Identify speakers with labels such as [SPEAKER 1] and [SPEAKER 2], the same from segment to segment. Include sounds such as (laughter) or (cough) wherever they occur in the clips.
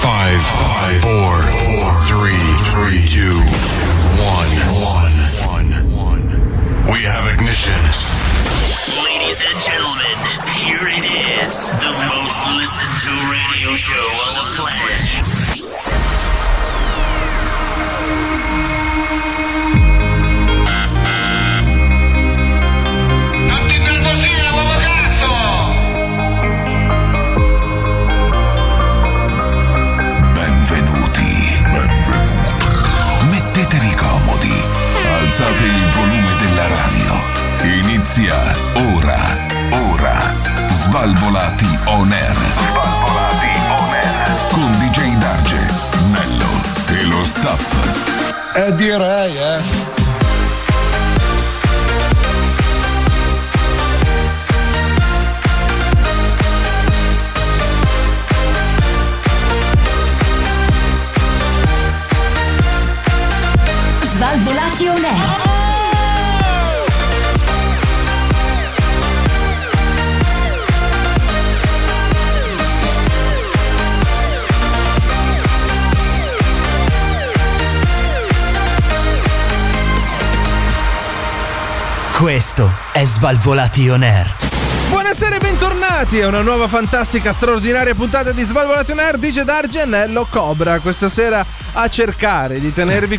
[SPEAKER 1] Five, five, four, four, three, three, two, one, one, one. We have ignition.
[SPEAKER 2] Ladies and gentlemen, here it is, the most listened to radio show on the planet.
[SPEAKER 3] Tutti per Bosina, uomo gatto!
[SPEAKER 4] Benvenuti. Benvenuti. Mettetevi comodi. Alzate il volume della radio. Inizia ora. Ora. Svalvolati on air. Svalvolati on air. Con DJ Darge, Nello e lo staff.
[SPEAKER 5] Eh direi, eh.
[SPEAKER 6] Svalvolati on air.
[SPEAKER 7] Questo è Svalvolati On Air.
[SPEAKER 8] Buonasera e bentornati a una nuova fantastica, straordinaria puntata di Svalvolation Air DJ D'Argenello Cobra. Questa sera a cercare di tenervi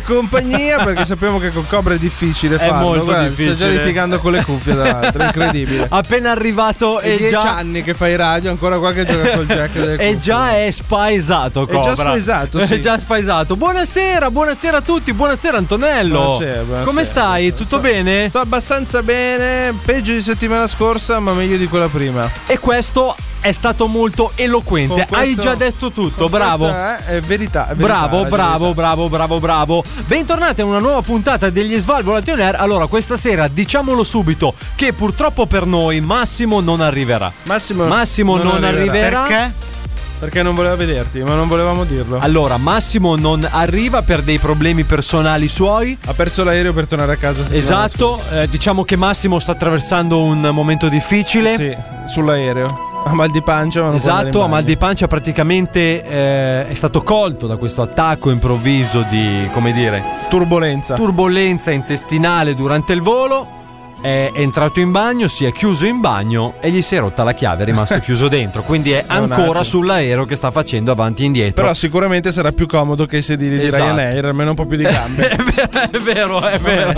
[SPEAKER 9] (laughs)
[SPEAKER 8] compagnia perché sappiamo che con Cobra è difficile
[SPEAKER 9] È
[SPEAKER 8] farlo.
[SPEAKER 9] molto
[SPEAKER 8] Guarda,
[SPEAKER 9] difficile.
[SPEAKER 8] Sta già litigando con le
[SPEAKER 9] (laughs)
[SPEAKER 8] cuffie dall'altro, incredibile.
[SPEAKER 9] Appena arrivato
[SPEAKER 8] È
[SPEAKER 9] è
[SPEAKER 8] dieci
[SPEAKER 9] già,
[SPEAKER 8] anni che fai radio, ancora qua che gioca
[SPEAKER 9] (laughs)
[SPEAKER 8] col jack delle
[SPEAKER 9] è
[SPEAKER 8] cuffie.
[SPEAKER 9] già è spaesato. Cobra.
[SPEAKER 8] già spaesato,
[SPEAKER 9] (laughs)
[SPEAKER 8] sì.
[SPEAKER 9] È già spaesato. Buonasera, buonasera a tutti. Buonasera, Antonello.
[SPEAKER 8] Buonasera, buonasera.
[SPEAKER 9] Come stai? Tutto bene?
[SPEAKER 8] Sto abbastanza bene, peggio di settimana scorsa, ma meglio di quella prima.
[SPEAKER 9] E questo è stato molto eloquente.
[SPEAKER 8] Con
[SPEAKER 9] Hai
[SPEAKER 8] questo-
[SPEAKER 9] già detto tutto.
[SPEAKER 8] con
[SPEAKER 9] Bravo.
[SPEAKER 8] questa, eh, è verità, è verità,
[SPEAKER 9] Bravo, bravo,
[SPEAKER 8] è verità.
[SPEAKER 9] bravo, bravo, bravo. Bentornati a una nuova puntata degli Svalvolati On Air. Allora, questa sera diciamolo subito che purtroppo per noi Massimo non arriverà.
[SPEAKER 8] Massimo,
[SPEAKER 9] Massimo non, arriverà.
[SPEAKER 8] Perché non voleva vederti, ma non volevamo dirlo.
[SPEAKER 9] Allora, Massimo non arriva per dei problemi personali suoi.
[SPEAKER 8] Ha perso l'aereo per tornare a casa. settimana
[SPEAKER 9] Esatto, eh, diciamo che Massimo sta attraversando un momento difficile.
[SPEAKER 8] Sì, sull'aereo. Ha mal di pancia, ma non può andare in
[SPEAKER 9] Esatto, a
[SPEAKER 8] bagno.
[SPEAKER 9] mal di pancia praticamente eh, è stato colto da questo attacco improvviso di, come dire,
[SPEAKER 8] Turbolenza.
[SPEAKER 9] turbolenza intestinale durante il volo. È entrato in bagno, si è chiuso in bagno e gli si è rotta la chiave, è
[SPEAKER 8] (laughs)
[SPEAKER 9] rimasto chiuso dentro. Quindi è
[SPEAKER 8] Neonato.
[SPEAKER 9] ancora sull'aereo che sta facendo avanti e indietro.
[SPEAKER 8] Però sicuramente sarà più comodo che i sedili di
[SPEAKER 9] Esatto.
[SPEAKER 8] Ryanair, almeno un po' (laughs) più di
[SPEAKER 9] È
[SPEAKER 8] gambe.
[SPEAKER 9] vero, è vero, è vero.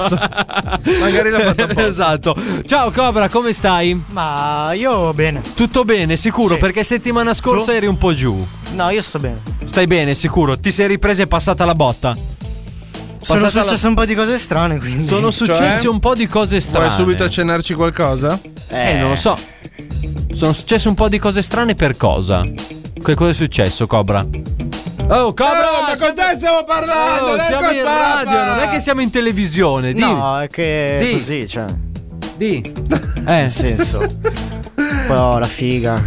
[SPEAKER 8] Magari l'ha fatta apposta.
[SPEAKER 9] (laughs) Esatto. Ciao Cobra, come stai?
[SPEAKER 10] Ma io bene.
[SPEAKER 9] Tutto bene, sicuro?
[SPEAKER 10] Sì.
[SPEAKER 9] Perché settimana scorsa
[SPEAKER 10] Tu?
[SPEAKER 9] eri un po' giù.
[SPEAKER 10] No, io sto bene.
[SPEAKER 9] Stai bene, sicuro? Ti sei ripresa e passata la botta?
[SPEAKER 10] Sono
[SPEAKER 9] Passata la-
[SPEAKER 10] successe un po' di cose strane, quindi. Cioè,
[SPEAKER 9] Sono successe un po' di cose strane.
[SPEAKER 8] Cioè? Vuoi subito accennarci qualcosa?
[SPEAKER 9] Eh, non lo so. Sono successe un po' di cose strane per cosa? Che cosa è successo, Cobra? Oh, Cobra!
[SPEAKER 8] Oh, ma con te stiamo parlando,
[SPEAKER 9] Oh,
[SPEAKER 8] non è
[SPEAKER 9] siamo
[SPEAKER 8] col
[SPEAKER 9] in
[SPEAKER 8] Papa!
[SPEAKER 9] radio, non è che siamo in televisione. Di,
[SPEAKER 10] No, è che
[SPEAKER 9] Di.
[SPEAKER 10] così, cioè. Nel (laughs)
[SPEAKER 9] di. Eh,
[SPEAKER 10] senso. Però la figa.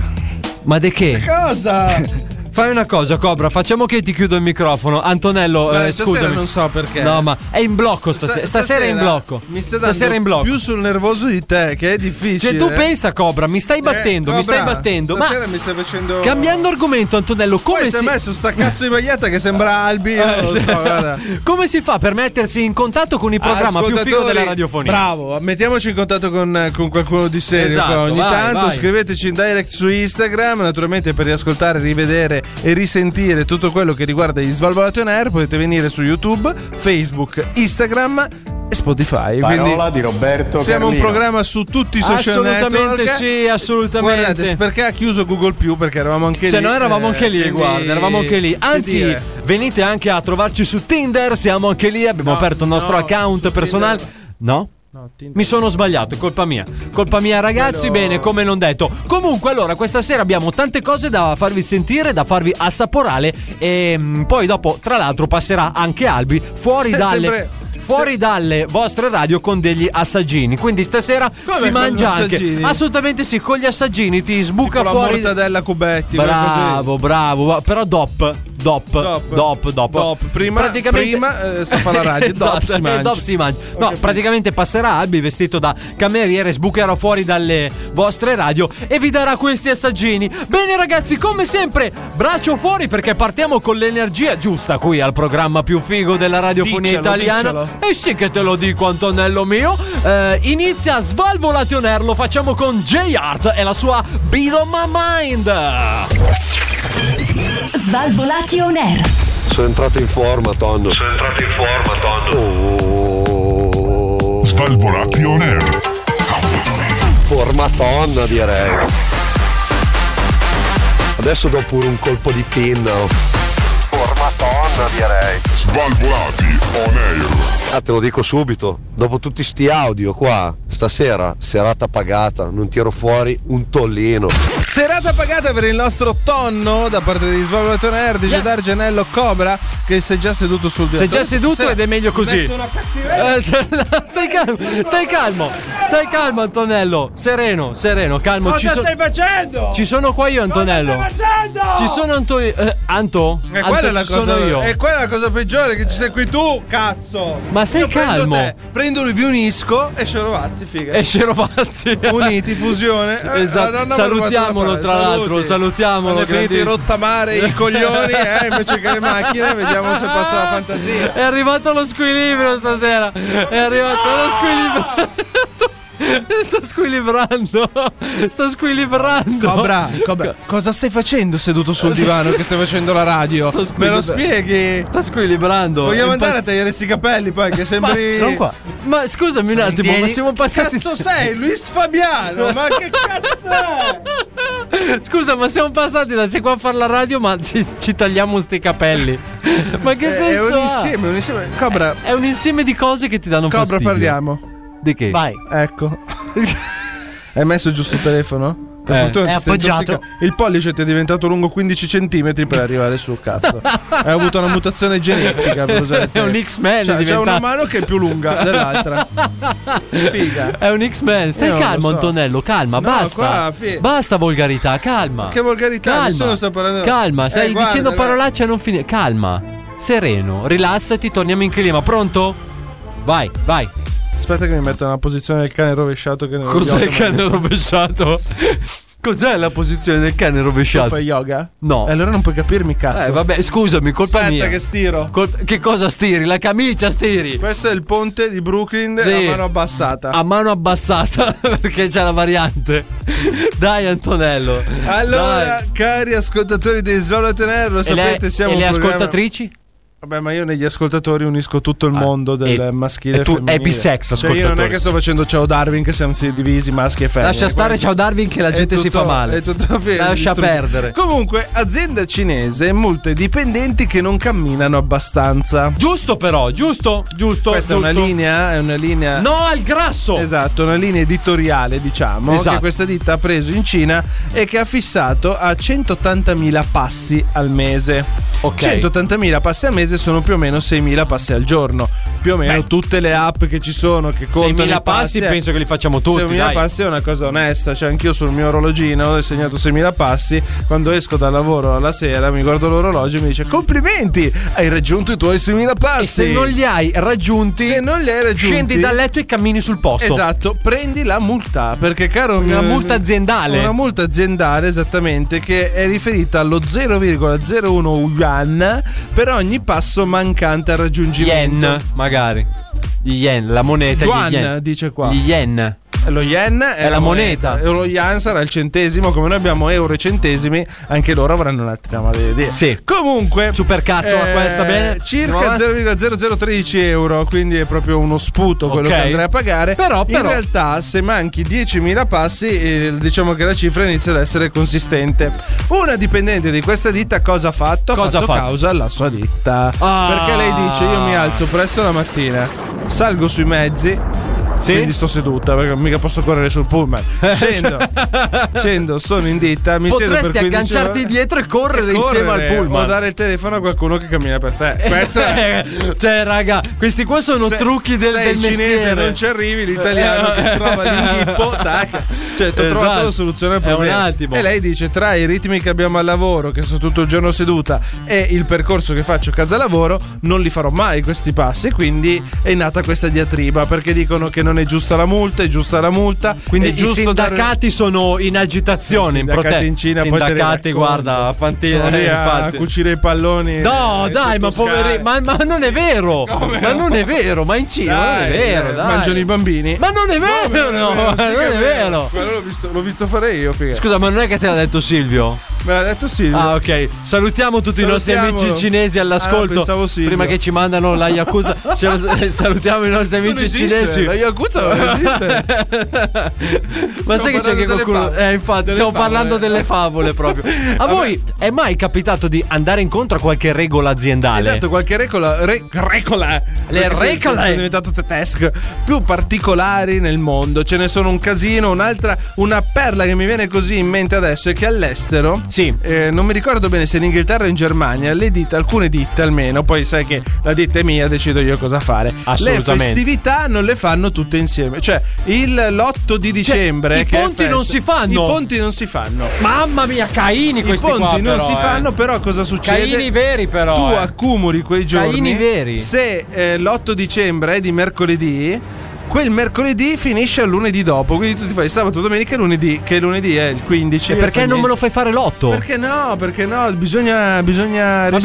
[SPEAKER 9] ma di che?
[SPEAKER 8] Cosa?
[SPEAKER 9] Fai una cosa, Cobra, facciamo che ti chiudo il microfono. Antonello,
[SPEAKER 8] Ma
[SPEAKER 9] eh,
[SPEAKER 8] stasera
[SPEAKER 9] scusami.
[SPEAKER 8] non so perché.
[SPEAKER 9] No, ma è in blocco stasera.
[SPEAKER 8] Sta-
[SPEAKER 9] Oh, stasera è in blocco.
[SPEAKER 8] Mi stai dando
[SPEAKER 9] stasera è in blocco.
[SPEAKER 8] più sul nervoso di te, che è
[SPEAKER 9] Cioè,
[SPEAKER 8] difficile.
[SPEAKER 9] tu pensa, Cobra, mi stai
[SPEAKER 8] Eh,
[SPEAKER 9] battendo, mi
[SPEAKER 8] Cobra,
[SPEAKER 9] stai battendo. Ma
[SPEAKER 8] Stasera mi stai facendo...
[SPEAKER 9] cambiando argomento, Antonello, come
[SPEAKER 8] Poi si
[SPEAKER 9] si. Eh,
[SPEAKER 8] è messo sta cazzo di maglietta che sembra Albi, io non lo so, guarda.
[SPEAKER 9] Come si fa per mettersi in contatto con il programma più figo
[SPEAKER 8] Ascoltatori,
[SPEAKER 9] della radiofonia?
[SPEAKER 8] Bravo, mettiamoci in contatto con, eh, con qualcuno di serio.
[SPEAKER 9] Esatto,
[SPEAKER 8] qua. Ogni
[SPEAKER 9] vai,
[SPEAKER 8] tanto
[SPEAKER 9] vai.
[SPEAKER 8] scriveteci in direct su Instagram. Naturalmente, per riascoltare, rivedere e risentire tutto quello che riguarda gli Svalvolati on Air, potete venire su YouTube, Facebook, Instagram e Spotify. Quindi
[SPEAKER 4] di Roberto
[SPEAKER 8] siamo un programma su tutti i social
[SPEAKER 9] assolutamente
[SPEAKER 8] network.
[SPEAKER 9] sì, assolutamente.
[SPEAKER 8] Guardate, perché ha chiuso Google più? Perché eravamo anche
[SPEAKER 9] Se
[SPEAKER 8] lì.
[SPEAKER 9] Cioè, noi eravamo
[SPEAKER 8] eh,
[SPEAKER 9] anche lì,
[SPEAKER 8] quindi-
[SPEAKER 9] guarda, eravamo anche lì.
[SPEAKER 8] che
[SPEAKER 9] Anzi,
[SPEAKER 8] dire?
[SPEAKER 9] venite anche a trovarci su Tinder, siamo anche lì, abbiamo
[SPEAKER 8] No,
[SPEAKER 9] aperto il nostro
[SPEAKER 8] no,
[SPEAKER 9] account
[SPEAKER 8] su
[SPEAKER 9] personale.
[SPEAKER 8] Tinder
[SPEAKER 9] No?
[SPEAKER 8] No, Tinder.
[SPEAKER 9] Mi sono sbagliato, è colpa mia. Colpa mia, ragazzi,
[SPEAKER 8] Quello-
[SPEAKER 9] bene, come non detto. Comunque, allora, questa sera abbiamo tante cose da farvi sentire, da farvi assaporare. E mm, poi dopo, tra l'altro, passerà anche Albi fuori
[SPEAKER 8] È
[SPEAKER 9] dalle.
[SPEAKER 8] (laughs) sempre-
[SPEAKER 9] Fuori
[SPEAKER 8] se-
[SPEAKER 9] dalle vostre radio con degli assaggini. Quindi stasera
[SPEAKER 8] Come
[SPEAKER 9] si
[SPEAKER 8] con
[SPEAKER 9] mangia
[SPEAKER 8] gli
[SPEAKER 9] anche.
[SPEAKER 8] assaggini?
[SPEAKER 9] Assolutamente sì, con gli assaggini ti sbuca
[SPEAKER 8] Tipo la
[SPEAKER 9] fuori.
[SPEAKER 8] mortadella cubetti. quella cosa lì.
[SPEAKER 9] Bravo, bravo, però DOP. dop,
[SPEAKER 8] Dop.
[SPEAKER 9] dop, dop,
[SPEAKER 8] Dop. Prima- prima, eh, sta fa la
[SPEAKER 9] (laughs)
[SPEAKER 8] radio, dop
[SPEAKER 9] Esatto,
[SPEAKER 8] si mangi.
[SPEAKER 9] eh, dop si mangi. No,
[SPEAKER 8] capito.
[SPEAKER 9] praticamente passerà Albi vestito da cameriere, sbucherà fuori dalle vostre radio e vi darà questi assaggini. Bene ragazzi, come sempre, braccio fuori perché partiamo con l'energia giusta qui al programma più figo della radiofonia
[SPEAKER 8] Dicelo,
[SPEAKER 9] italiana.
[SPEAKER 8] dicelo.
[SPEAKER 9] E sì che te lo dico Antonello mio. Eh, inizia Svalvolati on Air, lo facciamo con J-Art e la sua Beat on My Mind.
[SPEAKER 6] Svalvolati on air.
[SPEAKER 1] Sono entrato in forma, Tonno. Sono entrato in forma, Tonno. Svalvolati on air. Forma tonna direi. Adesso do pure un colpo di pinna. Forma tonna direi. Svalvolati on air. Ah, te lo dico subito. Dopo tutti sti audio qua, stasera, serata pagata, non tiro fuori un tollino.
[SPEAKER 8] Serata pagata per il nostro tonno da parte di Svalvolatore Air, dice
[SPEAKER 9] Yes.
[SPEAKER 8] Dargenello Cobra, che si è già seduto sul
[SPEAKER 9] Sei
[SPEAKER 8] direttore.
[SPEAKER 9] già seduto ed è meglio così. Eh, stai calmo, stai calmo, stai calmo Antonello, sereno, sereno, calmo. Ci, so-
[SPEAKER 8] facendo?
[SPEAKER 9] ci sono qua io Antonello. Ci sono Anto... eh, Anto?
[SPEAKER 8] E
[SPEAKER 9] Anto,
[SPEAKER 8] quella, è la
[SPEAKER 9] ci sono
[SPEAKER 8] cosa, eh,
[SPEAKER 9] io.
[SPEAKER 8] e quella è la cosa peggiore che ci sei qui tu, cazzo!
[SPEAKER 9] Ma stai
[SPEAKER 8] Io Prendo,
[SPEAKER 9] calmo.
[SPEAKER 8] te, prendo lui, vi unisco e Scerovazzi, figa.
[SPEAKER 9] E Scerovazzi. (laughs)
[SPEAKER 8] Uniti, fusione. Eh,
[SPEAKER 9] Esatto.
[SPEAKER 8] la nonna mi ha rubato la
[SPEAKER 9] Salutiamolo,
[SPEAKER 8] palla.
[SPEAKER 9] tra l'altro,
[SPEAKER 8] Saluti.
[SPEAKER 9] salutiamolo,
[SPEAKER 8] Quando è finito di
[SPEAKER 9] grandissimo.
[SPEAKER 8] rottamare i coglioni, eh, invece che le macchine, vediamo se passa la fantasia.
[SPEAKER 9] È arrivato lo squilibrio stasera. È arrivato lo
[SPEAKER 8] Ah!
[SPEAKER 9] squilibrio. (laughs) Sto squilibrando. Sto squilibrando.
[SPEAKER 8] Cobra, Cobra, cosa stai facendo seduto sul divano che stai facendo la radio?
[SPEAKER 9] Sto
[SPEAKER 8] Me
[SPEAKER 9] squilibrando.
[SPEAKER 8] lo spieghi?
[SPEAKER 9] Sta squilibrando.
[SPEAKER 8] Vogliamo andare a
[SPEAKER 9] Impazz-
[SPEAKER 8] tagliare i capelli
[SPEAKER 9] (laughs)
[SPEAKER 8] poi che sembri...
[SPEAKER 10] Sono qua.
[SPEAKER 9] Ma scusami un attimo, ma siamo passati.
[SPEAKER 8] Cazzo sei, Luis Fabiano? Ma che cazzo è?
[SPEAKER 9] (laughs) Scusa, ma siamo passati da sei qua a fare la radio, ma ci, ci tagliamo sti
[SPEAKER 8] (laughs)
[SPEAKER 9] capelli. ma che
[SPEAKER 8] È
[SPEAKER 9] senso?
[SPEAKER 8] un
[SPEAKER 9] ha?
[SPEAKER 8] insieme, un insieme. Cobra,
[SPEAKER 9] È un insieme di cose che ti danno
[SPEAKER 8] Cobra
[SPEAKER 9] fastidio.
[SPEAKER 8] parliamo.
[SPEAKER 9] Di che?
[SPEAKER 10] Vai.
[SPEAKER 9] (laughs)
[SPEAKER 8] Ecco. Hai messo giusto il telefono? Per
[SPEAKER 9] Eh.
[SPEAKER 8] fortuna
[SPEAKER 10] È
[SPEAKER 8] ti sei
[SPEAKER 10] appoggiato.
[SPEAKER 8] intossicato. Il pollice ti è diventato lungo 15 cm per arrivare su,
[SPEAKER 9] (laughs)
[SPEAKER 8] cazzo. Hai avuto una mutazione genetica. per usare il
[SPEAKER 9] È un
[SPEAKER 8] telefono.
[SPEAKER 9] X-Men.
[SPEAKER 8] Cioè,
[SPEAKER 9] è
[SPEAKER 8] c'è una
[SPEAKER 9] diventato.
[SPEAKER 8] mano che è più lunga dell'altra. Figa.
[SPEAKER 9] È un X-Men. Stai
[SPEAKER 8] Io non lo
[SPEAKER 9] calmo,
[SPEAKER 8] so.
[SPEAKER 9] Antonello. Calma,
[SPEAKER 8] No, qua,
[SPEAKER 9] basta.
[SPEAKER 8] fi-
[SPEAKER 9] Basta volgarità, calma.
[SPEAKER 8] Che volgarità,
[SPEAKER 9] calma.
[SPEAKER 8] nessuno sta parlando.
[SPEAKER 9] Calma,
[SPEAKER 8] Eh,
[SPEAKER 9] stai
[SPEAKER 8] guarda,
[SPEAKER 9] dicendo
[SPEAKER 8] guarda.
[SPEAKER 9] parolacce a non finire. Calma. Sereno, rilassati, torniamo in clima. Pronto? Vai, vai.
[SPEAKER 8] Aspetta che mi metto nella posizione del cane rovesciato che non
[SPEAKER 9] Cos'è il
[SPEAKER 8] yoga, ma-
[SPEAKER 9] cane (laughs) rovesciato? Cos'è la posizione del cane
[SPEAKER 8] Tu
[SPEAKER 9] rovesciato?
[SPEAKER 8] fai yoga?
[SPEAKER 9] No.
[SPEAKER 8] E allora non puoi capirmi, cazzo.
[SPEAKER 9] Eh, vabbè, scusami, colpa
[SPEAKER 8] Aspetta
[SPEAKER 9] mia.
[SPEAKER 8] che stiro.
[SPEAKER 9] Col- che cosa stiri? La camicia stiri?
[SPEAKER 8] Questo è il ponte di Brooklyn
[SPEAKER 9] Sì.
[SPEAKER 8] a mano abbassata.
[SPEAKER 9] A mano abbassata, (laughs) perché c'è la variante. Dai, Antonello.
[SPEAKER 8] Allora,
[SPEAKER 9] Dai.
[SPEAKER 8] cari ascoltatori di Svalio Tenero, lo
[SPEAKER 9] E le,
[SPEAKER 8] sapete, siamo
[SPEAKER 9] e
[SPEAKER 8] un
[SPEAKER 9] le
[SPEAKER 8] programma-
[SPEAKER 9] ascoltatrici?
[SPEAKER 8] Vabbè, ma io negli ascoltatori unisco tutto il
[SPEAKER 9] Ah,
[SPEAKER 8] mondo del
[SPEAKER 9] e-
[SPEAKER 8] maschile
[SPEAKER 9] e tu
[SPEAKER 8] femminile.
[SPEAKER 9] happy sex,
[SPEAKER 8] Cioè, io non è
[SPEAKER 9] ascoltatori.
[SPEAKER 8] che sto facendo ciao Darwin, che siamo sì divisi maschi e femmine.
[SPEAKER 9] Lascia stare,
[SPEAKER 8] Questo-
[SPEAKER 9] ciao Darwin, che la
[SPEAKER 8] è
[SPEAKER 9] gente si
[SPEAKER 8] tutto-
[SPEAKER 9] fa male.
[SPEAKER 8] È tutto (laughs) fermo,
[SPEAKER 9] Lascia
[SPEAKER 8] distrutto.
[SPEAKER 9] perdere.
[SPEAKER 8] Comunque, azienda cinese, molte dipendenti che non camminano abbastanza.
[SPEAKER 9] Giusto, però, giusto, giusto.
[SPEAKER 8] Questa è una
[SPEAKER 9] giusto.
[SPEAKER 8] linea, è una linea
[SPEAKER 9] No, al grasso.
[SPEAKER 8] Esatto, una linea editoriale, diciamo,
[SPEAKER 9] Esatto.
[SPEAKER 8] che questa ditta ha preso in Cina e che ha fissato a 180.000 passi al mese.
[SPEAKER 9] Ok.
[SPEAKER 8] 180.000 passi al mese sono più o meno 6.000 passi al giorno. Più o meno
[SPEAKER 9] Beh.
[SPEAKER 8] tutte le app che ci sono che contano
[SPEAKER 9] 6.000
[SPEAKER 8] i
[SPEAKER 9] passi,
[SPEAKER 8] eh.
[SPEAKER 9] penso che li facciamo tutti.
[SPEAKER 8] 6.000
[SPEAKER 9] dai.
[SPEAKER 8] passi è una cosa onesta, cioè anch'io sul mio orologino ho segnato 6.000 passi, quando esco dal lavoro alla sera mi guardo l'orologio e mi dice complimenti, hai raggiunto i tuoi 6.000 passi.
[SPEAKER 9] E se non li hai raggiunti,
[SPEAKER 8] Se non li hai raggiunti-
[SPEAKER 9] scendi dal letto e cammini sul posto.
[SPEAKER 8] Esatto, prendi la multa, perché caro
[SPEAKER 9] Una
[SPEAKER 8] mio-
[SPEAKER 9] multa aziendale.
[SPEAKER 8] Una multa aziendale esattamente che è riferita allo 0,01 yuan per ogni passo mancante al raggiungimento.
[SPEAKER 9] Yen, magari. Gli yen, la moneta.
[SPEAKER 8] Yuan,
[SPEAKER 9] gli yen.
[SPEAKER 8] dice qua.
[SPEAKER 9] Gli yen.
[SPEAKER 8] Eh, Lo yen è,
[SPEAKER 9] la moneta.
[SPEAKER 8] E lo yuan sarà il centesimo, come noi abbiamo euro e centesimi, anche loro avranno un'altra maledetta.
[SPEAKER 9] Sì.
[SPEAKER 8] Comunque, eh,
[SPEAKER 9] Supercazzo, ma questa bene?
[SPEAKER 8] Circa
[SPEAKER 9] No?
[SPEAKER 8] 0,0013 euro, quindi è proprio uno sputo quello
[SPEAKER 9] Ok.
[SPEAKER 8] che andrai a pagare.
[SPEAKER 9] Però,
[SPEAKER 8] in
[SPEAKER 9] però-
[SPEAKER 8] realtà, se manchi 10.000 passi, eh, diciamo che la cifra inizia ad essere consistente. Una dipendente di questa ditta cosa ha fatto?
[SPEAKER 9] Cosa
[SPEAKER 8] ha
[SPEAKER 9] ha
[SPEAKER 8] fatto
[SPEAKER 9] fatto?
[SPEAKER 8] causa alla sua ditta.
[SPEAKER 9] Ah.
[SPEAKER 8] Perché lei dice: Io mi alzo presto la mattina, salgo sui mezzi. Quindi sto seduta perché mica posso correre sul
[SPEAKER 9] (laughs)
[SPEAKER 8] pullman.
[SPEAKER 9] Eh,
[SPEAKER 8] Scendo, scendo, sono in ditta. Mi siedo
[SPEAKER 9] cioè. Potresti
[SPEAKER 8] per 15
[SPEAKER 9] agganciarti
[SPEAKER 8] ore
[SPEAKER 9] dietro e correre, insieme al pullman.
[SPEAKER 8] eh, O dare il telefono a qualcuno che cammina per te.
[SPEAKER 9] (laughs)
[SPEAKER 8] Questa è.
[SPEAKER 9] cioè, raga, questi qua sono
[SPEAKER 8] se-
[SPEAKER 9] trucchi del,
[SPEAKER 8] se
[SPEAKER 9] del
[SPEAKER 8] il cinese
[SPEAKER 9] mestiere.
[SPEAKER 8] non ci arrivi, l'italiano che
[SPEAKER 9] (laughs)
[SPEAKER 8] trova l'inghippo, tac. Cioè, ti ho
[SPEAKER 9] Esatto.
[SPEAKER 8] trovato la soluzione al
[SPEAKER 9] È un
[SPEAKER 8] problema.
[SPEAKER 9] attimo.
[SPEAKER 8] E lei dice: tra i ritmi che abbiamo al lavoro, che sono tutto il giorno seduta, e il percorso che faccio casa lavoro, non li farò mai questi passi. Quindi è nata questa diatriba. Perché dicono che non è giusta la multa, è giusta la multa.
[SPEAKER 9] Quindi
[SPEAKER 8] è
[SPEAKER 9] i
[SPEAKER 8] giusto dare-
[SPEAKER 9] sindacati sono in agitazione, in
[SPEAKER 8] Sindacati
[SPEAKER 9] protesta.
[SPEAKER 8] in Cina, poi te ne
[SPEAKER 9] sindacati,
[SPEAKER 8] racconto.
[SPEAKER 9] guarda,
[SPEAKER 8] Sono
[SPEAKER 9] fantina,
[SPEAKER 8] lì a
[SPEAKER 9] infatti.
[SPEAKER 8] cucire i palloni.
[SPEAKER 9] No,
[SPEAKER 8] eh,
[SPEAKER 9] dai, ma
[SPEAKER 8] tutto
[SPEAKER 9] poveri,
[SPEAKER 8] Sky.
[SPEAKER 9] ma, ma non è vero, ma non è vero, ma in Cina non è
[SPEAKER 8] Dai,
[SPEAKER 9] vero,
[SPEAKER 8] eh,
[SPEAKER 9] dai.
[SPEAKER 8] Mangiano i bambini.
[SPEAKER 9] Ma non è
[SPEAKER 8] No,
[SPEAKER 9] vero, ma
[SPEAKER 8] sì
[SPEAKER 9] (laughs) non
[SPEAKER 8] che
[SPEAKER 9] è vero.
[SPEAKER 8] Quello l'ho visto, l'ho visto fare io, figa.
[SPEAKER 9] Scusa, ma non è che te l'ha detto Silvio?
[SPEAKER 8] Me l'ha detto Silvio.
[SPEAKER 9] Ah, ok. Salutiamo tutti i nostri
[SPEAKER 8] Salutiamolo.
[SPEAKER 9] amici cinesi
[SPEAKER 8] Ah,
[SPEAKER 9] all'ascolto.
[SPEAKER 8] pensavo Silvio.
[SPEAKER 9] prima che ci mandano la
[SPEAKER 8] (laughs)
[SPEAKER 9] Yakuza, ce lo- salutiamo i nostri
[SPEAKER 8] Non
[SPEAKER 9] amici
[SPEAKER 8] esiste,
[SPEAKER 9] cinesi.
[SPEAKER 8] La Yakuza non esiste.
[SPEAKER 9] (laughs) Ma sai che c'è anche
[SPEAKER 8] parlando delle
[SPEAKER 9] qualcuno.
[SPEAKER 8] favole.
[SPEAKER 9] Eh, infatti,
[SPEAKER 8] Delle
[SPEAKER 9] stiamo
[SPEAKER 8] favole.
[SPEAKER 9] parlando delle favole
[SPEAKER 8] (laughs)
[SPEAKER 9] proprio. A voi è mai capitato di andare incontro a qualche regola aziendale?
[SPEAKER 8] Esatto, qualche regola. re- regola
[SPEAKER 9] Le
[SPEAKER 8] Perché sono-
[SPEAKER 9] regole.
[SPEAKER 8] Sono diventato tedesco. Più particolari nel mondo. Ce ne sono un casino. Un'altra. Una perla che mi viene così in mente adesso è che all'estero.
[SPEAKER 9] Sì.
[SPEAKER 8] eh, non mi ricordo bene se in Inghilterra o in Germania. Le ditte, alcune ditte almeno. Poi sai che la ditta è mia, decido io cosa fare.
[SPEAKER 9] Assolutamente.
[SPEAKER 8] Le festività non le fanno tutte insieme. Cioè, il, l'8 di dicembre.
[SPEAKER 9] Cioè, i
[SPEAKER 8] che è
[SPEAKER 9] ponti
[SPEAKER 8] festa-
[SPEAKER 9] non si fanno.
[SPEAKER 8] I ponti non si fanno.
[SPEAKER 9] Mamma mia, Caini
[SPEAKER 8] I
[SPEAKER 9] questi
[SPEAKER 8] ponti
[SPEAKER 9] qua,
[SPEAKER 8] non
[SPEAKER 9] però,
[SPEAKER 8] si
[SPEAKER 9] eh.
[SPEAKER 8] fanno, però cosa succede?
[SPEAKER 9] Caini veri, però.
[SPEAKER 8] tu
[SPEAKER 9] eh.
[SPEAKER 8] accumuli quei giorni.
[SPEAKER 9] Caini veri.
[SPEAKER 8] Se eh, l'8 dicembre è di mercoledì, quel mercoledì finisce il lunedì dopo. Quindi tu ti fai sabato, domenica e lunedì, che lunedì è il 15.
[SPEAKER 9] E perché non me lo fai fare l'otto?
[SPEAKER 8] Perché no? Perché no? Bisogna. bisogna
[SPEAKER 9] Ma
[SPEAKER 8] risparmiare,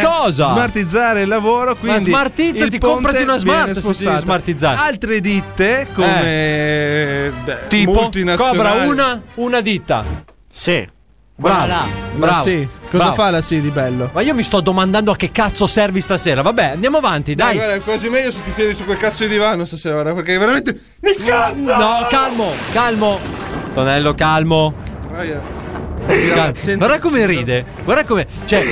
[SPEAKER 9] bisogna cosa?
[SPEAKER 8] Smartizzare il lavoro. Quindi
[SPEAKER 9] smartizzati,
[SPEAKER 8] il ponte
[SPEAKER 9] comprati una smart Eh. se
[SPEAKER 8] viene
[SPEAKER 9] ti
[SPEAKER 8] spostata.
[SPEAKER 9] devi smartizzare.
[SPEAKER 8] Altre ditte come. beh,
[SPEAKER 9] Tipo, cobra
[SPEAKER 8] multinazionali.
[SPEAKER 9] una, una ditta.
[SPEAKER 10] Sì.
[SPEAKER 9] Bravo.
[SPEAKER 10] Voilà.
[SPEAKER 9] Bravo.
[SPEAKER 8] Sì. Cosa
[SPEAKER 9] Bravo.
[SPEAKER 8] fa la sì di bello?
[SPEAKER 9] Ma io mi sto domandando a che cazzo servi stasera. Vabbè, andiamo avanti,
[SPEAKER 8] Dai,
[SPEAKER 9] dai.
[SPEAKER 8] guarda, è quasi meglio se ti siedi su quel cazzo di divano stasera, guarda, perché veramente. Mi cazzo!
[SPEAKER 9] No, calmo, calmo. Tonello, calmo.
[SPEAKER 8] Raga,
[SPEAKER 9] Calmo.
[SPEAKER 8] senza-
[SPEAKER 9] Guarda come
[SPEAKER 8] senza-
[SPEAKER 9] ride. Guarda come. Cioè,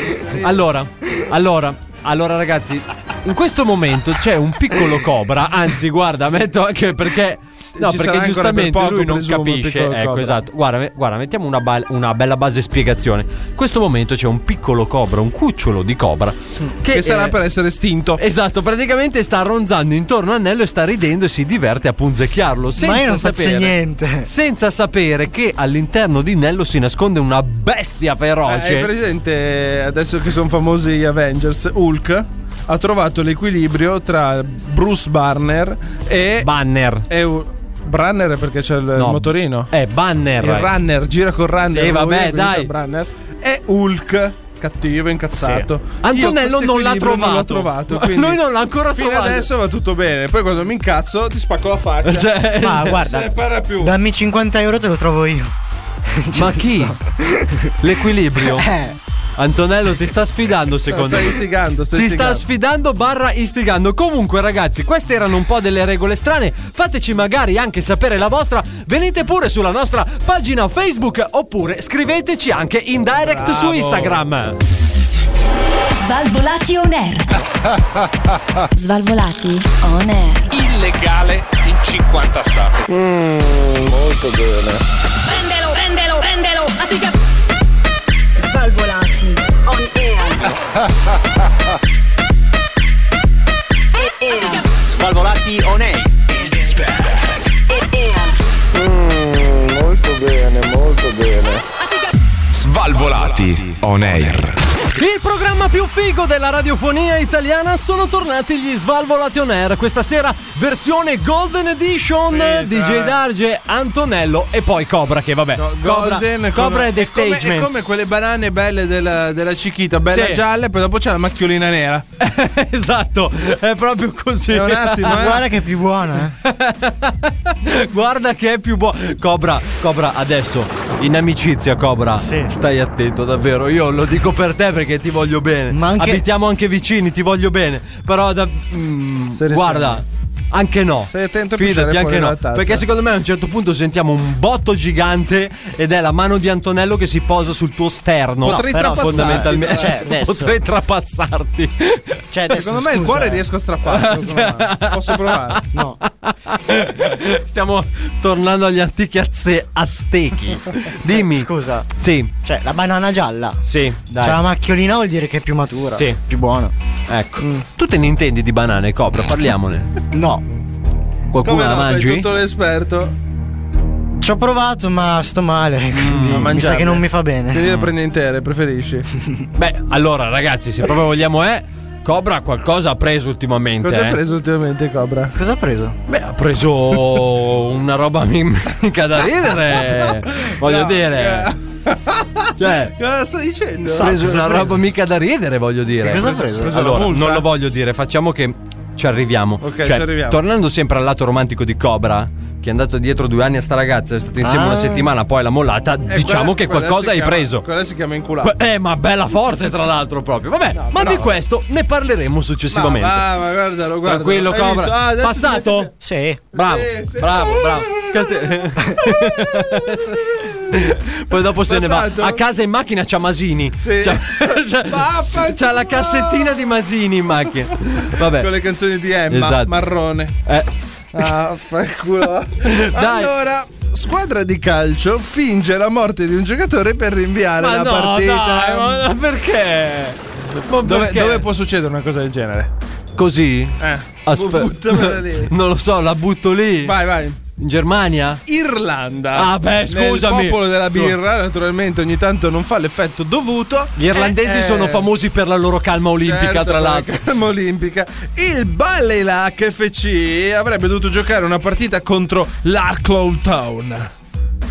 [SPEAKER 9] allora, allora, allora, ragazzi, in questo momento c'è un piccolo cobra. Anzi, guarda, metto anche perché. No,
[SPEAKER 8] Ci sarà
[SPEAKER 9] perché
[SPEAKER 8] ancora
[SPEAKER 9] giustamente
[SPEAKER 8] per poco,
[SPEAKER 9] lui non
[SPEAKER 8] presumo, il
[SPEAKER 9] capisce.
[SPEAKER 8] piccolo
[SPEAKER 9] Ecco,
[SPEAKER 8] cobra.
[SPEAKER 9] esatto. Guarda, me- guarda, mettiamo una, ba- una bella base spiegazione. In questo momento c'è un piccolo cobra, un cucciolo di cobra. Che,
[SPEAKER 8] Che sarà
[SPEAKER 9] eh,
[SPEAKER 8] per essere estinto.
[SPEAKER 9] Esatto, praticamente sta ronzando intorno a Nello e sta ridendo e si diverte a punzecchiarlo. Senza
[SPEAKER 10] Ma io non
[SPEAKER 9] sapere,
[SPEAKER 10] faccio niente.
[SPEAKER 9] Senza sapere che all'interno di Nello si nasconde una bestia
[SPEAKER 8] Eh, Hai
[SPEAKER 9] feroce.
[SPEAKER 8] presente eh, adesso che sono famosi gli Avengers? Hulk ha trovato l'equilibrio tra Bruce Banner e.
[SPEAKER 9] Banner.
[SPEAKER 8] e u- Branner perché c'è il
[SPEAKER 9] No.
[SPEAKER 8] motorino.
[SPEAKER 9] Eh, Banner.
[SPEAKER 8] il runner, gira col runner.
[SPEAKER 9] Sì,
[SPEAKER 8] lo
[SPEAKER 9] vabbè,
[SPEAKER 8] vedi, quindi
[SPEAKER 9] dai.
[SPEAKER 8] c'è il runner. E Hulk. Cattivo, incazzato.
[SPEAKER 9] Sì.
[SPEAKER 8] Io
[SPEAKER 9] Antonello
[SPEAKER 8] questo
[SPEAKER 9] non l'ha
[SPEAKER 8] equilibrio Non
[SPEAKER 9] trovato.
[SPEAKER 8] l'ho trovato
[SPEAKER 9] Ma
[SPEAKER 8] quindi
[SPEAKER 9] lui non l'ha ancora
[SPEAKER 8] fino
[SPEAKER 9] trovato.
[SPEAKER 8] adesso va tutto bene. Poi quando mi incazzo, ti spacco la faccia.
[SPEAKER 9] (laughs) (laughs) Cioè,
[SPEAKER 10] Ma
[SPEAKER 8] non se ne
[SPEAKER 10] guarda,
[SPEAKER 8] parla più.
[SPEAKER 10] dammi 50 euro te lo trovo io.
[SPEAKER 9] (laughs)
[SPEAKER 10] Cioè,
[SPEAKER 9] ma chi? (laughs) L'equilibrio. Antonello ti sta sfidando secondo
[SPEAKER 8] stai
[SPEAKER 9] me.
[SPEAKER 8] Eh. istigando, stai
[SPEAKER 9] Ti sta
[SPEAKER 8] istigando.
[SPEAKER 9] sfidando barra istigando. Comunque, ragazzi, queste erano un po' delle regole strane. Fateci magari anche sapere la vostra. Venite pure sulla nostra pagina Facebook oppure scriveteci anche in direct su Instagram.
[SPEAKER 6] Svalvolati on air. Svalvolati on air.
[SPEAKER 11] illegale in 50 stati.
[SPEAKER 12] Prendelo, prendelo, prendelo, así che... Svalvolati, on air. air,
[SPEAKER 11] Svalvolati on air.
[SPEAKER 12] air.
[SPEAKER 4] Svalvolati on air.
[SPEAKER 9] Il programma più figo della radiofonia italiana sono tornati gli Svalvolati On Air. Questa sera versione Golden Edition
[SPEAKER 8] Sì,
[SPEAKER 9] DJ
[SPEAKER 8] dai.
[SPEAKER 9] Darge, Antonello e poi Cobra che vabbè.
[SPEAKER 8] No,
[SPEAKER 9] Cobra,
[SPEAKER 8] golden
[SPEAKER 9] Cobra
[SPEAKER 8] come-
[SPEAKER 9] è The
[SPEAKER 8] è come, è
[SPEAKER 9] Statement.
[SPEAKER 8] come quelle banane belle della, della cichita, bella
[SPEAKER 9] Sì.
[SPEAKER 8] gialla, e poi dopo c'è la macchiolina nera.
[SPEAKER 9] (laughs) esatto, è proprio così.
[SPEAKER 8] È
[SPEAKER 9] (laughs)
[SPEAKER 8] un attimo,
[SPEAKER 10] Ma
[SPEAKER 8] eh.
[SPEAKER 10] guarda che è più buona, eh.
[SPEAKER 9] Guarda che è più buono. Cobra, Cobra, adesso in amicizia, Cobra.
[SPEAKER 10] Sì.
[SPEAKER 9] Stai attento, davvero. Io lo dico per te perché ti voglio bene.
[SPEAKER 10] Ma anche-
[SPEAKER 9] Abitiamo anche vicini, ti voglio bene. Però, da- mm,
[SPEAKER 8] Sei
[SPEAKER 9] guarda. Anche no.
[SPEAKER 8] Stai attento a
[SPEAKER 9] Fidati,
[SPEAKER 8] pisciare
[SPEAKER 9] anche
[SPEAKER 8] fuori
[SPEAKER 9] no.
[SPEAKER 8] dalla tazza.
[SPEAKER 9] Perché secondo me a un certo punto sentiamo un botto gigante ed è la mano di Antonello che si posa sul tuo sterno.
[SPEAKER 8] Potrei
[SPEAKER 9] però
[SPEAKER 8] trapassarti,
[SPEAKER 9] (laughs)
[SPEAKER 8] (laughs)
[SPEAKER 9] fondamentalmente.
[SPEAKER 10] tra l'altro. Cioè, adesso.
[SPEAKER 9] potrei trapassarti.
[SPEAKER 10] Cioè, adesso,
[SPEAKER 8] Secondo me il
[SPEAKER 10] scusa,
[SPEAKER 8] cuore
[SPEAKER 10] eh.
[SPEAKER 8] riesco a
[SPEAKER 10] (laughs)
[SPEAKER 8] strapparlo. secondo me. Posso provare?
[SPEAKER 10] No.
[SPEAKER 9] (laughs) Stiamo tornando agli antichi azze-
[SPEAKER 10] (laughs)
[SPEAKER 9] aztechi. Dimmi.
[SPEAKER 10] Cioè, scusa.
[SPEAKER 9] Sì.
[SPEAKER 10] Cioè, la banana gialla.
[SPEAKER 9] Sì, dai.
[SPEAKER 10] Cioè, la macchiolina vuol dire che è più matura.
[SPEAKER 9] Sì.
[SPEAKER 10] Più Mm. buona.
[SPEAKER 9] Ecco. Tu te ne intendi di banane, Cobra? Parliamone.
[SPEAKER 10] No.
[SPEAKER 9] Qualcuno
[SPEAKER 8] Come
[SPEAKER 9] la
[SPEAKER 8] no, sei
[SPEAKER 9] mangi?
[SPEAKER 8] tutto l'esperto.
[SPEAKER 10] Ci ho provato, ma sto male.
[SPEAKER 9] Mm.
[SPEAKER 10] Quindi mi sa
[SPEAKER 8] mangiarle.
[SPEAKER 10] che non mi fa bene.
[SPEAKER 8] Quindi le prendi intere, preferisci.
[SPEAKER 10] (laughs)
[SPEAKER 9] Beh, allora, ragazzi, se proprio vogliamo, è. Cobra qualcosa ha preso ultimamente.
[SPEAKER 8] Cosa
[SPEAKER 9] eh.
[SPEAKER 8] hai preso ultimamente, Cobra?
[SPEAKER 10] Cosa ha preso?
[SPEAKER 9] Beh, ha preso una roba (laughs) mi- mica da
[SPEAKER 8] (laughs)
[SPEAKER 9] ridere. Voglio
[SPEAKER 8] No,
[SPEAKER 9] dire. (laughs) Cioè,
[SPEAKER 8] Cosa stai dicendo?
[SPEAKER 9] ha preso una roba mica da ridere, voglio dire.
[SPEAKER 10] Che cosa ha preso?
[SPEAKER 8] preso la
[SPEAKER 9] Allora,
[SPEAKER 8] multa?
[SPEAKER 9] non lo voglio dire, facciamo che ci arriviamo.
[SPEAKER 8] Ok,
[SPEAKER 9] Cioè,
[SPEAKER 8] ci arriviamo.
[SPEAKER 9] Tornando sempre al lato romantico di Cobra, che è andato dietro due anni a sta ragazza, è stato insieme
[SPEAKER 10] Ah.
[SPEAKER 9] una settimana, poi l'ha mollata,
[SPEAKER 8] Eh,
[SPEAKER 9] diciamo
[SPEAKER 8] quella-
[SPEAKER 9] che
[SPEAKER 8] quella
[SPEAKER 9] qualcosa
[SPEAKER 8] si
[SPEAKER 9] hai
[SPEAKER 8] chiama-
[SPEAKER 9] preso.
[SPEAKER 8] Quella si chiama inculata.
[SPEAKER 9] Que- Eh, ma bella forte, tra l'altro, proprio. Vabbè, ma di questo ne parleremo
[SPEAKER 8] Ma
[SPEAKER 9] successivamente.
[SPEAKER 8] Ah, va, ma guardalo, guardalo.
[SPEAKER 9] Tranquillo,
[SPEAKER 8] Hai
[SPEAKER 9] Cobra.
[SPEAKER 8] visto? Ah, adesso
[SPEAKER 9] Passato?
[SPEAKER 8] mi-
[SPEAKER 10] Sì.
[SPEAKER 9] Bravo,
[SPEAKER 8] Eh, sì.
[SPEAKER 9] bravo,
[SPEAKER 8] (laughs)
[SPEAKER 9] bravo. Cate- (laughs) Poi dopo se ne va
[SPEAKER 8] Passato?
[SPEAKER 9] a casa in macchina c'ha Masini.
[SPEAKER 8] Sì. (laughs)
[SPEAKER 9] C'ha, c'ha-
[SPEAKER 8] Pappa
[SPEAKER 9] c'ha la
[SPEAKER 8] tua!
[SPEAKER 9] cassettina di Masini in macchina.
[SPEAKER 8] Con le
[SPEAKER 9] Vabbè.
[SPEAKER 8] canzoni di Emma
[SPEAKER 9] Esatto.
[SPEAKER 8] Marrone.
[SPEAKER 9] Eh,
[SPEAKER 8] Ah, fai il culo. Allora, squadra di calcio finge la morte di un giocatore per rinviare
[SPEAKER 9] ma
[SPEAKER 8] la
[SPEAKER 9] no,
[SPEAKER 8] partita. Eh.
[SPEAKER 9] dai, ma ma perché? Ma
[SPEAKER 8] Dove,
[SPEAKER 9] perché?
[SPEAKER 8] dove può succedere una cosa del genere?
[SPEAKER 9] Così?
[SPEAKER 8] Eh,
[SPEAKER 9] Aspe- (laughs)
[SPEAKER 8] buttamela lì.
[SPEAKER 9] non lo so, la butto lì.
[SPEAKER 8] Vai, vai.
[SPEAKER 9] In Germania?
[SPEAKER 8] Irlanda.
[SPEAKER 9] Ah, beh, scusami.
[SPEAKER 8] Il popolo della
[SPEAKER 9] Su.
[SPEAKER 8] birra, naturalmente, ogni tanto non fa l'effetto dovuto.
[SPEAKER 9] Gli irlandesi
[SPEAKER 8] Eh, eh,
[SPEAKER 9] sono famosi per la loro calma olimpica,
[SPEAKER 8] certo,
[SPEAKER 9] tra
[SPEAKER 8] per la
[SPEAKER 9] l'altro.
[SPEAKER 8] calma olimpica. Il Ballylac FC avrebbe dovuto giocare una partita contro l'Arclow Town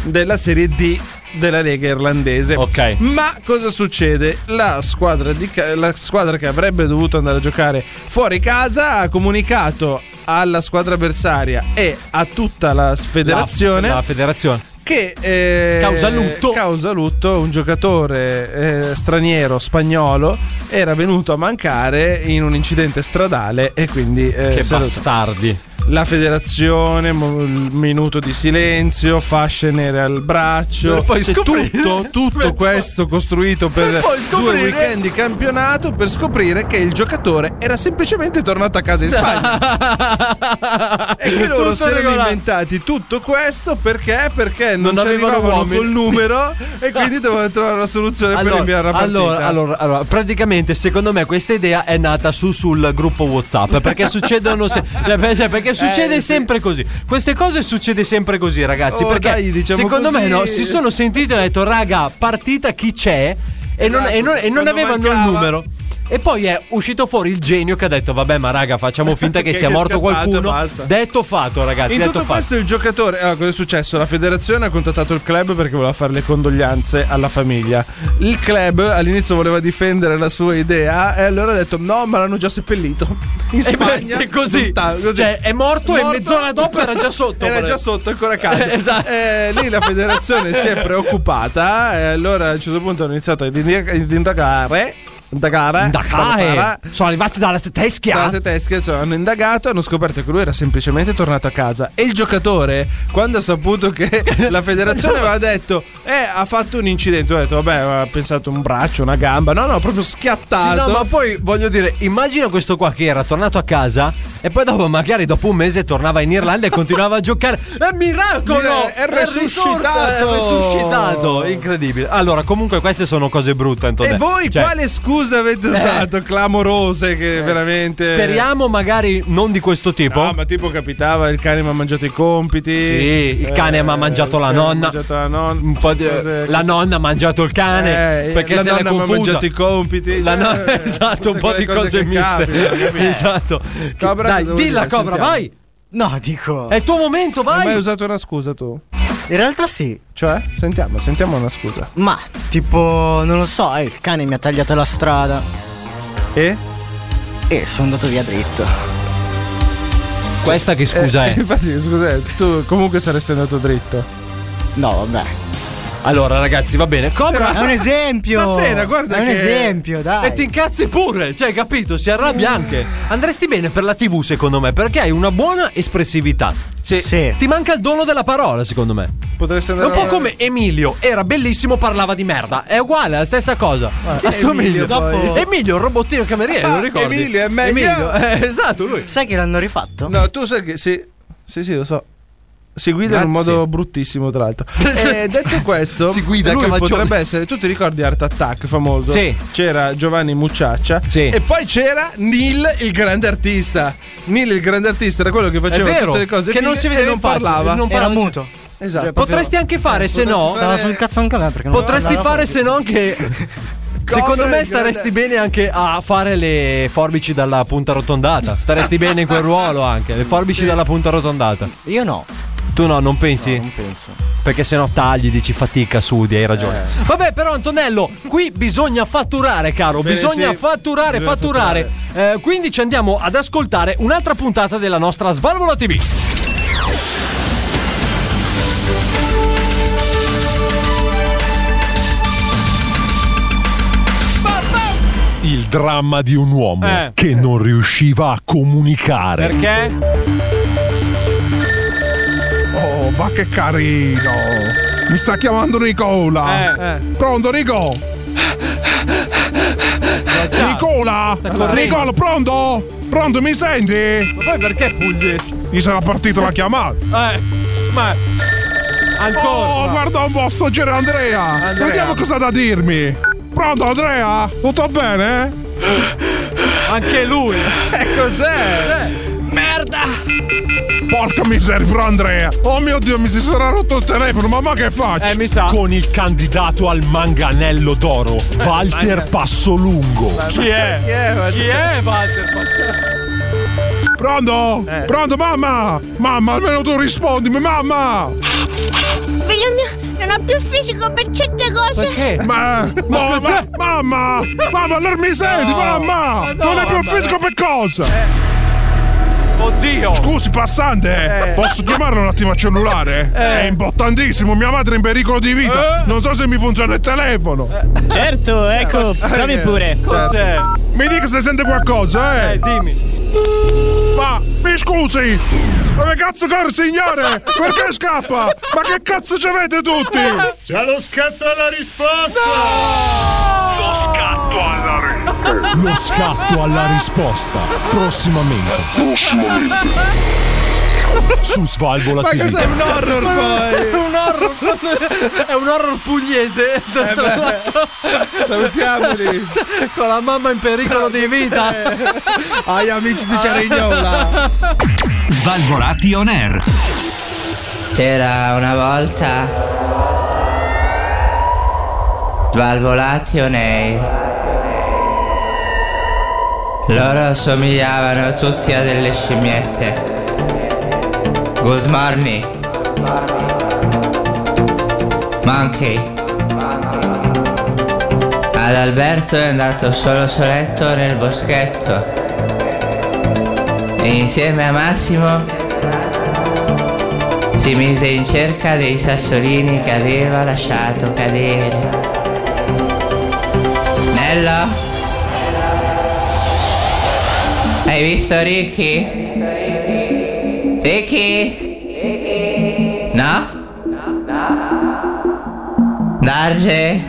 [SPEAKER 8] della Serie D della Lega Irlandese.
[SPEAKER 9] Ok.
[SPEAKER 8] Ma cosa succede? La squadra, di ca- la squadra che avrebbe dovuto andare a giocare fuori casa ha comunicato alla squadra avversaria e a tutta la federazione
[SPEAKER 9] La, la federazione.
[SPEAKER 8] che eh,
[SPEAKER 9] Causa lutto.
[SPEAKER 8] causa lutto, un giocatore eh, straniero spagnolo era venuto a mancare in un incidente stradale e quindi eh,
[SPEAKER 9] che
[SPEAKER 8] saluto.
[SPEAKER 9] bastardi.
[SPEAKER 8] la federazione mo- il minuto di silenzio fasce nere al braccio
[SPEAKER 9] Per poi
[SPEAKER 8] Cioè,
[SPEAKER 9] scoprire-
[SPEAKER 8] tutto, tutto
[SPEAKER 9] per poi-
[SPEAKER 8] questo costruito per,
[SPEAKER 9] per poi
[SPEAKER 8] due
[SPEAKER 9] scoprire-
[SPEAKER 8] weekend di campionato per scoprire che il giocatore era semplicemente tornato a casa in Spagna
[SPEAKER 9] (laughs)
[SPEAKER 8] e che loro
[SPEAKER 9] Tutto
[SPEAKER 8] si erano
[SPEAKER 9] regolato.
[SPEAKER 8] inventati tutto questo perché? Perché non,
[SPEAKER 9] Non
[SPEAKER 8] ci
[SPEAKER 9] avevano
[SPEAKER 8] arrivavano
[SPEAKER 9] uomini. (laughs)
[SPEAKER 8] col numero e quindi dovevano trovare una soluzione per
[SPEAKER 9] Allora,
[SPEAKER 8] rinviare la partita.
[SPEAKER 9] allora, allora, allora, praticamente secondo me questa idea è nata su sul gruppo WhatsApp perché succedono
[SPEAKER 8] (laughs)
[SPEAKER 9] se- cioè, per- cioè, perché succede
[SPEAKER 8] Eh, sì.
[SPEAKER 9] sempre così. Queste cose succede sempre così, ragazzi,
[SPEAKER 8] Oh,
[SPEAKER 9] perché
[SPEAKER 8] dai, diciamo
[SPEAKER 9] secondo
[SPEAKER 8] così.
[SPEAKER 9] me no, si sono sentiti e hanno detto "Raga, partita chi c'è?" e non, e non- e non
[SPEAKER 8] Quando
[SPEAKER 9] avevano
[SPEAKER 8] mancava.
[SPEAKER 9] il numero. E poi è uscito fuori il genio che ha detto "Vabbè, ma raga, facciamo
[SPEAKER 8] (laughs)
[SPEAKER 9] finta che,
[SPEAKER 8] Che-
[SPEAKER 9] sia
[SPEAKER 8] che è
[SPEAKER 9] morto
[SPEAKER 8] scappato e
[SPEAKER 9] qualcuno".
[SPEAKER 8] basta.
[SPEAKER 9] Detto fatto, ragazzi,
[SPEAKER 8] In
[SPEAKER 9] detto
[SPEAKER 8] tutto
[SPEAKER 9] fatto.
[SPEAKER 8] questo il giocatore, allora cosa è successo? La federazione ha contattato il club perché voleva fare le condoglianze alla famiglia. Il club all'inizio voleva difendere la sua idea e allora ha detto no ma l'hanno già
[SPEAKER 9] (laughs)
[SPEAKER 8] seppellito. In
[SPEAKER 9] E
[SPEAKER 8] Spagna.
[SPEAKER 9] invece così.
[SPEAKER 8] lontano,
[SPEAKER 9] Cioè, è morto e mezz'ora dopo era già sotto,
[SPEAKER 8] Era
[SPEAKER 9] proprio.
[SPEAKER 8] già sotto, ancora caldo.
[SPEAKER 9] (laughs) Eh, esatto.
[SPEAKER 8] Eh, lì la federazione si è preoccupata e allora a un certo punto hanno iniziato ad indag- ad indagare. Indagare.
[SPEAKER 9] Dakar, eh. sono arrivati dalla Teschia.
[SPEAKER 8] Guardate tedesche insomma, hanno indagato hanno scoperto che lui era semplicemente tornato a casa. E il giocatore, quando ha saputo
[SPEAKER 9] (laughs)
[SPEAKER 8] che la federazione aveva detto, eh, ha fatto un incidente, ha detto, vabbè, ha pensato un braccio, una gamba. No, no, proprio
[SPEAKER 9] Sì,
[SPEAKER 8] schiattato.
[SPEAKER 9] no, ma poi voglio dire, immagina questo qua che era tornato a casa e poi dopo magari dopo un mese tornava in Irlanda e continuava a
[SPEAKER 8] (laughs)
[SPEAKER 9] giocare. È miracolo!
[SPEAKER 8] È resuscitato!
[SPEAKER 9] risorto, È
[SPEAKER 8] Oh.
[SPEAKER 9] resuscitato! Incredibile. Allora, comunque queste sono cose brutte, Antonio.
[SPEAKER 8] E voi
[SPEAKER 9] Cioè, eh,
[SPEAKER 8] quale scusa avete usato? Clamorose che veramente...
[SPEAKER 9] Speriamo magari non di questo tipo.
[SPEAKER 8] No, ma tipo capitava il cane mi ha mangiato i compiti. Eh,
[SPEAKER 9] Sì, il cane mi ha mangiato
[SPEAKER 8] il
[SPEAKER 9] la
[SPEAKER 8] cane mi ha
[SPEAKER 9] nonna.
[SPEAKER 8] mangiato la nonna.
[SPEAKER 9] Un po' di-
[SPEAKER 8] Cose-
[SPEAKER 9] la nonna ha mangiato il cane
[SPEAKER 8] Eh,
[SPEAKER 9] perché
[SPEAKER 8] la
[SPEAKER 9] se l'è
[SPEAKER 8] nonna mi ha
[SPEAKER 9] confusa.
[SPEAKER 8] mangiato i compiti.
[SPEAKER 9] La no-
[SPEAKER 8] Eh, tutte
[SPEAKER 9] esatto, un po'
[SPEAKER 8] quelle
[SPEAKER 9] di
[SPEAKER 8] cose
[SPEAKER 9] cose
[SPEAKER 8] che
[SPEAKER 9] miste.
[SPEAKER 8] capitano, capito?
[SPEAKER 9] esatto.
[SPEAKER 8] Cobra,
[SPEAKER 9] Dai,
[SPEAKER 8] cosa vuol
[SPEAKER 9] dilla
[SPEAKER 8] dire?
[SPEAKER 9] Cobra,
[SPEAKER 8] Sentiamo.
[SPEAKER 9] vai.
[SPEAKER 10] No, dico.
[SPEAKER 9] È il tuo momento,
[SPEAKER 8] Hai mai
[SPEAKER 9] vai.
[SPEAKER 8] usato una scusa tu?
[SPEAKER 10] In realtà sì.
[SPEAKER 8] Cioè? Sentiamo, sentiamo una scusa.
[SPEAKER 10] Ma tipo, non lo so, eh, il cane mi ha tagliato la strada.
[SPEAKER 8] E?
[SPEAKER 10] E sono andato via dritto.
[SPEAKER 9] Questa che scusa
[SPEAKER 8] (laughs) Eh,
[SPEAKER 9] è?
[SPEAKER 8] Infatti, scusa, tu comunque saresti andato dritto.
[SPEAKER 10] No, vabbè.
[SPEAKER 9] Allora, ragazzi, va bene.
[SPEAKER 8] Cioè,
[SPEAKER 9] Cobra
[SPEAKER 10] È
[SPEAKER 8] (laughs)
[SPEAKER 10] un esempio.
[SPEAKER 9] Stasera, guarda
[SPEAKER 10] È un
[SPEAKER 9] che-
[SPEAKER 10] esempio, dai. Mm.
[SPEAKER 9] E ti incazzi pure, cioè, capito? Si arrabbia anche. Andresti bene per la TV, secondo me, perché hai una buona espressività.
[SPEAKER 10] Sì.
[SPEAKER 9] Ti manca il dono della parola, secondo me.
[SPEAKER 8] Potresti
[SPEAKER 9] È
[SPEAKER 8] andare
[SPEAKER 9] un po'
[SPEAKER 8] a-
[SPEAKER 9] come Emilio, era bellissimo, parlava di merda. È uguale, è la stessa cosa.
[SPEAKER 8] chi è
[SPEAKER 9] Assomiglia.
[SPEAKER 8] Ah, Emilio, poi?
[SPEAKER 9] Emilio, il robottino cameriere,
[SPEAKER 8] Ah,
[SPEAKER 9] lo ricordi?
[SPEAKER 8] Emilio, è
[SPEAKER 9] Emilio,
[SPEAKER 8] meglio. (laughs)
[SPEAKER 9] eh, esatto, lui.
[SPEAKER 10] Sai che l'hanno rifatto?
[SPEAKER 8] No, tu sai che sì, sì, sì, lo so. Si guida in un
[SPEAKER 9] Grazie.
[SPEAKER 8] modo bruttissimo, tra
[SPEAKER 9] (laughs)
[SPEAKER 8] l'altro. Eh, detto questo,
[SPEAKER 9] Si guida a
[SPEAKER 8] lui
[SPEAKER 9] cavalcioni.
[SPEAKER 8] potrebbe essere. Tu ti ricordi Art Attack famoso?
[SPEAKER 9] Sì.
[SPEAKER 8] C'era Giovanni Mucciaccia.
[SPEAKER 9] Sì.
[SPEAKER 8] E poi c'era Neil, il grande artista. Neil, il grande artista, era quello che
[SPEAKER 9] È
[SPEAKER 8] faceva
[SPEAKER 9] vero,
[SPEAKER 8] tutte le cose
[SPEAKER 9] che non
[SPEAKER 8] fighe
[SPEAKER 9] si
[SPEAKER 8] e
[SPEAKER 9] vedeva
[SPEAKER 8] non
[SPEAKER 9] in faccia,
[SPEAKER 8] parlava.
[SPEAKER 9] non
[SPEAKER 10] Era
[SPEAKER 9] parla-
[SPEAKER 10] muto.
[SPEAKER 8] Esatto.
[SPEAKER 10] Cioè, proprio-
[SPEAKER 9] Potresti anche fare, se no,
[SPEAKER 10] Stava sul cazzo anche a me perché non
[SPEAKER 9] potresti
[SPEAKER 10] parlava
[SPEAKER 9] fare
[SPEAKER 10] proprio.
[SPEAKER 9] se non che (laughs) Secondo me staresti bene anche a fare le forbici dalla punta rotondata. Staresti bene in quel ruolo anche, le forbici dalla punta rotondata.
[SPEAKER 10] Io no.
[SPEAKER 9] Tu no, non pensi?
[SPEAKER 10] Non penso.
[SPEAKER 9] Perché se no tagli, dici fatica, sudi, hai ragione. Vabbè, però Antonello, qui bisogna fatturare, caro.
[SPEAKER 8] Bene,
[SPEAKER 9] bisogna
[SPEAKER 8] sì.
[SPEAKER 9] fatturare,
[SPEAKER 8] Bisogna
[SPEAKER 9] fatturare. Eh, quindi ci andiamo ad ascoltare un'altra puntata della nostra Svalvola TV.
[SPEAKER 13] Il dramma di un uomo
[SPEAKER 9] Eh.
[SPEAKER 13] che non riusciva a comunicare.
[SPEAKER 9] Perché?
[SPEAKER 14] Oh, ma che carino! Mi sta chiamando Nicola!
[SPEAKER 9] Eh, eh.
[SPEAKER 14] Pronto, Nico? Eh,
[SPEAKER 9] ciao.
[SPEAKER 14] Nicola!
[SPEAKER 9] Eh, Sta Eh, correndo.
[SPEAKER 14] Nicola, pronto? Pronto, mi senti?
[SPEAKER 9] Ma poi perché pugliesi?
[SPEAKER 14] Gli sarà partita la chiamata.
[SPEAKER 9] Eh, ma.
[SPEAKER 14] Oh,
[SPEAKER 9] Ancora.
[SPEAKER 14] guarda un po', sto girando Andrea.
[SPEAKER 9] Andrea.
[SPEAKER 14] Vediamo cosa ha da dirmi.
[SPEAKER 9] Eh,
[SPEAKER 14] Pronto, Andrea? Tutto bene?
[SPEAKER 9] anche lui.
[SPEAKER 14] (laughs)
[SPEAKER 8] Eh, cos'è?
[SPEAKER 14] Porca miseria, bro Andrea. Oh mio Dio, mi si sarà rotto il telefono, ma ma che faccio?
[SPEAKER 9] Eh, mi sa. Eh,
[SPEAKER 13] Con il candidato al manganello d'oro, Walter Passolungo.
[SPEAKER 9] Chi è?
[SPEAKER 8] Chi è? Ma-
[SPEAKER 9] Chi è Walter?
[SPEAKER 14] Pronto?
[SPEAKER 9] Eh.
[SPEAKER 14] Pronto, mamma? Mamma, almeno tu rispondimi, mamma!
[SPEAKER 12] Figlio mio, non ho più fisico per certe cose.
[SPEAKER 9] Perché?
[SPEAKER 14] Ma, ma-
[SPEAKER 9] cos'è?
[SPEAKER 14] ma- mamma! Mamma, non mi senti, mamma!
[SPEAKER 9] no, Eh,
[SPEAKER 14] non è più un
[SPEAKER 9] vabbè,
[SPEAKER 14] fisico per cosa?
[SPEAKER 9] Oddio. Eh.
[SPEAKER 14] Scusi, passante, posso chiamarlo un attimo al cellulare? È importantissimo, mia madre è in pericolo di
[SPEAKER 9] Eh.
[SPEAKER 14] vita. Non so se mi funziona il telefono.
[SPEAKER 15] Certo, ecco, provi pure.
[SPEAKER 9] Eh. Cos'è?
[SPEAKER 14] Mi dica se sente qualcosa,
[SPEAKER 9] Eh,
[SPEAKER 14] eh?
[SPEAKER 9] dimmi.
[SPEAKER 14] Ma, mi scusi! Ma che cazzo caro signore? Perché scappa? Ma che cazzo ci avete tutti?
[SPEAKER 13] C'è lo scatto alla risposta! Lo scatto alla risposta. Prossimamente. Ah, Su Svalvola
[SPEAKER 8] Ma cos'è
[SPEAKER 13] TV.
[SPEAKER 8] un horror poi?
[SPEAKER 9] (laughs)
[SPEAKER 8] Eh
[SPEAKER 9] Un horror. è un horror pugliese.
[SPEAKER 8] Salutiamoli.
[SPEAKER 9] (laughs) Con la mamma in pericolo di vita.
[SPEAKER 8] Ai amici di
[SPEAKER 16] (laughs)
[SPEAKER 8] Cerignola.
[SPEAKER 7] (laughs) Svalvolati on air.
[SPEAKER 16] C'era una volta Svalvolati o nei Loro somigliavano tutti a delle scimmiette Good morning Monkey Ad Alberto è andato solo soletto nel boschetto E insieme a Massimo si mise in cerca dei sassolini che aveva lasciato cadere. Nello? Hai visto Ricky? Ricky? No? Darge?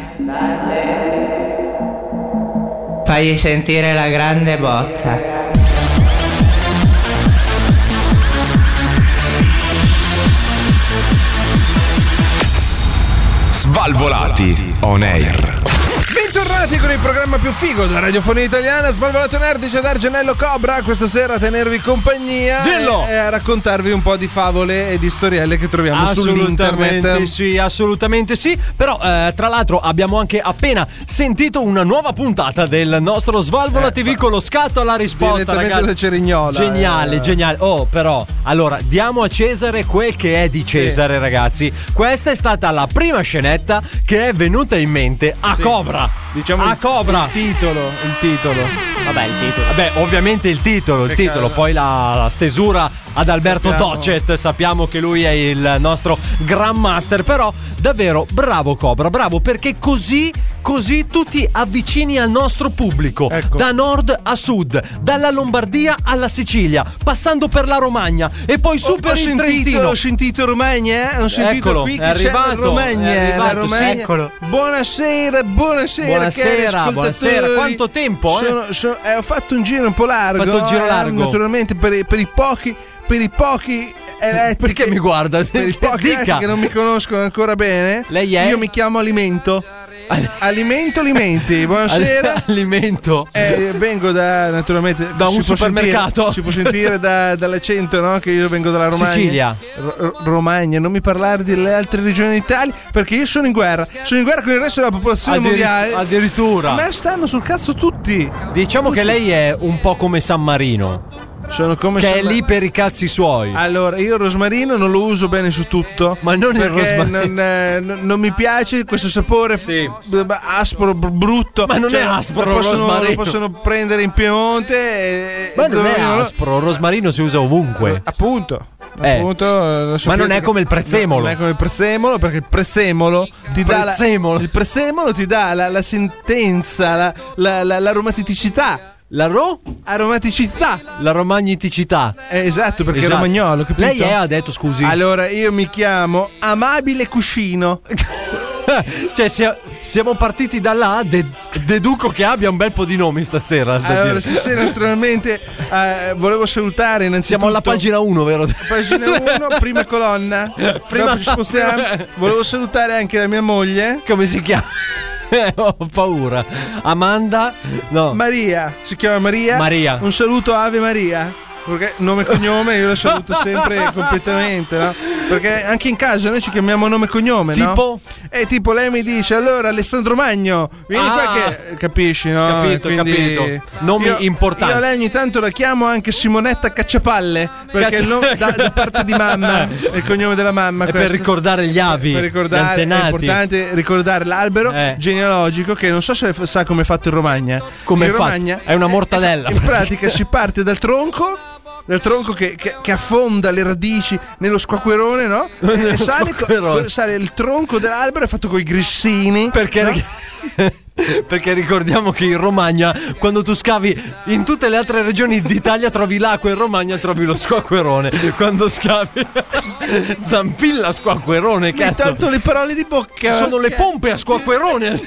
[SPEAKER 16] Fagli sentire la grande botta.
[SPEAKER 4] Svalvolati on air.
[SPEAKER 8] Bentornati con il programma più figo della radiofonia italiana Svalvolato Nerd c'è D'Argenello Cobra Questa sera a tenervi compagnia
[SPEAKER 9] Dillo!
[SPEAKER 8] E, e a raccontarvi un po' di favole e di storielle che troviamo
[SPEAKER 9] Assolutamente
[SPEAKER 8] sull'internet
[SPEAKER 9] sì, assolutamente sì. Però, eh, tra l'altro, abbiamo anche appena sentito una nuova puntata del nostro Svalvola TV con lo scatto alla risposta.
[SPEAKER 8] Eh, Direttamente
[SPEAKER 9] Ragazzi.
[SPEAKER 8] da Cerignola
[SPEAKER 9] Geniale,
[SPEAKER 8] eh.
[SPEAKER 9] geniale. Oh, però, allora, diamo a Cesare quel che è di Cesare, ragazzi. Questa è stata la prima scenetta che è venuta in mente a Cobra.
[SPEAKER 8] Diciamo
[SPEAKER 9] a
[SPEAKER 8] il,
[SPEAKER 9] Cobra.
[SPEAKER 8] il titolo Il titolo
[SPEAKER 15] Vabbè, il titolo.
[SPEAKER 9] Vabbè, ovviamente il titolo, il
[SPEAKER 15] Che
[SPEAKER 9] titolo,
[SPEAKER 15] cavolo.
[SPEAKER 9] poi la, la stesura ad Alberto
[SPEAKER 15] Sappiamo.
[SPEAKER 9] Docet, sappiamo che lui è il nostro grandmaster, però davvero bravo Cobra, bravo perché così così tu ti avvicini al nostro pubblico,
[SPEAKER 8] Ecco.
[SPEAKER 9] da nord a sud, dalla Lombardia alla Sicilia, passando per la Romagna e poi su
[SPEAKER 8] Ho
[SPEAKER 9] per il
[SPEAKER 8] sentito-
[SPEAKER 9] Trentino.
[SPEAKER 8] ho sentito Romagna, eh? ho sentito
[SPEAKER 9] Eccolo,
[SPEAKER 8] qui che
[SPEAKER 9] è arrivato,
[SPEAKER 8] c'è la Romagna, eh,
[SPEAKER 9] è arrivato,
[SPEAKER 8] la Romagna.
[SPEAKER 9] sì. Eccolo.
[SPEAKER 8] Buonasera, buonasera, cari
[SPEAKER 9] Buonasera,
[SPEAKER 8] ascoltatori.
[SPEAKER 9] buonasera. Quanto tempo, eh?
[SPEAKER 8] Sono- sono- eh, ho fatto un giro un po' largo,
[SPEAKER 9] Ho fatto un giro
[SPEAKER 8] eh,
[SPEAKER 9] largo.
[SPEAKER 8] naturalmente per, i- per i pochi, per i pochi eletti
[SPEAKER 9] Perché mi guarda?
[SPEAKER 8] per i pochi
[SPEAKER 9] Dica.
[SPEAKER 8] eletti che non mi conoscono ancora bene.
[SPEAKER 9] Lei è?
[SPEAKER 8] Io mi chiamo Alimento.
[SPEAKER 9] (laughs)
[SPEAKER 8] Alimento Alimenti, buonasera.
[SPEAKER 9] Alimento.
[SPEAKER 8] Eh, vengo da naturalmente
[SPEAKER 9] Da
[SPEAKER 8] si
[SPEAKER 9] un
[SPEAKER 8] può
[SPEAKER 9] supermercato.
[SPEAKER 8] sentire- si può sentire da- dall'accento, no? Che io vengo dalla Romagna.
[SPEAKER 9] Sicilia.
[SPEAKER 8] R- Romagna, non mi parlare delle altre regioni d'Italia perché io sono in guerra. Sono in guerra con il resto della popolazione
[SPEAKER 9] Addiri-
[SPEAKER 8] mondiale.
[SPEAKER 9] addirittura.
[SPEAKER 8] A me stanno sul cazzo tutti.
[SPEAKER 9] Diciamo che lei è un po' come San Marino.
[SPEAKER 8] Sono come
[SPEAKER 9] che è
[SPEAKER 8] San-
[SPEAKER 9] lì per i cazzi suoi.
[SPEAKER 8] Allora, io il rosmarino non lo uso bene su tutto. Ma non
[SPEAKER 9] il rosmarino.
[SPEAKER 8] Non, eh, non- non mi piace questo sapore b- b- aspro, br- brutto.
[SPEAKER 9] Ma non è aspro il
[SPEAKER 8] Lo possono,
[SPEAKER 9] rosmarino.
[SPEAKER 8] lo possono prendere in Piemonte. E,
[SPEAKER 9] Ma non
[SPEAKER 8] dove
[SPEAKER 9] è
[SPEAKER 8] non lo-
[SPEAKER 9] aspro, il rosmarino si usa ovunque.
[SPEAKER 8] Appunto.
[SPEAKER 9] Eh.
[SPEAKER 8] Appunto, eh, lo so
[SPEAKER 9] Ma non
[SPEAKER 8] che-
[SPEAKER 9] è come il prezzemolo.
[SPEAKER 8] Non è come il prezzemolo perché il prezzemolo ti dà la-
[SPEAKER 9] Prezzemolo.
[SPEAKER 8] il prezzemolo ti dà la, la sentenza, la, la, la- l'aromaticità.
[SPEAKER 9] La ro?
[SPEAKER 8] Aromaticità.
[SPEAKER 9] La romagniticità.
[SPEAKER 8] Eh, esatto, perché
[SPEAKER 9] Esatto.
[SPEAKER 8] è romagnolo, capito?
[SPEAKER 9] Lei è, ha detto, scusi.
[SPEAKER 8] Allora, io mi chiamo Amabile Cuscino.
[SPEAKER 9] (laughs) cioè, sia- siamo partiti da là. de- deduco che abbia un bel po' di nomi stasera. da
[SPEAKER 8] Allora,
[SPEAKER 9] dire. (laughs)
[SPEAKER 8] stasera naturalmente eh, volevo salutare innanzitutto...
[SPEAKER 9] Siamo alla pagina 1, vero?
[SPEAKER 8] Pagina 1, prima colonna.
[SPEAKER 9] Prima-
[SPEAKER 8] Dopo ci spostiamo.
[SPEAKER 9] (laughs)
[SPEAKER 8] Volevo salutare anche la mia moglie.
[SPEAKER 9] Come si chiama? (laughs) Ho paura. Amanda? No. (laughs)
[SPEAKER 8] Maria, si chiama Maria.
[SPEAKER 9] Maria.
[SPEAKER 8] Un saluto a Ave Maria. Perché nome e cognome io
[SPEAKER 9] (laughs)
[SPEAKER 8] lo saluto sempre completamente, no? Perché anche in casa noi ci chiamiamo nome e cognome, no?
[SPEAKER 9] Tipo?
[SPEAKER 8] E tipo lei mi dice "Allora Alessandro Magno,
[SPEAKER 9] (laughs)
[SPEAKER 8] vieni
[SPEAKER 9] Ah.
[SPEAKER 8] qua che capisci, no?
[SPEAKER 9] Capito,
[SPEAKER 8] E Ah, quindi-
[SPEAKER 9] capito. Nomi
[SPEAKER 8] io-
[SPEAKER 9] importanti.
[SPEAKER 8] Io lei ogni tanto la chiamo anche Simonetta Cacciapalle, perché
[SPEAKER 9] Caccia-
[SPEAKER 8] è il nome da, da parte di
[SPEAKER 9] (laughs)
[SPEAKER 8] mamma, è il cognome della mamma
[SPEAKER 9] È per
[SPEAKER 8] questo.
[SPEAKER 9] ricordare gli avi.
[SPEAKER 8] Per
[SPEAKER 9] gli
[SPEAKER 8] ricordare, è
[SPEAKER 9] antenati.
[SPEAKER 8] importante ricordare l'albero
[SPEAKER 9] Eh.
[SPEAKER 8] genealogico che non so se sa come è fatto in Romagna.
[SPEAKER 9] Come
[SPEAKER 8] in
[SPEAKER 9] è fatto?
[SPEAKER 8] Romagna
[SPEAKER 9] È una mortadella.
[SPEAKER 8] In pratica si parte dal tronco, dal tronco che, che- che affonda le radici nello squacquerone, no?
[SPEAKER 9] (laughs)
[SPEAKER 8] E
[SPEAKER 9] Nello
[SPEAKER 8] sale, co-
[SPEAKER 9] squacquerone.
[SPEAKER 8] co- sale il tronco dell'albero è fatto con i grissini. Perché?
[SPEAKER 9] (laughs) Perché ricordiamo che in Romagna, quando tu scavi in tutte le altre regioni d'Italia, trovi l'acqua, in Romagna trovi lo squacquerone. Quando scavi, (laughs) zampilla squacquerone.
[SPEAKER 8] Mi hai
[SPEAKER 9] Cazzo.
[SPEAKER 8] tolto le parole di bocca.
[SPEAKER 9] Sono le pompe a squacquerone.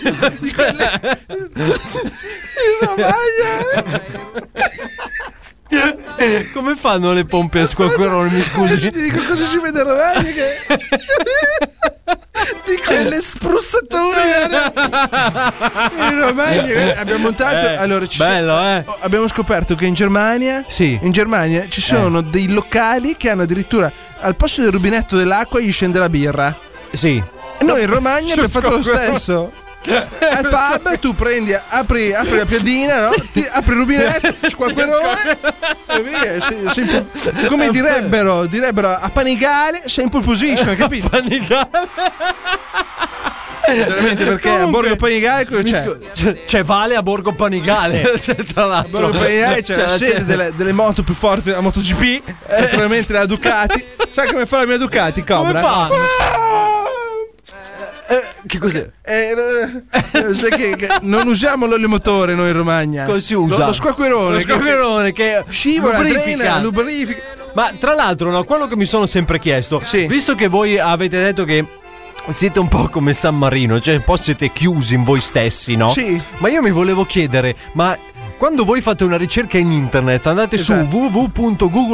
[SPEAKER 8] (laughs) Ah,
[SPEAKER 9] Come fanno le pompe a squacquerone? Mi
[SPEAKER 8] Adesso ti
[SPEAKER 9] scusi.
[SPEAKER 8] dico cosa ci vede a Romagna che...
[SPEAKER 9] (laughs)
[SPEAKER 8] di quelle spruzzature guarda. in Romagna guarda, abbiamo montato
[SPEAKER 9] Eh,
[SPEAKER 8] allora ci
[SPEAKER 9] bello,
[SPEAKER 8] sono-
[SPEAKER 9] eh.
[SPEAKER 8] oh, abbiamo scoperto che in Germania in Germania ci sono dei locali che hanno addirittura al posto del rubinetto dell'acqua gli scende la birra
[SPEAKER 9] sì
[SPEAKER 8] noi in Romagna abbiamo fatto lo
[SPEAKER 9] scopo-
[SPEAKER 8] stesso al pub tu prendi apri, apri la piadina no? Ti- apri
[SPEAKER 9] (laughs)
[SPEAKER 8] il rubinetto eh. squacquerone e via sei- sei in pu- (laughs) come direbbero direbbero a Panigale sei in pole
[SPEAKER 9] (laughs)
[SPEAKER 8] position capito?
[SPEAKER 9] Panigale
[SPEAKER 8] veramente perché a
[SPEAKER 9] Comunque,
[SPEAKER 8] Borgo Panigale cosa
[SPEAKER 9] mi
[SPEAKER 8] c'è?
[SPEAKER 9] scu- c'è, c'è Vale a Borgo Panigale. Cioè, (laughs) tra l'altro.
[SPEAKER 8] Borgo Panigale eh, c'è la
[SPEAKER 9] Cioè,
[SPEAKER 8] sede
[SPEAKER 9] c'è-
[SPEAKER 8] delle, delle moto più forti della MotoGP naturalmente la Ducati sai come fa la mia Ducati
[SPEAKER 9] Come
[SPEAKER 8] Cobra? Ah!
[SPEAKER 9] fa? Che cos'è?
[SPEAKER 8] Eh, eh, sai che, che non usiamo l'olio motore noi in Romagna.
[SPEAKER 9] Cosa si usa?
[SPEAKER 8] Lo, lo squacquerone.
[SPEAKER 9] Lo squacquerone che
[SPEAKER 8] Scivola,
[SPEAKER 9] lubrifica.
[SPEAKER 8] drena, lubrifica.
[SPEAKER 9] Ma tra l'altro, no, quello che mi sono sempre chiesto, visto che voi avete detto che siete un po' come San Marino, cioè un po' siete chiusi in voi stessi, no?
[SPEAKER 8] Sì.
[SPEAKER 9] Ma io mi volevo chiedere, ma quando voi fate una ricerca in internet, andate
[SPEAKER 8] Esatto.
[SPEAKER 9] su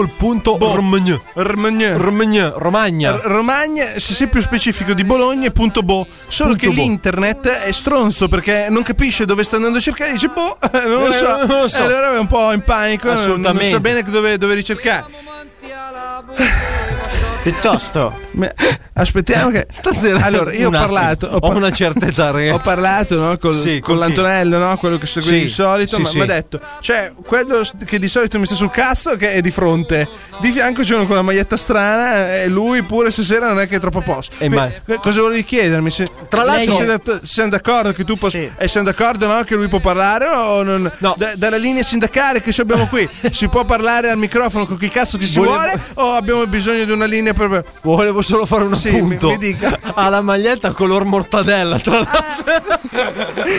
[SPEAKER 9] www.google.ormagna.
[SPEAKER 8] Romagna.
[SPEAKER 9] Romagna. Romagna.
[SPEAKER 8] R- Romagna, se sei più specifico, di Bologna è punto boh. Solo
[SPEAKER 9] Punto
[SPEAKER 8] che
[SPEAKER 9] boh.
[SPEAKER 8] l'internet è stronzo perché non capisce dove sta andando a cercare e dice boh, (laughs) eh, non lo
[SPEAKER 9] Eh,
[SPEAKER 8] so.
[SPEAKER 9] non lo so.
[SPEAKER 8] E allora è un po' in panico, non- non
[SPEAKER 9] Assolutamente.
[SPEAKER 8] sa bene dove, dove ricercare.
[SPEAKER 10] Piuttosto.
[SPEAKER 8] Ma- Aspettiamo che
[SPEAKER 9] (laughs) stasera.
[SPEAKER 8] Allora, io ho
[SPEAKER 9] Un attimo.
[SPEAKER 8] parlato.
[SPEAKER 9] Ho
[SPEAKER 8] par-
[SPEAKER 9] una certa età, ragazzi.
[SPEAKER 8] Ho parlato no, col-
[SPEAKER 9] Sì, con
[SPEAKER 8] con
[SPEAKER 9] chi?
[SPEAKER 8] l'Antonello, no, (laughs) quello che seguiva
[SPEAKER 9] Sì,
[SPEAKER 8] di solito.
[SPEAKER 9] sì,
[SPEAKER 8] ma
[SPEAKER 9] sì.
[SPEAKER 8] mi ha detto: cioè, quello s- che di solito mi sta sul cazzo, che è di fronte. Di fianco c'è uno con la maglietta strana. E lui pure stasera non è che è troppo a posto.
[SPEAKER 9] E ma-
[SPEAKER 8] Quindi, eh, cosa volevi chiedermi? Se-
[SPEAKER 9] Tra l'altro-
[SPEAKER 8] se sei d'att- se siamo d'accordo che tu possa. E siamo d'accordo no, che lui può parlare o non- da- dalla linea sindacale che ci
[SPEAKER 9] (laughs)
[SPEAKER 8] abbiamo qui si può parlare al microfono con chi cazzo che si
[SPEAKER 9] Volevo-
[SPEAKER 8] vuole o abbiamo bisogno di una linea per.
[SPEAKER 9] Volevo solo fare un
[SPEAKER 8] Sì,
[SPEAKER 9] appunto.
[SPEAKER 8] mi- mi dica.
[SPEAKER 9] (laughs) Ha la maglietta color mortadella. Tra l'altro.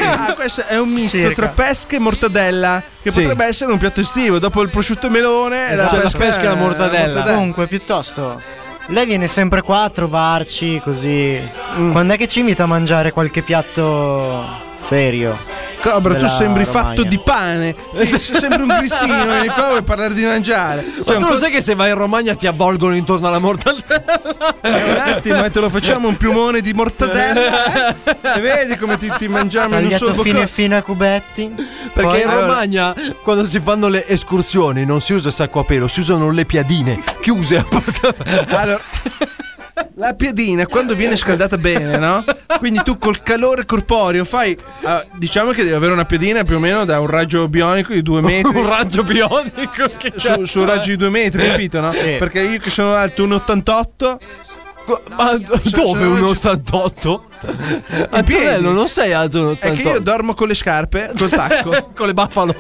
[SPEAKER 8] Ah, questo è un misto
[SPEAKER 9] Circa.
[SPEAKER 8] tra pesca e mortadella. Che
[SPEAKER 9] Sì.
[SPEAKER 8] potrebbe essere un piatto estivo. Dopo il prosciutto e melone,
[SPEAKER 10] Esatto. Cioè, la pesca e
[SPEAKER 8] eh,
[SPEAKER 10] la
[SPEAKER 9] mortadella.
[SPEAKER 10] Comunque, piuttosto. Lei viene sempre qua a trovarci così.
[SPEAKER 8] Mm.
[SPEAKER 10] Quando è che ci invita a mangiare qualche piatto serio?
[SPEAKER 8] Cobra, tu
[SPEAKER 10] Della
[SPEAKER 8] sembri
[SPEAKER 10] Romagna.
[SPEAKER 8] fatto
[SPEAKER 10] (laughs)
[SPEAKER 8] di pane. Sì, sembri un
[SPEAKER 9] (laughs)
[SPEAKER 8] grissino. Vieni qua, vuoi parlare di mangiare.
[SPEAKER 9] Ma
[SPEAKER 8] Cioè,
[SPEAKER 9] tu
[SPEAKER 8] un
[SPEAKER 9] lo
[SPEAKER 8] co-
[SPEAKER 9] sai che se vai in Romagna ti avvolgono intorno alla mortadella?
[SPEAKER 8] un attimo, e te lo facciamo
[SPEAKER 9] (laughs)
[SPEAKER 8] un piumone di mortadella. eh? E vedi come ti, ti mangiamo in un
[SPEAKER 10] Tagliato
[SPEAKER 8] solo
[SPEAKER 10] fine
[SPEAKER 8] boccone.
[SPEAKER 10] fine a cubetti.
[SPEAKER 9] Perché
[SPEAKER 10] Poi-
[SPEAKER 9] in Romagna, quando si fanno le escursioni, non si usa il sacco a pelo, si usano le piadine chiuse a (laughs)
[SPEAKER 8] Allora, la piadina quando viene scaldata bene, no? Quindi tu col calore corporeo fai. ah, diciamo che devi avere una piadina più o meno da un raggio bionico
[SPEAKER 9] (laughs)
[SPEAKER 8] di due metri.
[SPEAKER 9] un raggio bionico che
[SPEAKER 8] su, su un raggio di due metri, capito? No?
[SPEAKER 9] eh." Sì.
[SPEAKER 8] Perché io che sono alto 1,88. Cioè,
[SPEAKER 9] Ma dove un 88? Antonello, non sei alto un 88.
[SPEAKER 8] È che io dormo con le scarpe, col tacco.
[SPEAKER 9] (laughs) con le baffalo.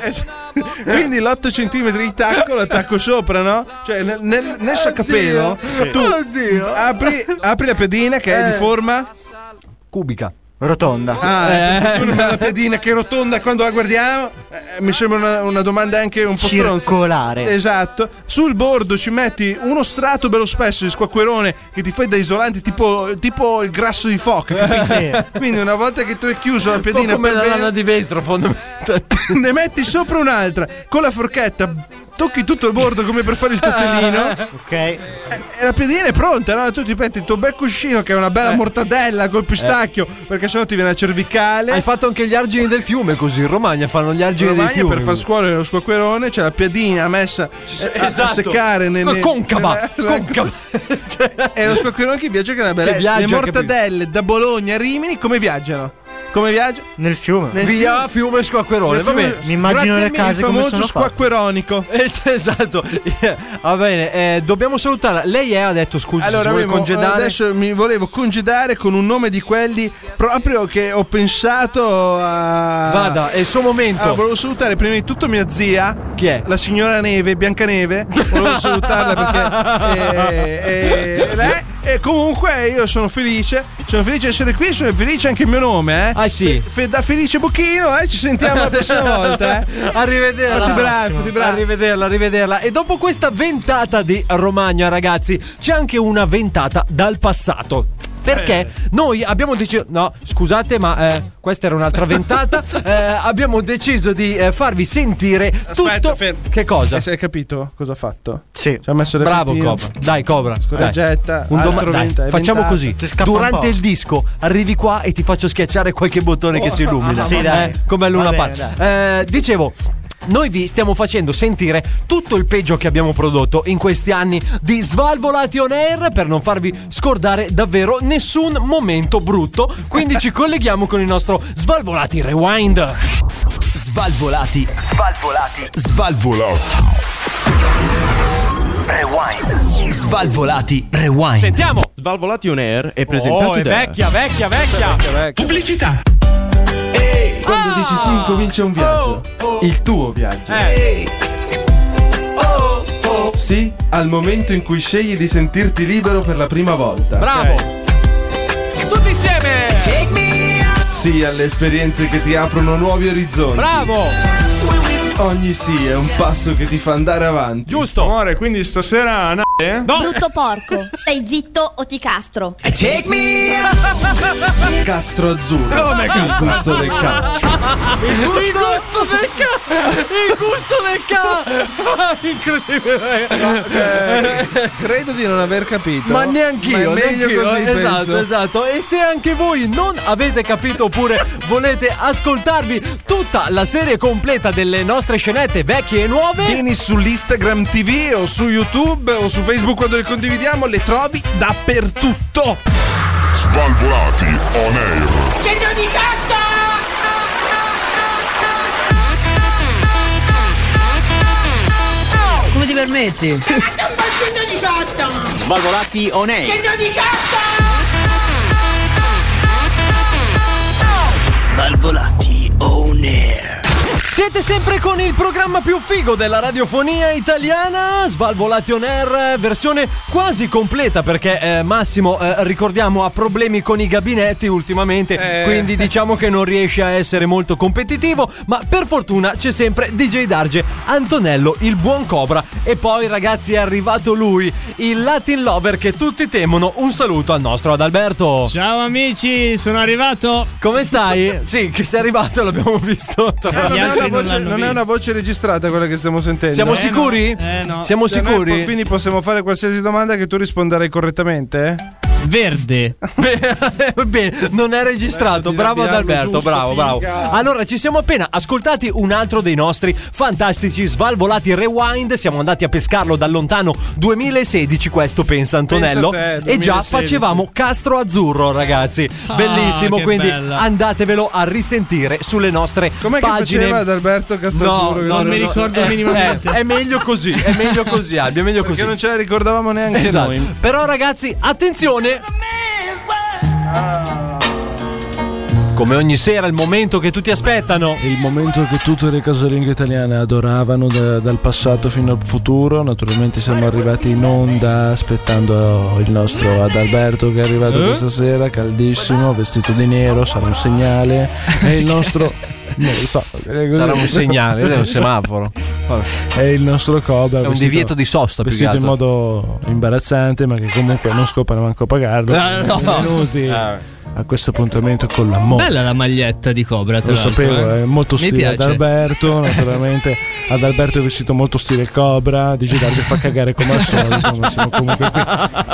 [SPEAKER 8] Quindi l'8 cm di tacco lo attacco sopra, no? Cioè nel, nel, nel saccapelo
[SPEAKER 9] Sì.
[SPEAKER 8] tu
[SPEAKER 9] Oddio.
[SPEAKER 8] apri, apri la pedina che è di
[SPEAKER 9] Eh.
[SPEAKER 8] forma
[SPEAKER 9] Cubica.
[SPEAKER 10] Rotonda.
[SPEAKER 8] Ah,
[SPEAKER 9] Eh.
[SPEAKER 8] tu
[SPEAKER 9] (laughs)
[SPEAKER 8] non me la pedina che è rotonda quando la guardiamo? Eh, mi sembra una, una domanda anche un po' stronza.
[SPEAKER 10] Circolare.
[SPEAKER 8] Esatto. Sul bordo ci metti uno strato bello spesso di squacquerone che ti fai da isolante, tipo, tipo il grasso di foca. capito? (laughs) Quindi una volta che tu hai chiuso la
[SPEAKER 9] Un po'
[SPEAKER 8] pedina
[SPEAKER 9] come
[SPEAKER 8] per
[SPEAKER 9] la
[SPEAKER 8] bene,
[SPEAKER 9] lana di vetro, fondamentalmente.
[SPEAKER 8] (laughs) ne metti sopra un'altra con la forchetta. Tocchi tutto il bordo come per fare il
[SPEAKER 9] (laughs) Ah,
[SPEAKER 8] tortellino.
[SPEAKER 10] Ok.
[SPEAKER 8] E la piadina è pronta, no? Tu ti metti il tuo bel cuscino che è una
[SPEAKER 9] Eh.
[SPEAKER 8] bella mortadella col pistacchio, perché sennò ti viene la cervicale.
[SPEAKER 9] Hai fatto anche gli argini del fiume così. In Romagna fanno gli argini
[SPEAKER 8] In
[SPEAKER 9] del
[SPEAKER 8] Romagna
[SPEAKER 9] fiume.
[SPEAKER 8] per far scuolere lo squacquerone c'è la piadina messa eh, a, a
[SPEAKER 9] esatto.
[SPEAKER 8] seccare nel,
[SPEAKER 9] Ma concava,
[SPEAKER 8] (laughs) e lo squacquerone che viaggia che è una bella
[SPEAKER 9] Che viaggia,
[SPEAKER 8] le
[SPEAKER 9] che-
[SPEAKER 8] mortadelle da Bologna a Rimini come viaggiano? come viaggia?
[SPEAKER 10] Nel fiume.
[SPEAKER 9] Via fiume squacquerone,
[SPEAKER 8] Nel
[SPEAKER 9] va
[SPEAKER 8] fiume-
[SPEAKER 9] bene.
[SPEAKER 10] Mi immagino le
[SPEAKER 8] Grazie mille, il
[SPEAKER 10] case come
[SPEAKER 8] famoso
[SPEAKER 10] sono fatte.
[SPEAKER 8] squacqueronico
[SPEAKER 9] (laughs) Es- Esatto, Eh, va bene, eh, dobbiamo salutare. Lei è, ha detto scusi,
[SPEAKER 8] allora
[SPEAKER 9] si vuole
[SPEAKER 8] avevo-
[SPEAKER 9] congedare.
[SPEAKER 8] adesso mi volevo congedare con un nome di quelli proprio che ho pensato a
[SPEAKER 9] Vada, è il suo momento.
[SPEAKER 8] Ah, volevo salutare prima di tutto mia zia.
[SPEAKER 9] Chi è?
[SPEAKER 8] La signora
[SPEAKER 9] (laughs)
[SPEAKER 8] Neve, Biancaneve. Volevo salutarla perché. eh, eh, lei- E comunque io sono felice. Sono felice di essere qui. Sono felice anche il mio nome, eh.
[SPEAKER 9] Ah, sì.
[SPEAKER 8] Fe- da Felice Bocchino, eh. Ci sentiamo
[SPEAKER 9] (laughs)
[SPEAKER 8] la prossima volta, eh.
[SPEAKER 9] Arrivederla.
[SPEAKER 8] Fatti bravi, fatti bravi.
[SPEAKER 9] Arrivederla, arrivederla. E dopo questa ventata di Romagna, ragazzi, c'è anche una ventata dal passato. Perché
[SPEAKER 8] Eh.
[SPEAKER 9] noi abbiamo deciso. No, scusate, ma eh, questa era un'altra
[SPEAKER 8] (laughs)
[SPEAKER 9] ventata. Eh, abbiamo deciso di eh, farvi sentire tutto. Che cosa?
[SPEAKER 8] Eh, se hai capito cosa ho fatto?
[SPEAKER 10] Sì.
[SPEAKER 8] Ci ha messo le
[SPEAKER 9] Bravo
[SPEAKER 8] fettine.
[SPEAKER 9] Cobra, dai Cobra,
[SPEAKER 8] Scorreggetta,
[SPEAKER 9] dai. Un doma-
[SPEAKER 8] altro
[SPEAKER 9] dai,
[SPEAKER 8] venta-
[SPEAKER 9] facciamo
[SPEAKER 8] ventata.
[SPEAKER 9] così,
[SPEAKER 10] Ti scappa un
[SPEAKER 9] durante
[SPEAKER 10] po'.
[SPEAKER 9] il disco arrivi qua e ti faccio schiacciare qualche bottone che si illumina,
[SPEAKER 10] Sì, dai.
[SPEAKER 9] eh, come a
[SPEAKER 10] Va
[SPEAKER 9] Luna
[SPEAKER 10] bene,
[SPEAKER 9] Park. Eh, dicevo noi vi stiamo facendo sentire tutto il peggio che abbiamo prodotto in questi anni di Svalvolati on Air per non farvi scordare davvero nessun momento brutto. Quindi ci colleghiamo con il nostro Svalvolati Rewind.
[SPEAKER 7] Svalvolati. Svalvolati.
[SPEAKER 4] Svalvolati.
[SPEAKER 7] Rewind. Svalvolati. Rewind.
[SPEAKER 9] Sentiamo.
[SPEAKER 17] Svalvolati on air è presentato
[SPEAKER 9] oh, è
[SPEAKER 8] Cioè.
[SPEAKER 17] da
[SPEAKER 9] vecchia, vecchia, vecchia.
[SPEAKER 17] Pubblicità. Quando
[SPEAKER 9] Ah!
[SPEAKER 17] dici sì incomincia un viaggio.
[SPEAKER 8] Oh,
[SPEAKER 17] Il tuo viaggio. Eh.
[SPEAKER 8] Eh.
[SPEAKER 17] Sì, al momento in cui scegli di sentirti libero per la prima volta.
[SPEAKER 9] Bravo. Tutti insieme.
[SPEAKER 17] Sì, alle esperienze che ti aprono nuovi orizzonti.
[SPEAKER 9] Bravo.
[SPEAKER 17] Ogni sì è un passo che ti fa andare avanti. Giusto. Amore, quindi stasera
[SPEAKER 18] Brutto porco, stai zitto o ti castro.
[SPEAKER 17] Take me Castro azzurro.
[SPEAKER 18] Come
[SPEAKER 17] il gusto del capo.
[SPEAKER 9] Il gusto, del ca! Il gusto del ca! Incredibile!
[SPEAKER 8] Eh, credo di non aver capito.
[SPEAKER 9] Ma neanch'io,
[SPEAKER 8] Ma è meglio
[SPEAKER 9] neanch'io,
[SPEAKER 8] così.
[SPEAKER 9] eh, esatto,
[SPEAKER 8] penso.
[SPEAKER 9] esatto. E se anche voi non avete capito oppure volete ascoltarvi tutta la serie completa delle nostre scenette vecchie e nuove,
[SPEAKER 8] Vieni sull'Instagram TV o su YouTube o su Facebook quando le condividiamo le trovi dappertutto.
[SPEAKER 4] Svalvolati on air.
[SPEAKER 3] 118!
[SPEAKER 19] Come ti permetti?
[SPEAKER 3] 118!
[SPEAKER 11] Svalvolati on air.
[SPEAKER 3] 118!
[SPEAKER 7] Svalvolati on air. Siete sempre con il programma più figo della radiofonia italiana, Svalvolati on air, versione quasi completa perché eh, Massimo, eh, ricordiamo, ha problemi con i gabinetti ultimamente,
[SPEAKER 9] Eh.
[SPEAKER 7] quindi
[SPEAKER 9] quindi diciamo che non riesce a essere molto competitivo, ma per fortuna c'è sempre DJ Darge, Antonello, il buon Cobra e poi ragazzi è arrivato lui, il Latin Lover che tutti temono. Un saluto al nostro Adalberto.
[SPEAKER 15] Ciao amici, sono arrivato.
[SPEAKER 9] Come stai? sì, che sei arrivato, l'abbiamo visto.
[SPEAKER 8] Eh, non, è una voce, non è una voce registrata quella che stiamo sentendo.
[SPEAKER 9] Siamo Eh, sicuri? no. Eh, no. Siamo
[SPEAKER 8] Cioè, noi
[SPEAKER 9] sicuri?
[SPEAKER 8] po- quindi possiamo fare qualsiasi domanda che tu risponderai correttamente? eh?
[SPEAKER 9] (laughs)
[SPEAKER 15] Verde.
[SPEAKER 9] Bene, non è registrato.
[SPEAKER 8] Beh,
[SPEAKER 9] bravo
[SPEAKER 8] dirlo
[SPEAKER 9] Adalberto,
[SPEAKER 8] giusto,
[SPEAKER 9] bravo, bravo.
[SPEAKER 8] figa.
[SPEAKER 9] Allora, ci siamo appena ascoltati un altro dei nostri fantastici svalvolati rewind. Siamo andati a pescarlo da lontano 2016, questo pensa Antonello.
[SPEAKER 7] Pensa a te,
[SPEAKER 9] e già
[SPEAKER 7] 2016.
[SPEAKER 9] facevamo Castro Azzurro, ragazzi.
[SPEAKER 7] Ah,
[SPEAKER 9] Bellissimo,
[SPEAKER 7] che
[SPEAKER 9] quindi
[SPEAKER 7] bello.
[SPEAKER 9] andatevelo a risentire sulle nostre
[SPEAKER 8] Com'è che
[SPEAKER 9] pagine.
[SPEAKER 8] faceva ad Alberto Castazzurro?
[SPEAKER 9] No, no, non mi ricordo minimamente. è meglio così, è meglio così, Albi, è meglio così.
[SPEAKER 8] Perché non ce la ricordavamo neanche
[SPEAKER 9] Esatto.
[SPEAKER 8] noi.
[SPEAKER 9] Però ragazzi, attenzione! Come ogni sera, il momento che tutti aspettano.
[SPEAKER 17] Il momento che tutte le casalinghe italiane adoravano da- dal passato fino al futuro. Naturalmente siamo arrivati in onda aspettando il nostro Adalberto che è arrivato
[SPEAKER 20] Eh?
[SPEAKER 17] questa sera, caldissimo, vestito di nero, sarà un segnale. E il
[SPEAKER 9] (laughs)
[SPEAKER 17] nostro... non lo so.
[SPEAKER 9] Sarà un segnale, è un semaforo.
[SPEAKER 17] È il nostro Cobra.
[SPEAKER 9] È un
[SPEAKER 17] vestito-
[SPEAKER 9] divieto di sosta, più
[SPEAKER 17] Vestito
[SPEAKER 9] che
[SPEAKER 17] in modo imbarazzante, ma che comunque non scopano manco a pagarlo.
[SPEAKER 9] Eh,
[SPEAKER 15] Ah, no.
[SPEAKER 17] Benvenuti a questo appuntamento con l'amore.
[SPEAKER 15] Bella la maglietta di Cobra, tra
[SPEAKER 17] Lo
[SPEAKER 15] l'altro,
[SPEAKER 17] sapevo,
[SPEAKER 15] eh.
[SPEAKER 17] è molto
[SPEAKER 15] Mi
[SPEAKER 17] stile
[SPEAKER 15] piace.
[SPEAKER 17] Adalberto, naturalmente Adalberto è vestito molto stile Cobra, di girarsi fa cagare come al solito, ma siamo comunque qui.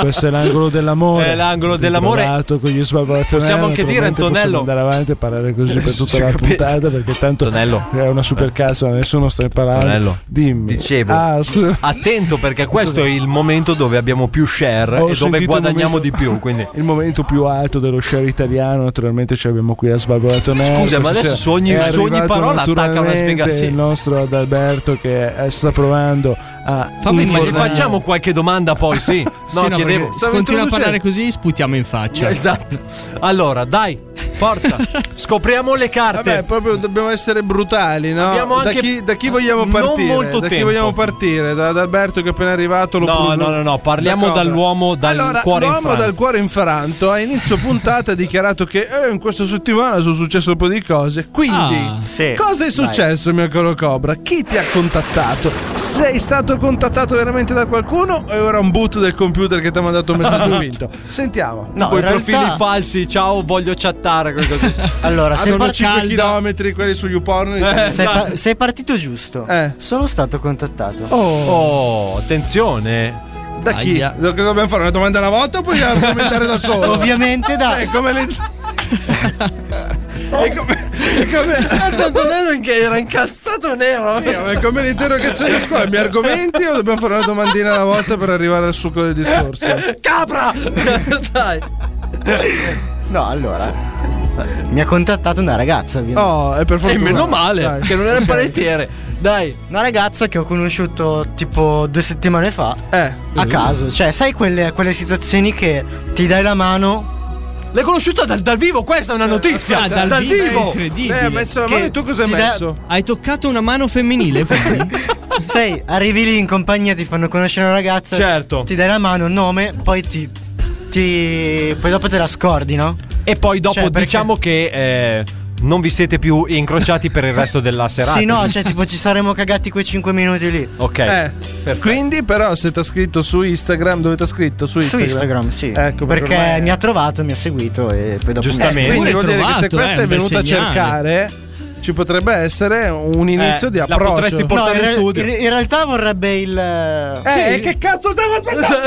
[SPEAKER 17] Questo è l'angolo dell'amore.
[SPEAKER 9] È l'angolo dell'amore.
[SPEAKER 17] Ritrovato con gli svalvolatori.
[SPEAKER 9] Possiamo anche dire,
[SPEAKER 17] Naturalmente
[SPEAKER 9] Antonello-
[SPEAKER 17] Possiamo andare avanti e parlare così per tutta
[SPEAKER 9] (laughs) Sì,
[SPEAKER 17] la
[SPEAKER 9] capito.
[SPEAKER 17] puntata perché tanto è una super cazzo, nessuno sta imparando.
[SPEAKER 9] Antonello,
[SPEAKER 17] Dimmi.
[SPEAKER 9] Dicevo,
[SPEAKER 17] Ah, scusa.
[SPEAKER 9] attento perché questo è il momento dove abbiamo più share
[SPEAKER 17] Ho
[SPEAKER 9] e dove
[SPEAKER 17] sentito un
[SPEAKER 9] guadagniamo
[SPEAKER 17] momento-
[SPEAKER 9] di
[SPEAKER 10] (laughs)
[SPEAKER 9] più. Quindi.
[SPEAKER 17] Il momento più alto dello share italiano, naturalmente ci abbiamo qui a Svalvolato Nerd.
[SPEAKER 9] Scusa, ma
[SPEAKER 17] Questa
[SPEAKER 9] adesso
[SPEAKER 17] sera
[SPEAKER 9] su ogni-
[SPEAKER 17] è
[SPEAKER 9] su ogni
[SPEAKER 17] arrivato
[SPEAKER 9] parola attacca una
[SPEAKER 17] naturalmente
[SPEAKER 9] spiegazione.
[SPEAKER 17] Il nostro Adalberto che eh, sta provando a
[SPEAKER 9] Fammi- ma gli
[SPEAKER 17] informare-
[SPEAKER 9] facciamo qualche domanda poi,
[SPEAKER 15] (laughs)
[SPEAKER 9] sì. No,
[SPEAKER 15] Sì, no,
[SPEAKER 9] chiedevo.
[SPEAKER 15] perché se continua a parlare così, sputiamo in faccia.
[SPEAKER 9] Esatto. Allora, dai,
[SPEAKER 15] (laughs)
[SPEAKER 9] forza, scopriamo le carte.
[SPEAKER 8] Vabbè, proprio dobbiamo essere brutali, no?
[SPEAKER 9] Abbiamo
[SPEAKER 8] Da
[SPEAKER 9] anche-
[SPEAKER 8] chi, da chi vogliamo
[SPEAKER 9] non
[SPEAKER 8] partire?
[SPEAKER 9] molto
[SPEAKER 8] da chi
[SPEAKER 9] tempo.
[SPEAKER 8] vogliamo partire? Da, da Alberto che è appena arrivato? Lo
[SPEAKER 9] No,
[SPEAKER 8] pru-
[SPEAKER 9] no, no, no, parliamo
[SPEAKER 8] da Cobra.
[SPEAKER 9] dall'uomo dal
[SPEAKER 8] allora,
[SPEAKER 9] cuore
[SPEAKER 8] l'uomo
[SPEAKER 9] infranto.
[SPEAKER 8] dal cuore infranto
[SPEAKER 9] (laughs)
[SPEAKER 8] a inizio puntata ha dichiarato che eh, in questa settimana sono successe un po' di cose. Quindi,
[SPEAKER 17] Ah, sì.
[SPEAKER 8] cosa
[SPEAKER 17] Dai.
[SPEAKER 8] è successo, mio caro Cobra? Chi ti ha contattato? Sei stato contattato veramente da qualcuno o era un boot del computer che ti ha mandato un
[SPEAKER 9] (laughs)
[SPEAKER 8] messaggio finto? Sentiamo.
[SPEAKER 9] No, i profili falsi, ciao, voglio chattare. qualcosa.
[SPEAKER 10] (laughs) Allora, se
[SPEAKER 8] sono
[SPEAKER 10] par-
[SPEAKER 8] 5
[SPEAKER 10] calda.
[SPEAKER 8] chilometri quelli su YouPorn.
[SPEAKER 9] Eh,
[SPEAKER 10] Eh, sei,
[SPEAKER 9] esatto.
[SPEAKER 8] Esatto.
[SPEAKER 10] pa- sei partito giusto.
[SPEAKER 8] Eh.
[SPEAKER 10] Sono stato contattato.
[SPEAKER 9] Oh, attenzione.
[SPEAKER 8] Da chi?
[SPEAKER 10] Aia.
[SPEAKER 8] Do- Cosa dobbiamo fare? Una domanda alla volta o puoi argomentare da solo?
[SPEAKER 10] Ovviamente da-
[SPEAKER 8] È come le. È come. È come...
[SPEAKER 9] era incazzato nero.
[SPEAKER 8] È come l'interrogazione a scuola. Mi argomenti o dobbiamo fare una domandina alla volta per arrivare al succo del discorso?
[SPEAKER 9] Capra! Dai.
[SPEAKER 10] No, allora.
[SPEAKER 5] Eh,
[SPEAKER 10] Mi ha contattato una ragazza. ovviamente.
[SPEAKER 8] Oh, è per
[SPEAKER 9] fortuna. Eh, meno male, Dai. che non
[SPEAKER 5] (laughs)
[SPEAKER 9] era un panettiere. Dai.
[SPEAKER 10] Una ragazza che ho conosciuto tipo due settimane fa.
[SPEAKER 9] Eh.
[SPEAKER 10] A
[SPEAKER 9] Mm-hmm.
[SPEAKER 10] caso. Cioè, sai quelle, quelle situazioni che ti dai la mano.
[SPEAKER 9] L'hai conosciuta dal, dal vivo, questa
[SPEAKER 15] Cioè,
[SPEAKER 9] è una notizia. Eh,
[SPEAKER 10] aspetta, dal vivo è incredibile. Lei ha messo la mano Che e tu cosa hai ti dà- messo?
[SPEAKER 15] Hai toccato una mano femminile.
[SPEAKER 10] (laughs) Sai, arrivi lì in compagnia, ti fanno conoscere una ragazza.
[SPEAKER 9] Certo.
[SPEAKER 10] Ti dai la mano, il nome, poi ti. ti- poi dopo te la scordi, no?
[SPEAKER 9] E poi dopo
[SPEAKER 10] Cioè, perché-
[SPEAKER 9] diciamo che eh, non vi siete più incrociati per il resto della serata.
[SPEAKER 10] Sì, no, cioè, tipo, ci saremmo cagati quei 5 minuti lì.
[SPEAKER 9] Ok.
[SPEAKER 8] Eh, Quindi, però, se ti ha scritto su Instagram, dove ti ha scritto? Su
[SPEAKER 10] Su
[SPEAKER 8] Instagram,
[SPEAKER 10] Instagram, sì.
[SPEAKER 8] Ecco
[SPEAKER 10] perché
[SPEAKER 8] ormai-
[SPEAKER 10] mi ha trovato, mi ha seguito e poi dopo.
[SPEAKER 8] Eh, quindi vuol dire che se
[SPEAKER 9] eh,
[SPEAKER 8] questa è venuta a cercare, ci potrebbe essere un inizio
[SPEAKER 10] Eh,
[SPEAKER 8] di
[SPEAKER 10] la
[SPEAKER 8] approccio.
[SPEAKER 10] potresti portare No, in in re- studio. in- in realtà vorrebbe il. Eh,
[SPEAKER 8] Eh,
[SPEAKER 10] sì.
[SPEAKER 8] che cazzo stavo
[SPEAKER 5] (laughs)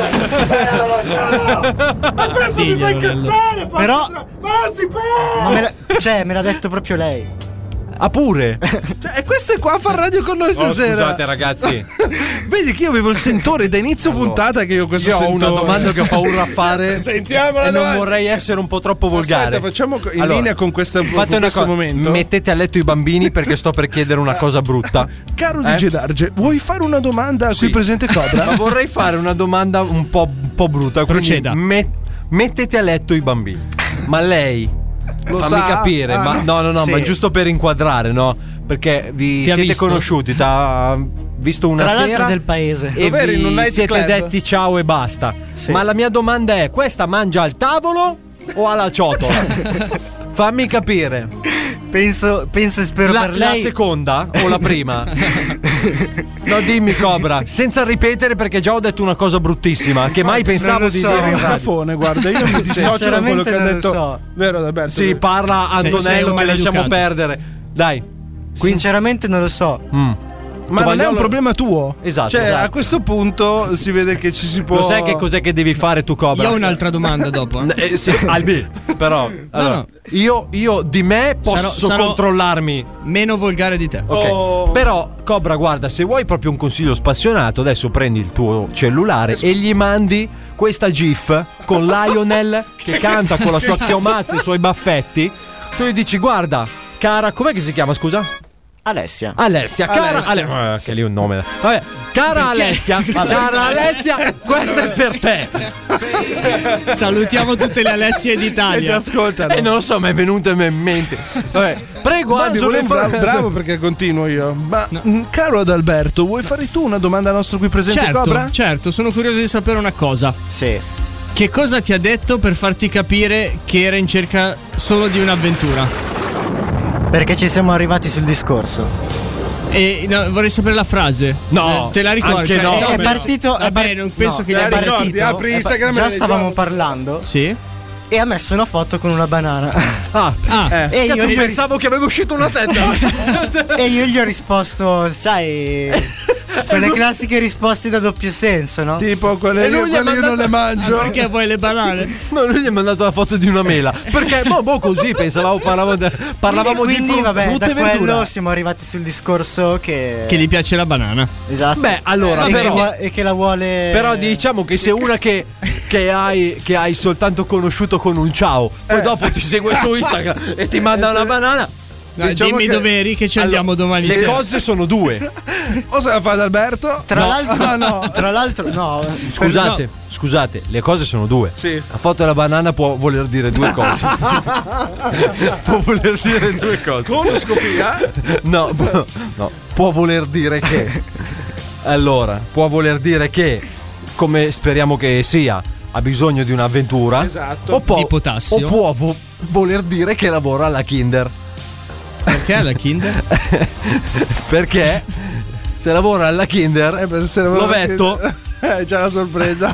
[SPEAKER 8] aspettando? Ma questo mi fa incazzare,
[SPEAKER 10] Però-
[SPEAKER 8] Ma non si può!
[SPEAKER 10] Ma me la- cioè, me l'ha detto proprio lei.
[SPEAKER 9] Ah,
[SPEAKER 8] (laughs)
[SPEAKER 9] pure.
[SPEAKER 8] Cioè, e questo è qua a far radio con noi
[SPEAKER 9] Oh,
[SPEAKER 8] stasera.
[SPEAKER 9] scusate, ragazzi.
[SPEAKER 8] Vedi che io avevo il sentore da inizio puntata che io questo
[SPEAKER 9] Io ho una
[SPEAKER 8] sentore.
[SPEAKER 9] domanda che ho
[SPEAKER 8] (laughs)
[SPEAKER 9] paura a fare.
[SPEAKER 8] Sentiamola
[SPEAKER 9] e non
[SPEAKER 8] domanda.
[SPEAKER 9] vorrei essere un po' troppo volgare.
[SPEAKER 8] Aspetta, facciamo co- in
[SPEAKER 9] Allora,
[SPEAKER 8] linea con questa-
[SPEAKER 9] fate
[SPEAKER 8] con
[SPEAKER 9] una
[SPEAKER 8] questo
[SPEAKER 9] cosa,
[SPEAKER 8] momento.
[SPEAKER 9] Mettete a letto i bambini perché sto per chiedere una cosa brutta.
[SPEAKER 8] (laughs) Caro
[SPEAKER 9] Eh?
[SPEAKER 8] DJ Darge, vuoi fare una domanda a qui presente Cobra?
[SPEAKER 9] (laughs) Ma vorrei fare una domanda un po', un po' brutta. quindi
[SPEAKER 8] Proceda.
[SPEAKER 9] met- mettete a letto i bambini. Ma lei.
[SPEAKER 8] Lo
[SPEAKER 9] fammi
[SPEAKER 8] sa?
[SPEAKER 9] capire,
[SPEAKER 8] Ah,
[SPEAKER 9] ma no, no, no,
[SPEAKER 8] sì.
[SPEAKER 9] ma giusto per inquadrare, no? Perché vi
[SPEAKER 10] Ti ha
[SPEAKER 9] siete
[SPEAKER 10] visto?
[SPEAKER 9] conosciuti, t'ha visto una
[SPEAKER 10] Tra l'altro
[SPEAKER 9] sera
[SPEAKER 10] del paese.
[SPEAKER 9] e
[SPEAKER 10] Dov'eri? In un
[SPEAKER 9] vi siete
[SPEAKER 10] nightclub?
[SPEAKER 9] detti ciao e basta.
[SPEAKER 10] Sì.
[SPEAKER 9] Ma la mia domanda è: questa mangia al tavolo o
[SPEAKER 10] (laughs)
[SPEAKER 9] alla ciotola? Fammi capire.
[SPEAKER 10] Penso, penso e spero
[SPEAKER 9] la,
[SPEAKER 10] per
[SPEAKER 9] la
[SPEAKER 10] lei.
[SPEAKER 9] seconda o la
[SPEAKER 10] (laughs)
[SPEAKER 9] prima? no, dimmi Cobra, senza ripetere perché già ho detto una cosa bruttissima che mai pensavo di dire in
[SPEAKER 8] un
[SPEAKER 9] radio.
[SPEAKER 8] cafone,
[SPEAKER 9] (laughs)
[SPEAKER 8] guarda, io mi dissocio da
[SPEAKER 9] Sinceramente
[SPEAKER 8] quello che ha
[SPEAKER 9] non lo
[SPEAKER 8] detto.
[SPEAKER 9] so.
[SPEAKER 8] Vero Adalberto?
[SPEAKER 9] Sì, parla
[SPEAKER 10] Sì, sei
[SPEAKER 9] Antonello
[SPEAKER 10] un
[SPEAKER 9] che lasciamo
[SPEAKER 10] maleducato.
[SPEAKER 9] perdere. Dai.
[SPEAKER 10] Sinceramente non lo so.
[SPEAKER 8] Ma non è un
[SPEAKER 9] Tovagliolo-
[SPEAKER 8] problema tuo.
[SPEAKER 9] Esatto,
[SPEAKER 8] Cioè,
[SPEAKER 9] esatto.
[SPEAKER 8] a questo punto si vede che ci si può
[SPEAKER 9] Lo sai che cos'è che devi fare tu Cobra?
[SPEAKER 8] Io ho un'altra domanda dopo, eh.
[SPEAKER 9] Eh, sì, Albi, però allora,
[SPEAKER 8] no.
[SPEAKER 9] Io, io di me posso
[SPEAKER 8] Sarò- sarò
[SPEAKER 9] controllarmi meno volgare di te. Ok.
[SPEAKER 8] Oh.
[SPEAKER 9] Però Cobra, guarda, se vuoi proprio un consiglio spassionato, adesso prendi il tuo cellulare e gli mandi questa GIF con Lionel che canta con la sua chiomazza e i suoi baffetti. Tu gli dici "Guarda, cara, com'è che si chiama, scusa?"
[SPEAKER 10] Alessia.
[SPEAKER 9] Alessia, cara
[SPEAKER 10] Alessia.
[SPEAKER 9] Ale- eh, che lì è un nome. Vabbè, cara
[SPEAKER 10] Perché?
[SPEAKER 5] (laughs)
[SPEAKER 9] Alessia, cara Alessia, questa è per te.
[SPEAKER 15] Salutiamo tutte le Alessie d'Italia.
[SPEAKER 9] E ti ascoltano. Eh, non lo so, mi è venuta in mente. Vabbè, prego,
[SPEAKER 8] Ma
[SPEAKER 9] Albi,
[SPEAKER 8] Giulio,
[SPEAKER 9] volevo fare-
[SPEAKER 8] bra- bravo perché (laughs) continuo io. Ma mh, caro Adalberto, vuoi fare tu una domanda al nostro qui presente
[SPEAKER 15] certo,
[SPEAKER 8] Cobra?
[SPEAKER 15] certo, sono curioso di sapere una cosa.
[SPEAKER 10] Sì.
[SPEAKER 15] Che cosa ti ha detto per farti capire che era in cerca solo di un'avventura?
[SPEAKER 10] Perché ci siamo arrivati sul discorso.
[SPEAKER 15] E no, vorrei sapere la frase.
[SPEAKER 10] No,
[SPEAKER 15] Eh, te la ricordi?
[SPEAKER 10] anche
[SPEAKER 15] Cioè,
[SPEAKER 10] no.
[SPEAKER 15] io
[SPEAKER 10] È
[SPEAKER 15] me-
[SPEAKER 10] partito- è
[SPEAKER 15] Vabbè,
[SPEAKER 10] par-
[SPEAKER 15] non penso
[SPEAKER 10] no,
[SPEAKER 15] che gli
[SPEAKER 10] è
[SPEAKER 15] abbia
[SPEAKER 10] partito-
[SPEAKER 15] partito.
[SPEAKER 10] apri Instagram Già stavamo parlando.
[SPEAKER 15] Sì.
[SPEAKER 10] E ha messo una foto con una banana.
[SPEAKER 9] Ah,
[SPEAKER 15] ah.
[SPEAKER 10] E io gli ho ris-
[SPEAKER 9] pensavo che avevo uscito una (laughs)
[SPEAKER 10] (laughs)
[SPEAKER 9] testa.
[SPEAKER 10] e io gli ho risposto, sai,
[SPEAKER 9] (laughs)
[SPEAKER 10] quelle classiche risposte da doppio senso, no?
[SPEAKER 8] Tipo quelle
[SPEAKER 9] E lui gli ha mandato- Ah, perché
[SPEAKER 15] vuoi le banane?
[SPEAKER 9] (laughs) No, lui gli ha mandato la foto di una mela. Perché, boh, boh così, pensavamo, parlavamo, de- parlavamo
[SPEAKER 10] quindi,
[SPEAKER 9] di
[SPEAKER 10] quindi,
[SPEAKER 9] frut-
[SPEAKER 10] vabbè,
[SPEAKER 9] frutta
[SPEAKER 10] da
[SPEAKER 9] e verdura.
[SPEAKER 10] quello siamo arrivati sul discorso che
[SPEAKER 15] Che gli piace la banana.
[SPEAKER 10] Esatto.
[SPEAKER 9] Beh, allora,
[SPEAKER 10] e,
[SPEAKER 9] però-
[SPEAKER 10] che, vuo- e che la vuole
[SPEAKER 9] Però diciamo che se una che, che hai, che hai soltanto conosciuto con un ciao, poi dopo ti segue su (laughs) Instagram e ti manda una banana.
[SPEAKER 15] Dai,
[SPEAKER 9] diciamo
[SPEAKER 15] dimmi
[SPEAKER 9] che-
[SPEAKER 15] dove eri che ci
[SPEAKER 9] Allora,
[SPEAKER 15] andiamo domani
[SPEAKER 9] Le
[SPEAKER 15] sera.
[SPEAKER 9] cose sono due.
[SPEAKER 8] O se la fa Adalberto?
[SPEAKER 10] Tra
[SPEAKER 8] No.
[SPEAKER 10] l'altro
[SPEAKER 8] (laughs) Ah, no.
[SPEAKER 10] Tra l'altro no.
[SPEAKER 9] Scusate, scusate, le cose sono due. La foto della banana può voler dire
[SPEAKER 15] (laughs)
[SPEAKER 9] due cose. può voler dire due cose.
[SPEAKER 8] Come
[SPEAKER 9] Certo.
[SPEAKER 8] scoprirà?
[SPEAKER 9] No, pu- no, può voler dire che. Allora, può voler dire che, come speriamo che sia, ha bisogno di un'avventura.
[SPEAKER 8] Esatto.
[SPEAKER 9] O può,
[SPEAKER 15] Di potassio.
[SPEAKER 9] o può vo- voler dire che lavora alla Kinder.
[SPEAKER 15] Perché alla Kinder?
[SPEAKER 9] (laughs) Perché se lavora alla Kinder, eh,
[SPEAKER 8] Se ne vuole-
[SPEAKER 9] l'ovetto.
[SPEAKER 8] Eh, c'è la
[SPEAKER 9] (laughs)
[SPEAKER 8] sorpresa.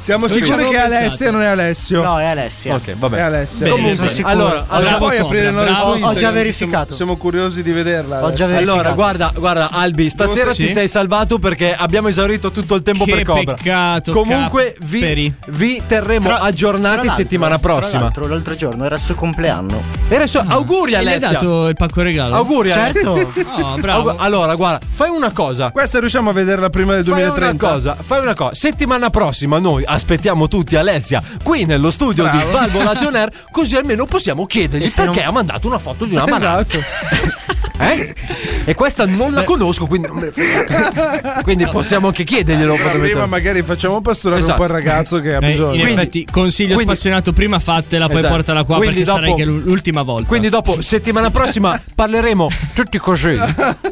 [SPEAKER 8] Siamo
[SPEAKER 9] Sì.
[SPEAKER 8] sicuri
[SPEAKER 9] Ci
[SPEAKER 8] che è
[SPEAKER 9] avevo
[SPEAKER 8] Alessia
[SPEAKER 9] pensato.
[SPEAKER 8] non è Alessia.
[SPEAKER 10] No, è Alessia.
[SPEAKER 9] Ok, vabbè.
[SPEAKER 8] È Alessia.
[SPEAKER 9] Bene,
[SPEAKER 8] Comunque,
[SPEAKER 9] sono sicuro. Allora,
[SPEAKER 8] allora
[SPEAKER 9] allora-
[SPEAKER 8] puoi
[SPEAKER 9] Cobra,
[SPEAKER 8] aprire noi il
[SPEAKER 9] bravo.
[SPEAKER 8] suo
[SPEAKER 9] Ho già
[SPEAKER 8] Instagram,
[SPEAKER 9] verificato.
[SPEAKER 8] Siamo, siamo curiosi di vederla. Alessia.
[SPEAKER 9] Allora, guarda, guarda, Albi, stasera
[SPEAKER 8] Sì.
[SPEAKER 9] ti sei salvato perché abbiamo esaurito tutto il tempo
[SPEAKER 15] Che
[SPEAKER 9] per Cobra.
[SPEAKER 15] peccato,
[SPEAKER 9] Comunque, vi,
[SPEAKER 15] Capperi.
[SPEAKER 9] vi terremo
[SPEAKER 10] Tra- tra
[SPEAKER 9] aggiornati
[SPEAKER 10] l'altro-
[SPEAKER 9] settimana
[SPEAKER 10] Tra
[SPEAKER 9] prossima.
[SPEAKER 10] l'altro, l'altro giorno era il suo compleanno.
[SPEAKER 9] E adesso, auguri
[SPEAKER 15] E gli hai
[SPEAKER 9] Alessia.
[SPEAKER 15] dato il pacco regalo?
[SPEAKER 9] Auguri
[SPEAKER 10] Certo.
[SPEAKER 9] (laughs) Alessia.
[SPEAKER 15] Oh, bravo.
[SPEAKER 9] Augu- Allora, guarda, fai una cosa.
[SPEAKER 8] Questa riusciamo a vederla prima del
[SPEAKER 9] Fai
[SPEAKER 8] 2030.
[SPEAKER 9] una cosa, fai una cosa. Settimana prossima noi aspettiamo tutti Alessia qui nello studio di
[SPEAKER 8] Bravo.
[SPEAKER 9] Svalvo Nation Air, così almeno possiamo chiedergli
[SPEAKER 10] se
[SPEAKER 9] perché
[SPEAKER 10] non-
[SPEAKER 9] ha mandato una foto di una banana.
[SPEAKER 8] Esatto.
[SPEAKER 9] (laughs) Eh? E questa non la conosco, quindi non me ne
[SPEAKER 8] (laughs)
[SPEAKER 9] frega. Quindi possiamo anche chiederglielo.
[SPEAKER 8] Allora, prima
[SPEAKER 9] probabilmente.
[SPEAKER 8] magari facciamo pasturare
[SPEAKER 9] Esatto.
[SPEAKER 8] un po' il ragazzo che ha
[SPEAKER 15] Eh,
[SPEAKER 8] bisogno.
[SPEAKER 15] in effetti, consiglio
[SPEAKER 8] quindi-
[SPEAKER 15] spassionato: prima fatela, poi
[SPEAKER 9] Esatto.
[SPEAKER 15] portala qua
[SPEAKER 9] Quindi
[SPEAKER 15] perché sarai
[SPEAKER 9] dopo-
[SPEAKER 15] che è l'ultima volta.
[SPEAKER 9] Quindi dopo settimana
[SPEAKER 15] (laughs)
[SPEAKER 9] prossima parleremo tutti
[SPEAKER 8] (laughs)
[SPEAKER 9] così.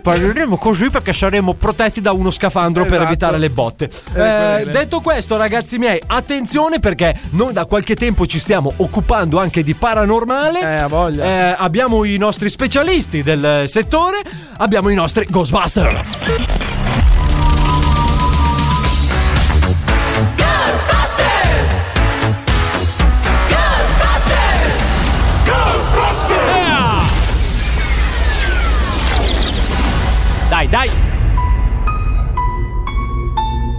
[SPEAKER 9] Parleremo così perché saremo protetti da uno scafandro per
[SPEAKER 8] Esatto.
[SPEAKER 9] evitare le botte.
[SPEAKER 8] quelle
[SPEAKER 9] Eh,
[SPEAKER 8] lì.
[SPEAKER 9] detto questo, ragazzi miei, attenzione perché noi da qualche tempo ci stiamo occupando anche di paranormale.
[SPEAKER 8] Eh, ha voglia.
[SPEAKER 9] Eh, abbiamo i nostri specialisti del settore, abbiamo i nostri Ghostbuster.
[SPEAKER 3] Ghostbusters! Ghostbusters!
[SPEAKER 9] Dai, dai.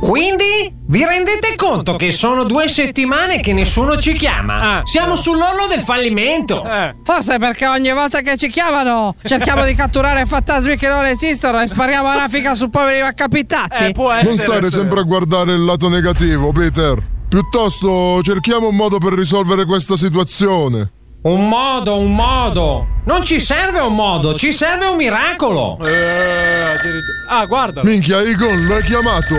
[SPEAKER 19] Quindi
[SPEAKER 21] Vi rendete conto che sono due settimane che nessuno ci chiama? Siamo sull'orlo del fallimento.
[SPEAKER 20] Eh. Forse perché ogni volta che ci chiamano cerchiamo di catturare fantasmi che non esistono e spariamo la raffica su poveri
[SPEAKER 5] Eh,
[SPEAKER 20] accapitati.
[SPEAKER 22] non stare sempre a guardare il lato negativo, Peter. Piuttosto cerchiamo un modo per risolvere questa situazione.
[SPEAKER 21] Un modo, un modo. Non ci serve un modo, ci serve un miracolo.
[SPEAKER 9] Eh,
[SPEAKER 20] Ah, guarda.
[SPEAKER 22] Minchia, Egon, l'hai chiamato?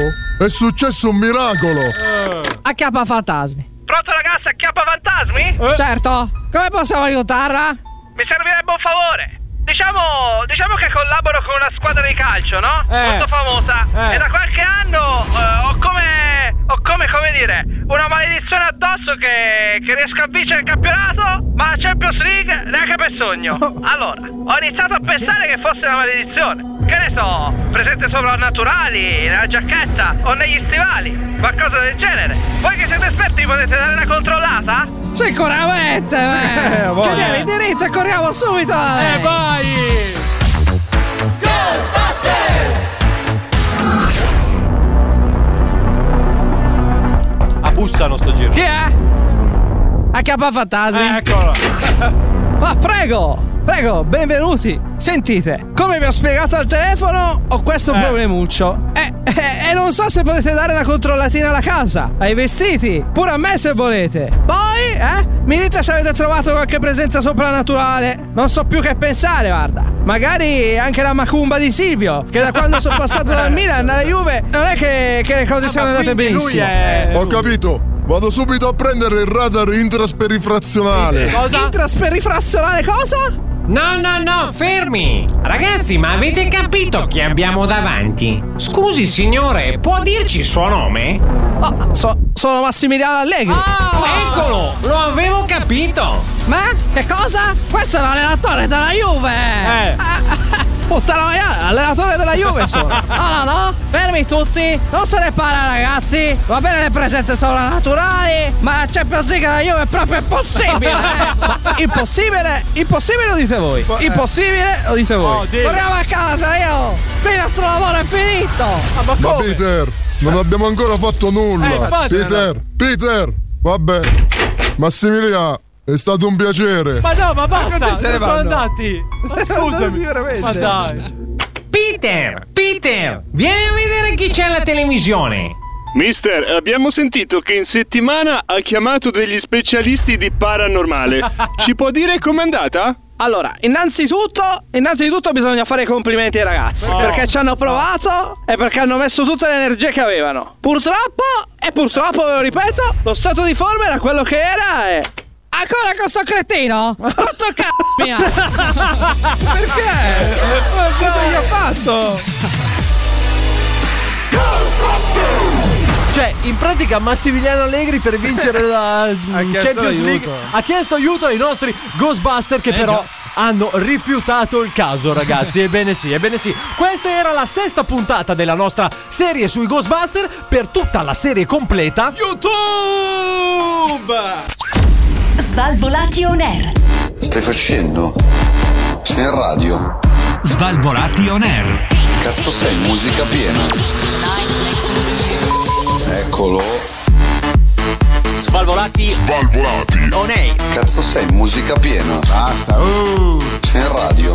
[SPEAKER 22] È successo un miracolo!
[SPEAKER 9] Eh.
[SPEAKER 20] Acchiappa fantasmi.
[SPEAKER 5] Pronto ragazzi, acchiappa fantasmi?
[SPEAKER 20] Certo. Come possiamo aiutarla?
[SPEAKER 5] Mi servirebbe un favore. Diciamo, diciamo che collaboro con una squadra di calcio, no?
[SPEAKER 20] Eh.
[SPEAKER 5] Molto famosa.
[SPEAKER 20] Eh.
[SPEAKER 5] E da qualche anno eh, ho come. ho come, come dire, una maledizione addosso che, che riesco a vincere il campionato, ma la Champions League neanche per sogno. Allora, ho iniziato a pensare che fosse una maledizione. Che ne so, presente soprannaturali, nella giacchetta o negli stivali, qualcosa del genere. Voi che siete esperti mi potete dare una controllata?
[SPEAKER 20] Sicuramente! eh.
[SPEAKER 5] voglia.
[SPEAKER 20] Chiediamo l'indirizzo e corriamo subito! eh. E
[SPEAKER 21] vai!
[SPEAKER 5] A bussano sto giro.
[SPEAKER 20] Chi è? Acchiappa fantasmi.
[SPEAKER 21] Eccolo.
[SPEAKER 20] (laughs) Ma prego! Prego, benvenuti! Sentite, come vi ho spiegato al telefono, ho questo problemuccio. Eh, E non so se potete dare una controllatina alla casa, ai vestiti, pure a me se volete. Poi, eh, mi dite se avete trovato qualche presenza soprannaturale. Non so più che pensare, guarda. Magari anche la macumba di Silvio, che da quando sono passato dal Milan alla Juve, non è che, che le cose siano andate benissimo. Eh.
[SPEAKER 22] Ho capito! Vado subito a prendere il radar intrasperifrazionale.
[SPEAKER 20] Intrasperifrazionale cosa?
[SPEAKER 21] No, no, no, fermi! Ragazzi, ma avete capito chi abbiamo davanti? Scusi, signore, può dirci il suo nome?
[SPEAKER 20] Ah, sono Massimiliano Allegri.
[SPEAKER 21] Ah, eccolo! Lo avevo capito!
[SPEAKER 20] Ma? Che cosa? Questo è l'allenatore della Juve! Eh!
[SPEAKER 5] Ah.
[SPEAKER 20] Puttana maiale, allenatore della Juve
[SPEAKER 21] (laughs)
[SPEAKER 20] sono! No, no, no! Fermi tutti! Non se ne parla, ragazzi! Va bene le presenze sovrannaturali, ma la Champions League della Juve è proprio
[SPEAKER 21] (laughs)
[SPEAKER 20] impossibile! eh. Ma impossibile? Impossibile lo dite voi! Impossibile lo dite voi!
[SPEAKER 22] Oh, dillo.
[SPEAKER 20] Torniamo a casa, io! Qui il nostro lavoro è finito!
[SPEAKER 22] Ma Peter, non abbiamo ancora fatto
[SPEAKER 20] Eh,
[SPEAKER 22] nulla.
[SPEAKER 20] infatti,
[SPEAKER 22] Peter, Peter, vabbè. Massimiliano, è stato un piacere.
[SPEAKER 21] Ma no, ma
[SPEAKER 20] Ma
[SPEAKER 21] basta!
[SPEAKER 20] così se ne
[SPEAKER 21] sono
[SPEAKER 20] vanno.
[SPEAKER 21] andati! Ma
[SPEAKER 20] Sì,
[SPEAKER 21] scusami!
[SPEAKER 20] veramente.
[SPEAKER 21] Ma dai! Peter! Peter! Vieni a vedere chi c'è alla televisione!
[SPEAKER 15] Mister, abbiamo sentito che in settimana ha chiamato degli specialisti di (laughs) paranormale. Ci può dire com'è andata?
[SPEAKER 5] Allora, innanzitutto, innanzitutto bisogna fare i complimenti ai ragazzi. Perché ci hanno provato e perché hanno messo tutta l'energia che avevano. Purtroppo, e purtroppo ve lo ripeto, lo stato di forma era quello che era e.
[SPEAKER 20] Ancora con sto cretino? Tutto c***o mia!
[SPEAKER 8] Perché? Cosa gli ho fatto?
[SPEAKER 9] Cioè, in pratica Massimiliano Allegri per vincere la mm,
[SPEAKER 12] chiesto
[SPEAKER 9] Champions
[SPEAKER 12] l'aiuto.
[SPEAKER 9] League ha chiesto aiuto ai nostri Ghostbuster che
[SPEAKER 12] Eh,
[SPEAKER 9] però
[SPEAKER 12] già.
[SPEAKER 9] hanno rifiutato il caso, ragazzi. ebbene sì, ebbene sì. Questa era la sesta puntata della nostra serie sui Ghostbuster per tutta la serie completa. YouTube!
[SPEAKER 6] Svalvolati on air.
[SPEAKER 1] Stai facendo? Sei in radio?
[SPEAKER 23] Svalvolati on air.
[SPEAKER 1] Cazzo sei musica piena? Eccolo.
[SPEAKER 15] Svalvolati.
[SPEAKER 1] Svalvolati.
[SPEAKER 15] On air.
[SPEAKER 1] Cazzo sei musica piena? Basta. Sei in radio?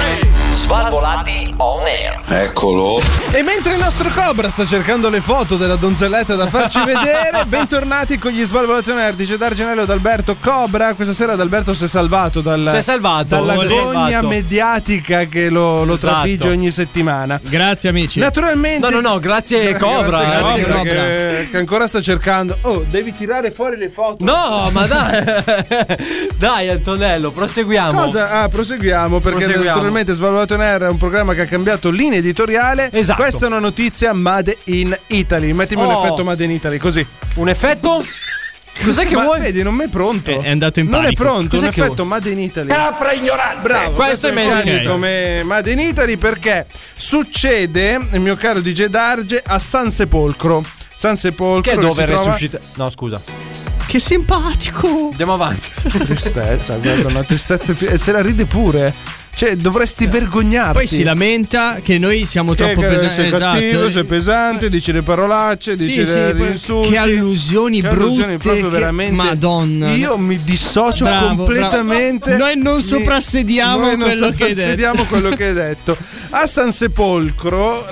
[SPEAKER 15] Svalvolati on air.
[SPEAKER 1] Eccolo.
[SPEAKER 8] E mentre il nostro Cobra sta cercando le foto della donzelletta da
[SPEAKER 12] (laughs)
[SPEAKER 8] farci vedere, bentornati con gli Svalvolati On Air, dice D'Argenello ed Alberto Cobra. Questa sera Adalberto si è salvato dal,
[SPEAKER 12] Si è salvato,
[SPEAKER 8] dalla
[SPEAKER 12] si è
[SPEAKER 8] gogna
[SPEAKER 12] salvato.
[SPEAKER 8] mediatica che lo, lo
[SPEAKER 12] Esatto.
[SPEAKER 8] trafigge ogni settimana.
[SPEAKER 24] Grazie amici.
[SPEAKER 8] Naturalmente.
[SPEAKER 12] No, no, no, grazie, Cobra, grazie, Cobra.
[SPEAKER 8] Che, che ancora sta cercando. Oh, devi tirare fuori le foto.
[SPEAKER 9] No, ma dai. (laughs) Dai Antonello, proseguiamo.
[SPEAKER 8] Cosa? Ah, proseguiamo perché
[SPEAKER 9] Proseguiamo.
[SPEAKER 8] naturalmente Svalvolato on Air è un programma che ha cambiato linea editoriale.
[SPEAKER 9] Esatto.
[SPEAKER 8] Questa è una notizia Made in Italy. Mettimi un
[SPEAKER 9] Oh.
[SPEAKER 8] effetto Made in Italy, così.
[SPEAKER 9] Un effetto?
[SPEAKER 8] Cos'è che vuoi? Vedi, non mi è pronto. È,
[SPEAKER 24] andato in
[SPEAKER 8] Non
[SPEAKER 24] panico.
[SPEAKER 8] è pronto,
[SPEAKER 24] Cos'è
[SPEAKER 8] un
[SPEAKER 24] che
[SPEAKER 8] effetto
[SPEAKER 24] vuoi?
[SPEAKER 8] Made in Italy.
[SPEAKER 15] Capra ignorante.
[SPEAKER 8] Bravo, questo, è
[SPEAKER 15] meglio.
[SPEAKER 8] meglio
[SPEAKER 15] Ok.
[SPEAKER 8] come Made in Italy perché succede, il mio caro DJ Darge, a San Sepolcro. San Sepolcro
[SPEAKER 9] Che
[SPEAKER 8] si
[SPEAKER 9] dove
[SPEAKER 8] trova-
[SPEAKER 9] resuscita? No, scusa.
[SPEAKER 15] che simpatico.
[SPEAKER 9] Andiamo avanti.
[SPEAKER 8] Tristezza, guarda, una tristezza. fi- E se la ride pure. Cioè, dovresti vergognarti.
[SPEAKER 15] Poi si lamenta che noi siamo
[SPEAKER 8] Che-
[SPEAKER 15] troppo
[SPEAKER 8] che
[SPEAKER 15] pesanti.
[SPEAKER 8] Sei
[SPEAKER 15] Esatto.
[SPEAKER 8] cattivo, sei pesante, dici le parolacce,
[SPEAKER 15] Sì,
[SPEAKER 8] dici
[SPEAKER 15] sì,
[SPEAKER 8] le-
[SPEAKER 15] poi-
[SPEAKER 8] gli insulti.
[SPEAKER 15] che allusioni
[SPEAKER 8] Che
[SPEAKER 15] brutte.
[SPEAKER 8] allusioni proprio
[SPEAKER 15] che-
[SPEAKER 8] veramente-
[SPEAKER 15] Madonna.
[SPEAKER 8] Io
[SPEAKER 15] (laughs)
[SPEAKER 8] mi dissocio
[SPEAKER 15] Bravo, bravo.
[SPEAKER 8] completamente.
[SPEAKER 15] Noi non
[SPEAKER 8] Mi-
[SPEAKER 15] soprassediamo
[SPEAKER 8] Noi non
[SPEAKER 15] quello che hai detto.
[SPEAKER 8] soprassediamo quello che hai detto. A San Sepolcro,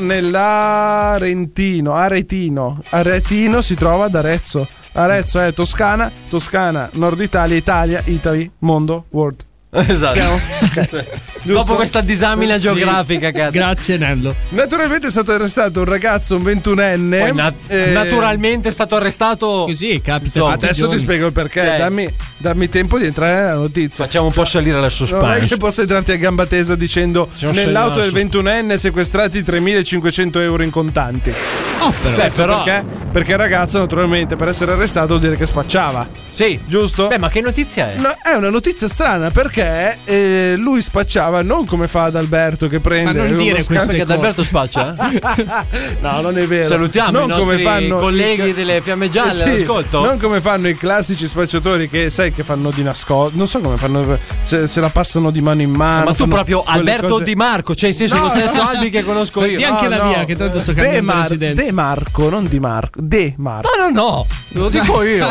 [SPEAKER 8] nell'Arentino, Aretino, Aretino si trova ad Arezzo. Arezzo è Toscana, Toscana, Nord Italia, Italia, Italy, mondo, world.
[SPEAKER 9] Esatto. Dopo questa disamina
[SPEAKER 8] Sì.
[SPEAKER 9] geografica, cazzo.
[SPEAKER 15] Grazie, Nello.
[SPEAKER 8] Naturalmente è stato arrestato un ragazzo, un 21enne.
[SPEAKER 9] Poi na-
[SPEAKER 8] eh,
[SPEAKER 9] naturalmente è stato arrestato. Così, capita.
[SPEAKER 8] Adesso ti spiego il perché. Dammi, dammi tempo di entrare nella notizia.
[SPEAKER 9] Facciamo un po' salire la
[SPEAKER 8] Non è
[SPEAKER 9] suspense.
[SPEAKER 8] che posso entrarti a gamba tesa dicendo
[SPEAKER 9] un
[SPEAKER 8] nell'auto del
[SPEAKER 9] segnalasso.
[SPEAKER 8] 21enne sequestrati 3.500 euro in contanti.
[SPEAKER 15] Oh,
[SPEAKER 9] Ah, però.
[SPEAKER 8] Questo
[SPEAKER 9] Beh, però-
[SPEAKER 8] Perché? Perché il ragazzo, naturalmente, per essere arrestato vuol dire che spacciava.
[SPEAKER 9] Sì.
[SPEAKER 8] Giusto?
[SPEAKER 9] Beh, ma che notizia è?
[SPEAKER 8] No, è una notizia strana perché eh, lui spacciava non come fa ad Alberto che prende
[SPEAKER 9] non
[SPEAKER 8] uno Ah,
[SPEAKER 9] dire
[SPEAKER 8] scan-
[SPEAKER 9] queste Perché ad cose. Alberto spaccia? eh.
[SPEAKER 8] eh?
[SPEAKER 9] (laughs)
[SPEAKER 8] no, non è vero.
[SPEAKER 9] Salutiamo
[SPEAKER 8] non
[SPEAKER 9] i nostri colleghi delle Fiamme Gialle
[SPEAKER 8] Eh Sì,
[SPEAKER 9] all'ascolto.
[SPEAKER 8] Non come fanno i classici spacciatori che sai che fanno di nascosto. Non so come fanno se, se la passano di mano in mano.
[SPEAKER 9] Ma tu
[SPEAKER 8] fanno
[SPEAKER 9] proprio
[SPEAKER 8] quelle
[SPEAKER 9] Alberto
[SPEAKER 8] cose-
[SPEAKER 9] Di Marco, cioè in senso
[SPEAKER 8] No,
[SPEAKER 9] lo stesso
[SPEAKER 8] no.
[SPEAKER 9] Albi che conosco io.
[SPEAKER 8] Di
[SPEAKER 9] No, no.
[SPEAKER 8] De, Mar- De Marco, non Di Marco. De Marco.
[SPEAKER 9] No, no, no, lo dico
[SPEAKER 8] (laughs)
[SPEAKER 9] (laughs) io.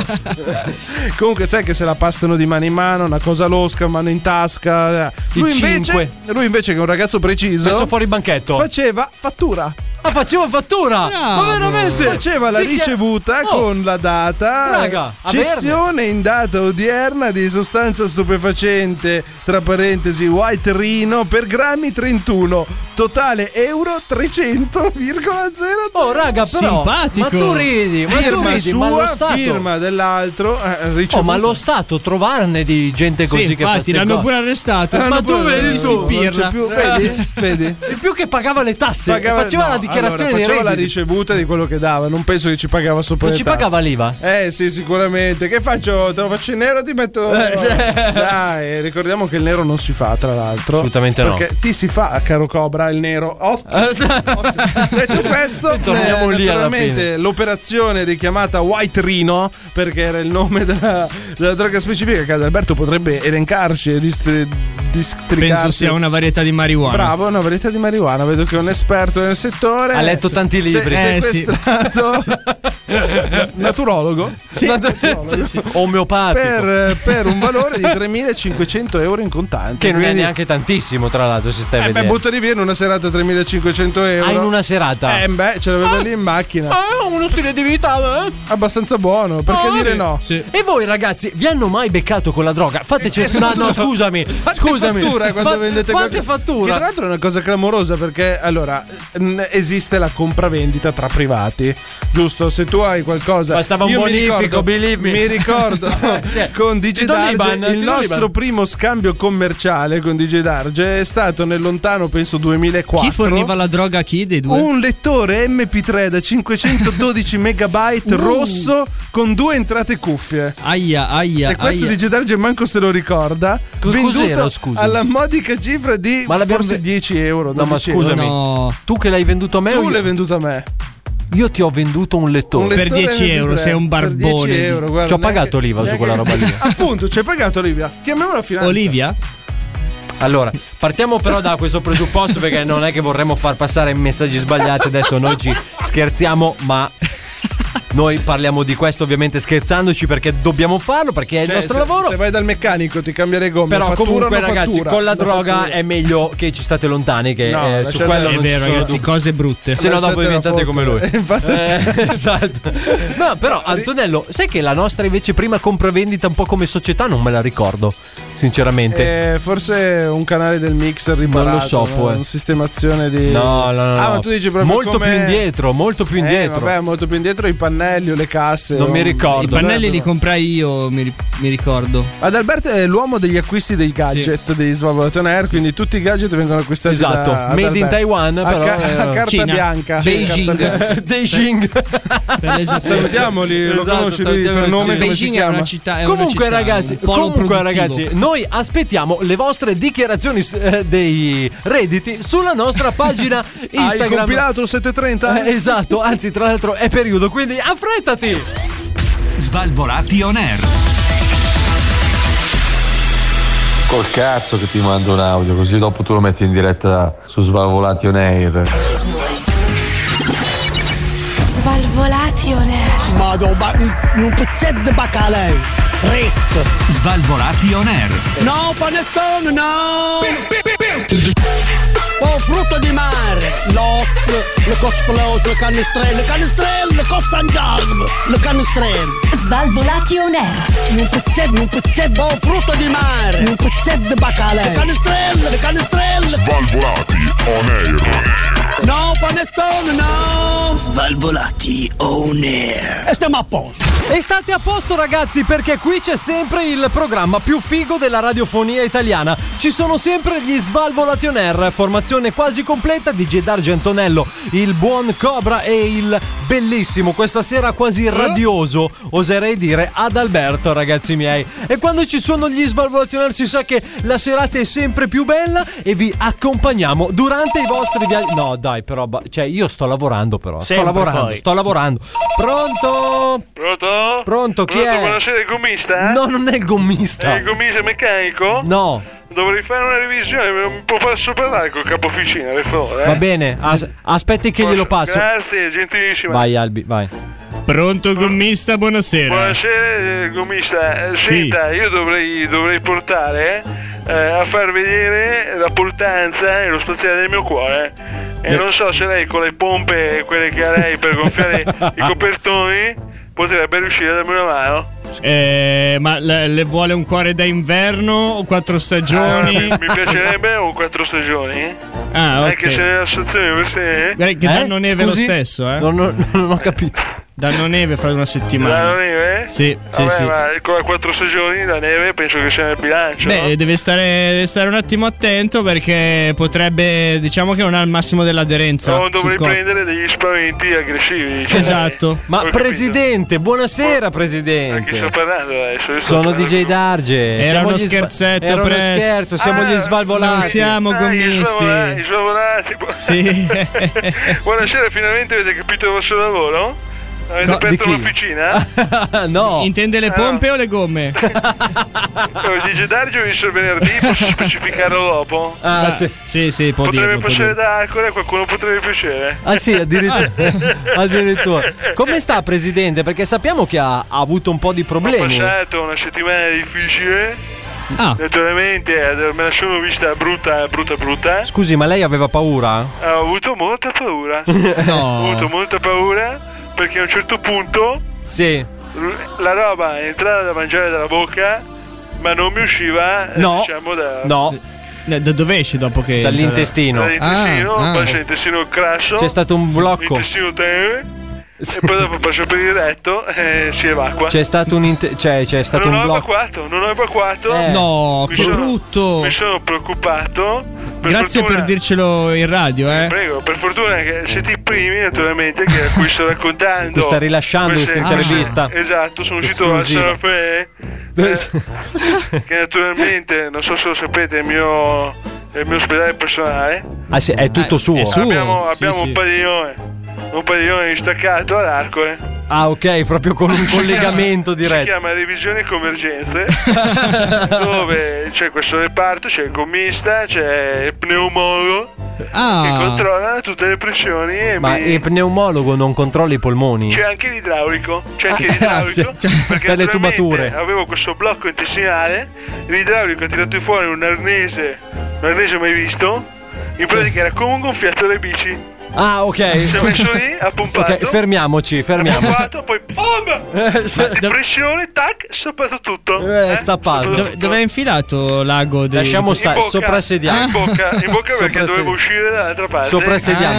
[SPEAKER 8] Comunque, sai che se la passano di mano in mano, una cosa losca, mano in tasca. eh.
[SPEAKER 9] I
[SPEAKER 8] Lui invece,
[SPEAKER 9] cinque.
[SPEAKER 8] lui invece, che è un ragazzo preciso,
[SPEAKER 9] Messo fuori il banchetto.
[SPEAKER 8] faceva fattura.
[SPEAKER 9] Ah, faceva fattura! Ma veramente?
[SPEAKER 8] Faceva la
[SPEAKER 9] Di chi-
[SPEAKER 8] ricevuta
[SPEAKER 9] Oh.
[SPEAKER 8] con la data
[SPEAKER 9] Raga,
[SPEAKER 8] eh,
[SPEAKER 9] a
[SPEAKER 8] cessione in data odierna di sostanza stupefacente tra parentesi white rino per grammi 31 totale euro 300,03
[SPEAKER 9] Oh, raga, però, Simpatico. ma tu ridi, ma tu
[SPEAKER 8] firma
[SPEAKER 9] ridi,
[SPEAKER 8] sua
[SPEAKER 9] ma lo Stato-
[SPEAKER 8] firma dell'altro eh,
[SPEAKER 9] Oh,
[SPEAKER 8] ricevuta
[SPEAKER 9] ma lo Stato trovarne di gente così che fa
[SPEAKER 15] infatti,
[SPEAKER 9] ste
[SPEAKER 15] l'hanno
[SPEAKER 9] cose. Eh,
[SPEAKER 15] pure arrestato.
[SPEAKER 9] Ma
[SPEAKER 15] L'hanno
[SPEAKER 9] Ah, tu
[SPEAKER 15] pure
[SPEAKER 9] vedi
[SPEAKER 15] arrestato.
[SPEAKER 9] tu?
[SPEAKER 15] Si pirla.
[SPEAKER 8] Ah, Non c'è più, vedi? Eh. vedi?
[SPEAKER 9] Il più che pagava le tasse,
[SPEAKER 8] Pagava-
[SPEAKER 9] faceva
[SPEAKER 8] no,
[SPEAKER 9] la dichiarazione
[SPEAKER 8] allora,
[SPEAKER 9] di
[SPEAKER 8] faceva la
[SPEAKER 9] redditi.
[SPEAKER 8] ricevuta di quello che dava non penso che ci pagava sopra
[SPEAKER 9] Non
[SPEAKER 8] le
[SPEAKER 9] ci
[SPEAKER 8] tasse.
[SPEAKER 9] pagava l'IVA?
[SPEAKER 8] eh sì sicuramente che faccio te lo faccio in nero ti metto
[SPEAKER 9] Eh, sì.
[SPEAKER 8] dai Eh, ricordiamo che il nero non si fa tra l'altro
[SPEAKER 9] Assolutamente no.
[SPEAKER 8] perché
[SPEAKER 9] (laughs)
[SPEAKER 8] ti si fa caro Cobra il nero Oh, ottimo detto questo eh,
[SPEAKER 9] Torniamo lì alla
[SPEAKER 8] naturalmente
[SPEAKER 9] fine.
[SPEAKER 8] l'operazione richiamata White Rino perché era il nome della, della droga specifica che Alberto potrebbe elencarci e distri- districarci
[SPEAKER 15] Penso sia una varietà di marijuana.
[SPEAKER 8] Bravo, una varietà di marijuana. Vedo che è un esperto nel settore.
[SPEAKER 9] Ha letto tanti libri.
[SPEAKER 8] Se-
[SPEAKER 9] Eh,
[SPEAKER 8] sequestrato. (laughs) Naturologo. Naturologo.
[SPEAKER 9] Omeopatico.
[SPEAKER 8] Per, per un valore di 3.500 euro in contanti.
[SPEAKER 9] Che non è
[SPEAKER 8] Quindi-
[SPEAKER 9] neanche tantissimo, tra l'altro, se stai
[SPEAKER 8] Eh beh,
[SPEAKER 9] vedendo.
[SPEAKER 8] buttali via in una serata 3.500 euro.
[SPEAKER 9] Ah, in una serata.
[SPEAKER 8] Eh beh, ce l'avevo lì in macchina.
[SPEAKER 9] Ah, uno stile di vita, eh?
[SPEAKER 8] Abbastanza buono, perché
[SPEAKER 9] Ah,
[SPEAKER 8] dire
[SPEAKER 9] sì,
[SPEAKER 8] no?
[SPEAKER 9] sì. E voi ragazzi, vi hanno mai beccato con la droga? Fateci
[SPEAKER 8] Eh,
[SPEAKER 9] no, no,
[SPEAKER 8] soprattutto-
[SPEAKER 9] scusami.
[SPEAKER 8] (laughs) Fate
[SPEAKER 9] scusami.
[SPEAKER 8] fattura eh, quando
[SPEAKER 9] Fa- Fate
[SPEAKER 8] vendete qualcosa. Che tra
[SPEAKER 9] fattura.
[SPEAKER 8] l'altro è una cosa clamorosa perché allora mh, esiste la compravendita tra privati, giusto? Se tu hai qualcosa.
[SPEAKER 9] Bastava un
[SPEAKER 8] io mi
[SPEAKER 9] bonifico,
[SPEAKER 8] ricordo,
[SPEAKER 9] believe me.
[SPEAKER 8] Mi ricordo
[SPEAKER 9] (laughs) Cioè,
[SPEAKER 8] con
[SPEAKER 9] ti do
[SPEAKER 8] DigiDarge
[SPEAKER 9] l'Iban, ti
[SPEAKER 8] il
[SPEAKER 9] do
[SPEAKER 8] nostro
[SPEAKER 9] l'Iban.
[SPEAKER 8] primo scambio commerciale con DigiDarge è stato nel lontano penso 2004.
[SPEAKER 15] Chi forniva la droga a chi dei due?
[SPEAKER 8] Un lettore MP3
[SPEAKER 15] (laughs)
[SPEAKER 8] da 512 megabyte
[SPEAKER 15] Uh.
[SPEAKER 8] rosso con due entrate cuffie.
[SPEAKER 15] Aia, aia.
[SPEAKER 8] E questo
[SPEAKER 15] aia.
[SPEAKER 8] di Gedarge manco se lo ricorda.
[SPEAKER 9] Cos'era,
[SPEAKER 8] venduto
[SPEAKER 9] scusa?
[SPEAKER 8] alla modica cifra di
[SPEAKER 9] Ma l'abbiamo
[SPEAKER 8] forse
[SPEAKER 9] ve-
[SPEAKER 8] 10 euro.
[SPEAKER 9] No, ma
[SPEAKER 8] 12 euro.
[SPEAKER 9] scusami. Tu che l'hai venduto a me? o
[SPEAKER 8] Tu
[SPEAKER 9] io?
[SPEAKER 8] l'hai venduto a me.
[SPEAKER 9] Io ti ho venduto un lettore.
[SPEAKER 8] Un lettore
[SPEAKER 15] per 10 euro,
[SPEAKER 8] MP3,
[SPEAKER 15] sei un
[SPEAKER 8] per 10
[SPEAKER 15] barbone.
[SPEAKER 8] euro, guarda,
[SPEAKER 9] Ci ho
[SPEAKER 8] neanche-
[SPEAKER 9] pagato l'IVA su
[SPEAKER 8] neanche- Ah,
[SPEAKER 9] quella roba
[SPEAKER 8] (laughs)
[SPEAKER 9] lì.
[SPEAKER 8] Appunto, ci hai pagato l'IVA. Chiamiamola finanza.
[SPEAKER 15] Olivia?
[SPEAKER 9] Allora, partiamo però da questo presupposto perché non è che vorremmo far passare messaggi sbagliati. Adesso noi ci scherziamo, ma noi parliamo di questo ovviamente scherzandoci perché dobbiamo farlo, perché è il
[SPEAKER 8] Cioè,
[SPEAKER 9] nostro
[SPEAKER 8] se,
[SPEAKER 9] lavoro.
[SPEAKER 8] Se vai dal meccanico ti cambia le gomme.
[SPEAKER 9] Però
[SPEAKER 8] fattura,
[SPEAKER 9] comunque
[SPEAKER 8] no
[SPEAKER 9] ragazzi,
[SPEAKER 8] fattura,
[SPEAKER 9] con la
[SPEAKER 8] no
[SPEAKER 9] droga
[SPEAKER 8] fattura.
[SPEAKER 9] è meglio che ci state lontani che
[SPEAKER 8] No,
[SPEAKER 9] eh, su
[SPEAKER 8] lasciate-
[SPEAKER 9] quello
[SPEAKER 8] è
[SPEAKER 9] non
[SPEAKER 8] vero,
[SPEAKER 9] ci sono
[SPEAKER 8] ragazzi,
[SPEAKER 9] dubbi.
[SPEAKER 15] cose brutte.
[SPEAKER 9] Se no dopo
[SPEAKER 8] Lasciatela
[SPEAKER 9] diventate come lui.
[SPEAKER 8] (laughs) fottere. Infatti.
[SPEAKER 9] Eh, (laughs) esatto. No, però Antonello, sai che la nostra invece prima compravendita un po' come società non me la ricordo, sinceramente.
[SPEAKER 8] Eh, forse un canale del mixer riparato.
[SPEAKER 9] Non lo so,
[SPEAKER 8] no?
[SPEAKER 9] poi.
[SPEAKER 8] Un sistemazione di.
[SPEAKER 9] No, no, no. no.
[SPEAKER 8] Ah, ma tu dici proprio
[SPEAKER 9] molto
[SPEAKER 8] come-
[SPEAKER 9] più indietro, molto più indietro.
[SPEAKER 8] Eh, vabbè, molto più indietro i pannelli o le casse.
[SPEAKER 9] Non
[SPEAKER 8] o-
[SPEAKER 12] eh.
[SPEAKER 9] mi
[SPEAKER 15] I
[SPEAKER 9] ricordo.
[SPEAKER 15] pannelli li comprai io, mi, ri- mi ricordo.
[SPEAKER 8] Adalberto è l'uomo degli acquisti dei gadget dei Svalvolato Air, quindi tutti i gadget vengono acquistati
[SPEAKER 9] Esatto,
[SPEAKER 8] da
[SPEAKER 9] made in
[SPEAKER 8] Adalberto.
[SPEAKER 9] Taiwan,
[SPEAKER 8] a,
[SPEAKER 9] però,
[SPEAKER 8] ca- a
[SPEAKER 9] eh,
[SPEAKER 8] carta
[SPEAKER 9] Cina.
[SPEAKER 8] bianca.
[SPEAKER 9] Beijing.
[SPEAKER 8] Sì, a carta bianca.
[SPEAKER 9] (laughs) Beijing.
[SPEAKER 8] Salutiamoli, lo
[SPEAKER 9] Esatto,
[SPEAKER 8] conosci lui
[SPEAKER 9] salutiamo
[SPEAKER 8] per
[SPEAKER 9] il
[SPEAKER 8] nome
[SPEAKER 9] Cina.
[SPEAKER 8] come si
[SPEAKER 15] Beijing è
[SPEAKER 8] chiama?
[SPEAKER 15] una città. È
[SPEAKER 9] Comunque,
[SPEAKER 15] una città,
[SPEAKER 9] ragazzi,
[SPEAKER 15] un polo
[SPEAKER 9] comunque
[SPEAKER 15] produttivo.
[SPEAKER 9] ragazzi, noi aspettiamo le vostre dichiarazioni eh, dei redditi sulla nostra pagina Instagram.
[SPEAKER 8] (laughs) Hai compilato il 730?
[SPEAKER 9] Eh, esatto, anzi, tra l'altro è periodo, quindi affrettati!
[SPEAKER 25] Svalvolati on air.
[SPEAKER 1] Col cazzo che ti mando un audio, così dopo tu lo metti in diretta su Svalvolati on air.
[SPEAKER 26] Svalvolati on air.
[SPEAKER 5] Vado, ba- un, un pezzetto di bacalei. Fritto.
[SPEAKER 25] Svalvolati on air.
[SPEAKER 5] No, panettone, no! Oh, frutto di mare! L'oc, le cosplot, le canestrelle, le canestrelle, le cossangiarm, le canestrelle!
[SPEAKER 27] Svalvolati on air.
[SPEAKER 5] Un pezzetto, un pezzetto, oh, frutto di mare! Un pezzetto di bacalei! Le canestrelle, le canestrelle!
[SPEAKER 4] Svalvolati on air.
[SPEAKER 5] No, panettone, no!
[SPEAKER 26] Svalvolati on air.
[SPEAKER 5] E stiamo a posto!
[SPEAKER 9] E state a posto ragazzi perché qui c'è sempre il programma più figo della radiofonia italiana. Ci sono sempre gli Svalvolati on Air, formazione quasi completa di Gedarge Antonello, il buon Cobra e il bellissimo, questa sera
[SPEAKER 5] Eh?
[SPEAKER 9] quasi radioso, oserei dire, Adalberto ragazzi miei. E quando ci sono gli Svalvolati on Air si sa che la serata è sempre più bella e vi accompagniamo durante i vostri viaggi. No dai però, ba- cioè io sto lavorando però,
[SPEAKER 12] Sempre
[SPEAKER 9] sto lavorando,
[SPEAKER 12] poi.
[SPEAKER 9] sto lavorando. Pronto?
[SPEAKER 12] Pronto?
[SPEAKER 9] Pronto, chi è?
[SPEAKER 12] Buonasera, il gommista? eh?
[SPEAKER 9] No, non è il gommista.
[SPEAKER 12] È il gommista meccanico?
[SPEAKER 9] No.
[SPEAKER 12] Dovrei fare una revisione, me lo può far superare col capofficina, per favore. eh?
[SPEAKER 9] Va bene, as- aspetti che glielo passo.
[SPEAKER 12] Grazie, gentilissima.
[SPEAKER 9] Vai Albi, vai.
[SPEAKER 15] Pronto gommista, buonasera.
[SPEAKER 12] Buonasera, eh, gommista. Eh,
[SPEAKER 15] Sì.
[SPEAKER 12] Senta, io dovrei, dovrei portare eh, a far vedere la portanza e lo spaziale del mio cuore. E non so se lei con le pompe, quelle che ha lei per
[SPEAKER 9] (laughs)
[SPEAKER 12] gonfiare i copertoni, potrebbe riuscire a darmi una mano.
[SPEAKER 15] Eh, ma le, le vuole un cuore da inverno o quattro
[SPEAKER 12] Allora,
[SPEAKER 15] stagioni?
[SPEAKER 12] Eh, mi, Ah, mi piacerebbe un quattro stagioni.
[SPEAKER 15] Ah, ok.
[SPEAKER 12] Anche se nella stazione queste.
[SPEAKER 15] Guarda che danno neve lo stesso, eh.
[SPEAKER 9] Eh, Non, ho capito.
[SPEAKER 15] Danno neve fra una settimana.
[SPEAKER 12] La neve?
[SPEAKER 15] Sì, sì,
[SPEAKER 12] Vabbè,
[SPEAKER 15] sì.
[SPEAKER 12] ma con la quattro stagioni la neve penso che sia nel bilancio.
[SPEAKER 15] Beh,
[SPEAKER 12] no?
[SPEAKER 15] deve stare, deve stare un attimo attento perché potrebbe, diciamo che non ha il massimo dell'aderenza.
[SPEAKER 12] Non
[SPEAKER 15] sul
[SPEAKER 12] dovrei
[SPEAKER 15] corpo.
[SPEAKER 12] prendere degli spaventi aggressivi. diciamo.
[SPEAKER 15] Esatto.
[SPEAKER 12] Ho
[SPEAKER 9] Ma
[SPEAKER 12] capito.
[SPEAKER 9] presidente, buonasera
[SPEAKER 12] Ma chi sto
[SPEAKER 9] presidente.
[SPEAKER 12] parlando adesso? Io sto
[SPEAKER 9] Sono
[SPEAKER 12] parlando-
[SPEAKER 9] DJ Darge.
[SPEAKER 15] Era
[SPEAKER 9] Eh, Siamo
[SPEAKER 15] uno
[SPEAKER 9] gli sva-
[SPEAKER 15] scherzetto,
[SPEAKER 9] Era uno
[SPEAKER 15] Press.
[SPEAKER 9] scherzo, siamo
[SPEAKER 15] Ah,
[SPEAKER 9] gli svalvolati.
[SPEAKER 15] non siamo
[SPEAKER 12] Ah, gli svalvolati, gli svalvolati. Bu- (laughs)
[SPEAKER 15] Sì.
[SPEAKER 12] Buonasera, finalmente avete capito il vostro lavoro? Avete
[SPEAKER 15] Co-
[SPEAKER 12] aperto Ah.
[SPEAKER 15] di chi?
[SPEAKER 12] un'officina?
[SPEAKER 15] (laughs)
[SPEAKER 9] (laughs) no.
[SPEAKER 15] Intende le pompe o le
[SPEAKER 12] (laughs)
[SPEAKER 15] gomme?
[SPEAKER 12] Come dice Darge, ho visto Oh, il venerdì, posso specificarlo dopo?
[SPEAKER 15] Ah, sì. Sì, sì, può
[SPEAKER 12] Potrebbe
[SPEAKER 15] dirlo, può
[SPEAKER 12] piacere
[SPEAKER 15] dirlo.
[SPEAKER 12] da Arcore, a qualcuno potrebbe piacere.
[SPEAKER 9] Ah sì,
[SPEAKER 12] (laughs)
[SPEAKER 9] addirittura. addirittura. Come sta presidente? Perché sappiamo che ha, ha avuto un po' di
[SPEAKER 12] Ho
[SPEAKER 9] problemi.
[SPEAKER 12] passato una settimana difficile.
[SPEAKER 9] Ah.
[SPEAKER 12] Naturalmente eh, me la sono vista brutta, brutta, brutta.
[SPEAKER 9] Scusi, ma lei aveva paura?
[SPEAKER 12] Ho avuto molta paura.
[SPEAKER 9] (laughs) No.
[SPEAKER 12] Ho avuto molta paura perché a un certo punto
[SPEAKER 9] Sì.
[SPEAKER 12] l- la roba entrava da mangiare dalla bocca, ma non mi usciva, eh,
[SPEAKER 15] No.
[SPEAKER 12] diciamo, da,
[SPEAKER 15] Da, da dove esce dopo che.
[SPEAKER 9] Dall'intestino.
[SPEAKER 12] dall'intestino,
[SPEAKER 15] Ah, ah.
[SPEAKER 12] poi c'è l'intestino grasso.
[SPEAKER 9] C'è stato un blocco.
[SPEAKER 12] L'intestino tenue. E poi dopo passa per il retto e si evacua.
[SPEAKER 9] C'è stato un inte- cioè, c'è stato
[SPEAKER 12] non
[SPEAKER 9] un
[SPEAKER 12] ho
[SPEAKER 9] blocco.
[SPEAKER 12] evacuato, non ho evacuato.
[SPEAKER 15] Eh. No, che brutto.
[SPEAKER 12] Mi sono preoccupato. Per
[SPEAKER 15] Grazie
[SPEAKER 12] fortuna-
[SPEAKER 15] per dircelo in radio, eh.
[SPEAKER 12] Prego, per fortuna che siete i primi, naturalmente, che a cui sto raccontando.
[SPEAKER 15] Cui sta rilasciando
[SPEAKER 12] queste-
[SPEAKER 15] questa intervista.
[SPEAKER 12] Esatto, sono uscito dalla
[SPEAKER 15] Esclusiva.
[SPEAKER 12] San Fe, eh, (laughs) che naturalmente, non so se lo sapete, è il mio, è il mio ospedale personale. Eh,
[SPEAKER 9] Ah, sì, è tutto suo.
[SPEAKER 12] Abbiamo, abbiamo un padiglione, un padiglione distaccato eh. ad Arcore.
[SPEAKER 9] Ah, ok, proprio con un collegamento
[SPEAKER 12] Si
[SPEAKER 9] diretto.
[SPEAKER 12] chiama Revisione e
[SPEAKER 9] (laughs)
[SPEAKER 12] Convergenze, dove c'è questo reparto, c'è il gommista, c'è il pneumologo
[SPEAKER 9] Ah.
[SPEAKER 12] che controlla tutte le pressioni e
[SPEAKER 9] Ma
[SPEAKER 12] mi-
[SPEAKER 9] il pneumologo non controlla i polmoni?
[SPEAKER 12] c'è anche l'idraulico, c'è anche
[SPEAKER 9] Ah, (laughs) grazie.
[SPEAKER 12] l'idraulico
[SPEAKER 9] Cioè,
[SPEAKER 12] Cioè, perché
[SPEAKER 9] per le
[SPEAKER 12] naturalmente
[SPEAKER 9] tubature.
[SPEAKER 12] Avevo questo blocco intestinale, l'idraulico ha tirato fuori un arnese, un arnese mai visto, in pratica era come un gonfiatore bici.
[SPEAKER 9] Ah, ok.
[SPEAKER 12] Si è messo
[SPEAKER 9] (laughs)
[SPEAKER 12] lì, ha pompato.
[SPEAKER 9] Ok, fermiamoci,
[SPEAKER 12] Ha
[SPEAKER 9] fermiamo.
[SPEAKER 12] pompato, poi
[SPEAKER 9] Eh,
[SPEAKER 12] boom! Depressione, tac, stappato tutto.
[SPEAKER 15] Eh,
[SPEAKER 9] sta
[SPEAKER 15] Dove, dove è infilato l'ago del...
[SPEAKER 9] Lasciamo stare,
[SPEAKER 12] bocca,
[SPEAKER 9] soprassediamo.
[SPEAKER 12] In bocca, in bocca
[SPEAKER 15] (laughs)
[SPEAKER 12] perché
[SPEAKER 15] Soprassedi-
[SPEAKER 12] dovevo uscire dall'altra parte.
[SPEAKER 9] Soprassediamo.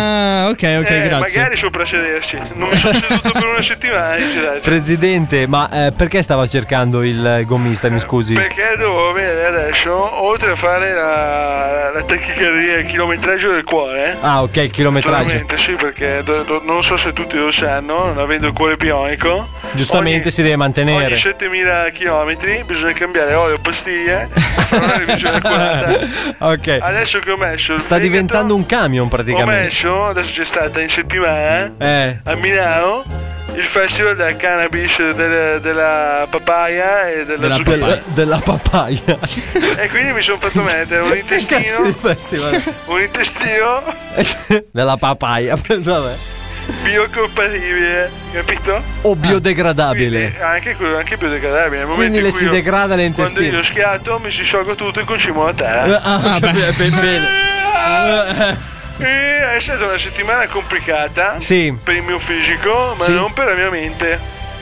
[SPEAKER 15] Ah, ok, ok,
[SPEAKER 12] Eh,
[SPEAKER 15] grazie.
[SPEAKER 12] Magari soprassedersi. Non mi sono seduto per una settimana. dice, dai,
[SPEAKER 9] Presidente, ma eh, perché stava cercando il gommista,
[SPEAKER 12] Eh,
[SPEAKER 9] mi scusi?
[SPEAKER 12] Perché devo avere adesso, oltre a fare la, la tachicardia e il chilometraggio del cuore,
[SPEAKER 9] Ah, ok, il chilometraggio.
[SPEAKER 12] naturalmente sì, perché do- do- non so se tutti lo sanno, non avendo il cuore bionico,
[SPEAKER 9] Giustamente si deve mantenere.
[SPEAKER 12] ogni 7000 km bisogna cambiare
[SPEAKER 9] (laughs)
[SPEAKER 12] olio, pastiglie, fare una revisione accurata.
[SPEAKER 9] Ok.
[SPEAKER 12] Adesso che ho messo il
[SPEAKER 9] Sta
[SPEAKER 12] fegato,
[SPEAKER 9] diventando un camion
[SPEAKER 12] Ho
[SPEAKER 9] praticamente.
[SPEAKER 12] messo, adesso c'è stata in settimana
[SPEAKER 9] Eh.
[SPEAKER 12] a Milano il festival del cannabis, del- della papaya e della,
[SPEAKER 9] Della,
[SPEAKER 12] zucchina.
[SPEAKER 9] della- della papaya.
[SPEAKER 12] (laughs)
[SPEAKER 9] (laughs)
[SPEAKER 12] E quindi mi sono fatto mettere un
[SPEAKER 9] cazzo
[SPEAKER 12] intestino.
[SPEAKER 9] di festival?
[SPEAKER 12] Un intestino
[SPEAKER 9] della papaya, (laughs) vabbè.
[SPEAKER 12] Ah, biocompatibile, capito?
[SPEAKER 9] O biodegradabile.
[SPEAKER 12] Quindi anche, quello- anche biodegradabile. Nel
[SPEAKER 9] Quindi
[SPEAKER 12] momento in
[SPEAKER 9] le
[SPEAKER 12] cui
[SPEAKER 9] si
[SPEAKER 12] io-
[SPEAKER 9] degrada le intestine.
[SPEAKER 12] Quando io schiatto mi si sciolgo tutto e concimo la terra.
[SPEAKER 9] Ah, vabbè, ben bene.
[SPEAKER 12] (laughs) E è stata una settimana complicata
[SPEAKER 9] Sì.
[SPEAKER 12] per il mio fisico, ma
[SPEAKER 9] Sì.
[SPEAKER 12] non per la mia mente.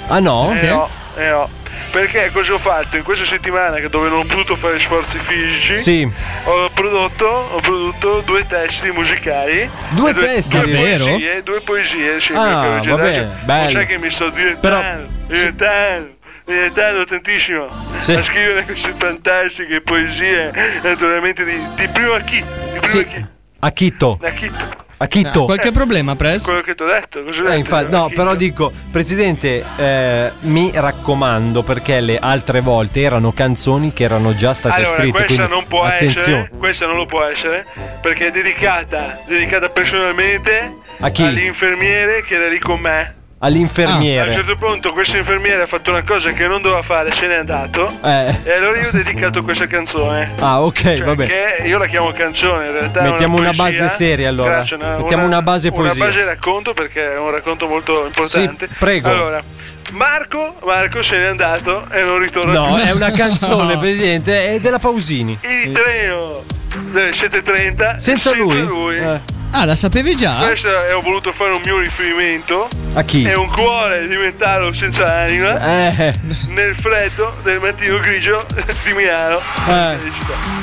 [SPEAKER 9] Ah no?
[SPEAKER 12] Eh no, eh no. Perché cosa ho fatto? In questa settimana che dove non ho potuto fare sforzi fisici,
[SPEAKER 9] Sì.
[SPEAKER 12] ho, prodotto, ho prodotto due testi musicali.
[SPEAKER 9] Due
[SPEAKER 12] e
[SPEAKER 9] testi,
[SPEAKER 12] due
[SPEAKER 9] vero?
[SPEAKER 12] Poesie, due poesie, sì,
[SPEAKER 9] Ah,
[SPEAKER 12] perché oggi
[SPEAKER 9] va
[SPEAKER 12] adesso-
[SPEAKER 9] bene,
[SPEAKER 12] non
[SPEAKER 9] bello.
[SPEAKER 12] sai che mi sto diventando, diventando, diventando tantissimo
[SPEAKER 9] Sì.
[SPEAKER 12] a scrivere queste fantastiche poesie, naturalmente di, di prima chi? Di prima chi?
[SPEAKER 9] A Chitto.
[SPEAKER 12] Da chi?
[SPEAKER 9] A Chitto.
[SPEAKER 12] Ah, qualche
[SPEAKER 9] problema, Pres?
[SPEAKER 12] Quello che ti ho detto, cosa ho detto?
[SPEAKER 9] Eh, infatti, no, però dico, presidente, eh, mi raccomando perché le altre volte erano canzoni che erano già state
[SPEAKER 12] allora,
[SPEAKER 9] scritte.
[SPEAKER 12] questa
[SPEAKER 9] quindi,
[SPEAKER 12] non può
[SPEAKER 9] attenzione.
[SPEAKER 12] essere, questa non lo può essere, perché è dedicata, dedicata personalmente
[SPEAKER 9] A chi?
[SPEAKER 12] all'infermiere che era lì con me. A un
[SPEAKER 9] All'infermiere.
[SPEAKER 12] certo punto questo infermiere ha fatto una cosa che non doveva fare, se n'è andato.
[SPEAKER 9] Eh.
[SPEAKER 12] E allora io ho dedicato questa canzone.
[SPEAKER 9] Ah, ok,
[SPEAKER 12] Cioè,
[SPEAKER 9] va bene.
[SPEAKER 12] Che io la chiamo canzone, in realtà. è
[SPEAKER 9] Mettiamo una
[SPEAKER 12] poesia.
[SPEAKER 9] base seria, allora.
[SPEAKER 12] Grazie,
[SPEAKER 9] Mettiamo una base poesia.
[SPEAKER 12] Una base racconto perché è un racconto molto importante.
[SPEAKER 9] prego.
[SPEAKER 12] Allora, Marco, Marco se n'è andato e non ritorna
[SPEAKER 9] No,
[SPEAKER 12] più.
[SPEAKER 9] è
[SPEAKER 12] (laughs)
[SPEAKER 9] una canzone, presidente, è della Pausini.
[SPEAKER 12] Il treno delle 7.30
[SPEAKER 9] Senza lui? Eh.
[SPEAKER 12] Ah, la sapevi
[SPEAKER 9] già?
[SPEAKER 12] Questo è- ho voluto fare un mio riferimento.
[SPEAKER 9] A chi?
[SPEAKER 12] È un cuore di metallo senza anima.
[SPEAKER 9] Eh.
[SPEAKER 12] Nel freddo del mattino grigio di Milano.
[SPEAKER 9] Eh.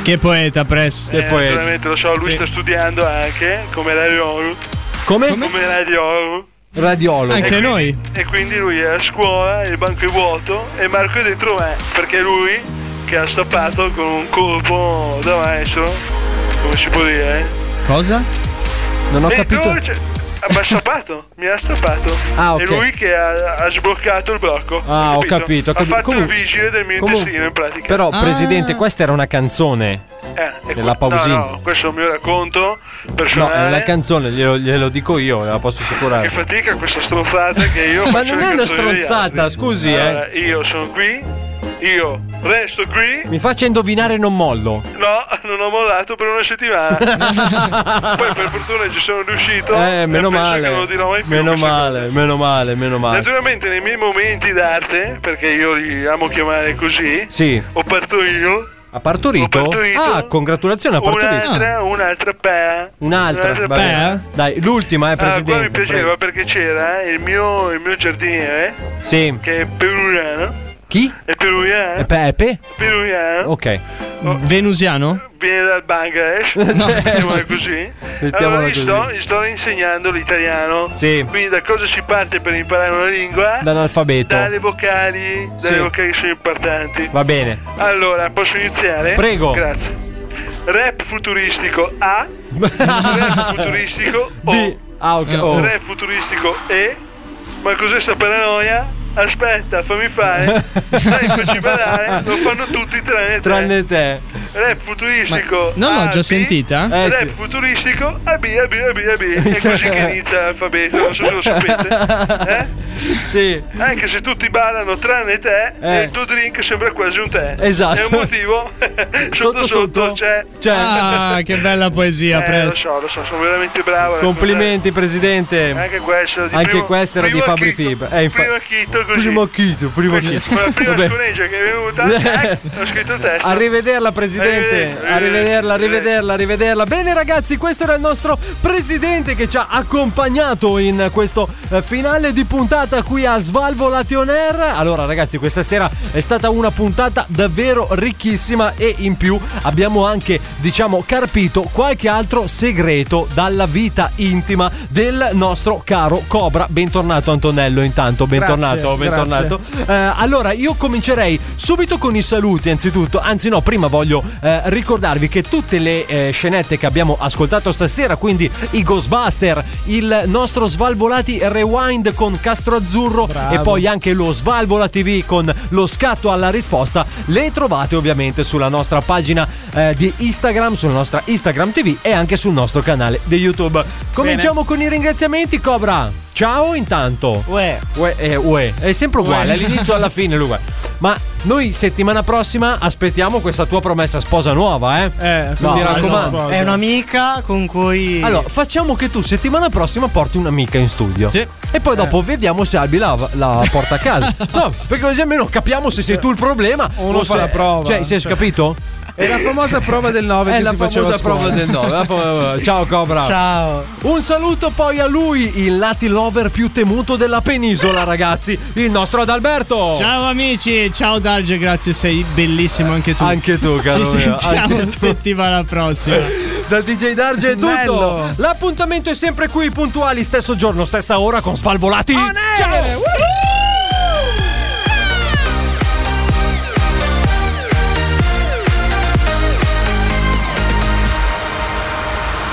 [SPEAKER 15] Che poeta, Press.
[SPEAKER 12] Eh, naturalmente lo so, lui sta studiando anche come radio.
[SPEAKER 9] Come?
[SPEAKER 12] Come radio.
[SPEAKER 9] Radiologo.
[SPEAKER 12] E quindi- E quindi lui è a scuola, il banco è vuoto e Marco è dentro me, perché è lui che ha stappato con un colpo da maestro, come si può dire. eh.
[SPEAKER 9] Cosa? Non ho
[SPEAKER 12] E
[SPEAKER 9] capito.
[SPEAKER 12] tu, cioè, Mi ha stappato, mi ha stappato.
[SPEAKER 9] Ah, ok.
[SPEAKER 12] È lui che ha, ha sbloccato il blocco.
[SPEAKER 9] Ah, ho capito, ho
[SPEAKER 12] Ha
[SPEAKER 9] capito.
[SPEAKER 12] fatto
[SPEAKER 9] Comunque-
[SPEAKER 12] il vigile del mio
[SPEAKER 9] comunque-
[SPEAKER 12] intestino in pratica.
[SPEAKER 9] Però, presidente, questa era una canzone.
[SPEAKER 12] Eh, e
[SPEAKER 9] della
[SPEAKER 12] que-
[SPEAKER 9] Pausini.
[SPEAKER 12] No, no, questo è un mio racconto
[SPEAKER 9] No, è
[SPEAKER 12] personale.
[SPEAKER 9] una canzone, glielo, glielo dico io, la posso assicurare.
[SPEAKER 12] Che fatica questa stronzata che io
[SPEAKER 9] (laughs) Ma
[SPEAKER 12] faccio
[SPEAKER 9] non
[SPEAKER 12] le
[SPEAKER 9] è una
[SPEAKER 12] canzoni degli
[SPEAKER 9] stronzata,
[SPEAKER 12] altri.
[SPEAKER 9] scusi, eh.
[SPEAKER 12] Allora, io sono qui, io resto qui.
[SPEAKER 9] Mi faccia indovinare e non mollo.
[SPEAKER 12] No, (laughs) non ho mollato per
[SPEAKER 9] (laughs)
[SPEAKER 12] una settimana. Poi per fortuna ci sono riuscito.
[SPEAKER 9] Eh,
[SPEAKER 12] e
[SPEAKER 9] meno
[SPEAKER 12] penso che non lo
[SPEAKER 9] male.
[SPEAKER 12] dirò mai più
[SPEAKER 9] Meno
[SPEAKER 12] questa
[SPEAKER 9] male, meno male, meno male.
[SPEAKER 12] Naturalmente nei miei momenti d'arte, perché io li amo chiamare così,
[SPEAKER 9] Sì.
[SPEAKER 12] ho partorito
[SPEAKER 9] Ha partorito? Ah, congratulazioni, ha partorito. Ah,
[SPEAKER 12] un'altra, un'altra pea.
[SPEAKER 9] Un'altra. va bene. Dai, l'ultima, eh,
[SPEAKER 12] Ah, qua mi
[SPEAKER 9] presidente.
[SPEAKER 12] piaceva perché c'era il mio, il mio giardiniere,
[SPEAKER 9] prego. Sì.
[SPEAKER 12] che è peruviano.
[SPEAKER 9] Chi? Oh.
[SPEAKER 12] È peruviano?
[SPEAKER 9] E Eh, Pepe?
[SPEAKER 12] peruviano.
[SPEAKER 9] Ok.
[SPEAKER 12] Oh.
[SPEAKER 15] Venusiano?
[SPEAKER 12] Viene dal
[SPEAKER 9] (laughs)
[SPEAKER 12] Bangladesh, mettiamola così.
[SPEAKER 15] Mettiamola
[SPEAKER 12] Allora gli
[SPEAKER 15] così.
[SPEAKER 12] sto, gli sto insegnando l'italiano.
[SPEAKER 9] Sì.
[SPEAKER 12] Quindi da cosa si parte per imparare una lingua?
[SPEAKER 9] Dall'alfabeto.
[SPEAKER 12] Dalle vocali, dalle
[SPEAKER 9] Sì.
[SPEAKER 12] vocali che sono importanti.
[SPEAKER 9] Va bene.
[SPEAKER 12] Allora, posso iniziare?
[SPEAKER 9] Prego.
[SPEAKER 12] Grazie. Rap futuristico
[SPEAKER 9] (laughs)
[SPEAKER 12] A, rap futuristico O,
[SPEAKER 9] Ah, ok. oh.
[SPEAKER 12] rap futuristico E. Ma cos'è sta paranoia? Aspetta, fammi fare. Dai, facci parlare. Lo fanno tutti tranne te.
[SPEAKER 9] Tranne te.
[SPEAKER 12] Rap futuristico.
[SPEAKER 15] Ma non l'ho
[SPEAKER 12] A,
[SPEAKER 15] già
[SPEAKER 12] B,
[SPEAKER 15] sentita? Eh,
[SPEAKER 12] rap
[SPEAKER 15] sì.
[SPEAKER 12] futuristico AB, AB, AB, AB. È così che inizia l'alfabeto, non so se lo sapete. Eh?
[SPEAKER 9] Sì.
[SPEAKER 12] Anche se tutti ballano tranne te,
[SPEAKER 9] Eh.
[SPEAKER 12] il tuo drink sembra quasi un tè.
[SPEAKER 9] Esatto.
[SPEAKER 12] È un motivo. sotto sotto, c'è.
[SPEAKER 9] Cioè,
[SPEAKER 15] Ah,
[SPEAKER 9] (laughs)
[SPEAKER 15] che bella poesia,
[SPEAKER 12] Eh, lo
[SPEAKER 15] Press.
[SPEAKER 12] so, lo so, sono veramente bravo. a
[SPEAKER 9] Complimenti, presidente.
[SPEAKER 12] raccontare. Anche questo.
[SPEAKER 9] Anche questo era di Fabri Fibra. Eh, infa-
[SPEAKER 12] prima chitto così.
[SPEAKER 9] Primo chito, primo chito.
[SPEAKER 12] Ma la prima
[SPEAKER 9] (laughs) Vabbè.
[SPEAKER 12] scureggia che è venuta, eh, ho scritto testo.
[SPEAKER 9] Arrivederla presidente,
[SPEAKER 12] Arrivederci,
[SPEAKER 9] arrivederla, arrivederla, arrivederla. Bene ragazzi, questo era il nostro presidente che ci ha accompagnato in questo eh, finale di puntata qui a Svalvolati On Air. Allora ragazzi, questa sera è stata una puntata davvero ricchissima e in più abbiamo anche, diciamo, carpito qualche altro segreto dalla vita intima del nostro caro Cobra. Bentornato Antonello intanto,
[SPEAKER 28] Grazie,
[SPEAKER 9] bentornato, bentornato. Eh, allora, io comincerei subito con i saluti, anzitutto. Anzi, no, prima voglio eh, ricordarvi che tutte le eh, scenette che abbiamo ascoltato stasera, quindi i Ghostbuster, il nostro Svalvolati Rewind con Castro Azzurro e poi anche lo Svalvola TV con lo scatto alla risposta, le trovate ovviamente sulla nostra pagina eh, di Instagram, sulla nostra Instagram TV e anche sul nostro canale di YouTube. Cominciamo con i ringraziamenti, Cobra. ciao intanto. Uè. Uè, eh, uè. È sempre
[SPEAKER 29] Uè.
[SPEAKER 9] uguale, all'inizio alla fine lui. uguale. Ma noi settimana prossima aspettiamo questa tua promessa sposa nuova, eh? Eh,
[SPEAKER 10] No,
[SPEAKER 9] mi raccomando.
[SPEAKER 10] no, è un'amica con cui.
[SPEAKER 9] Allora, facciamo che tu settimana prossima porti un'amica in studio. Sì. E poi dopo
[SPEAKER 8] Eh.
[SPEAKER 9] vediamo se Albi la, la porta a
[SPEAKER 8] (laughs)
[SPEAKER 9] casa. no, perché così almeno capiamo se sei tu il problema.
[SPEAKER 8] Uno
[SPEAKER 9] o
[SPEAKER 8] fa
[SPEAKER 9] se-
[SPEAKER 8] la prova.
[SPEAKER 9] Cioè, si è
[SPEAKER 8] Cioè-
[SPEAKER 9] capito?
[SPEAKER 8] È la famosa prova del 9
[SPEAKER 9] È
[SPEAKER 8] che
[SPEAKER 9] la
[SPEAKER 8] si faceva a
[SPEAKER 9] famosa
[SPEAKER 8] scuola.
[SPEAKER 9] prova del 9. Ciao Cobra.
[SPEAKER 10] Ciao.
[SPEAKER 9] Un saluto poi a lui, il lati lover più temuto della penisola, ragazzi. Il nostro Adalberto.
[SPEAKER 15] Ciao amici, ciao Darge, grazie, sei bellissimo anche tu.
[SPEAKER 9] Anche tu, caro
[SPEAKER 15] Ci
[SPEAKER 9] mio,
[SPEAKER 15] sentiamo
[SPEAKER 9] anche tu.
[SPEAKER 15] settimana prossima.
[SPEAKER 9] (laughs) Dal DJ Darge è tutto.
[SPEAKER 15] Bello.
[SPEAKER 9] L'appuntamento è sempre qui, puntuali, stesso giorno, stessa ora con Svalvolati. Ciao.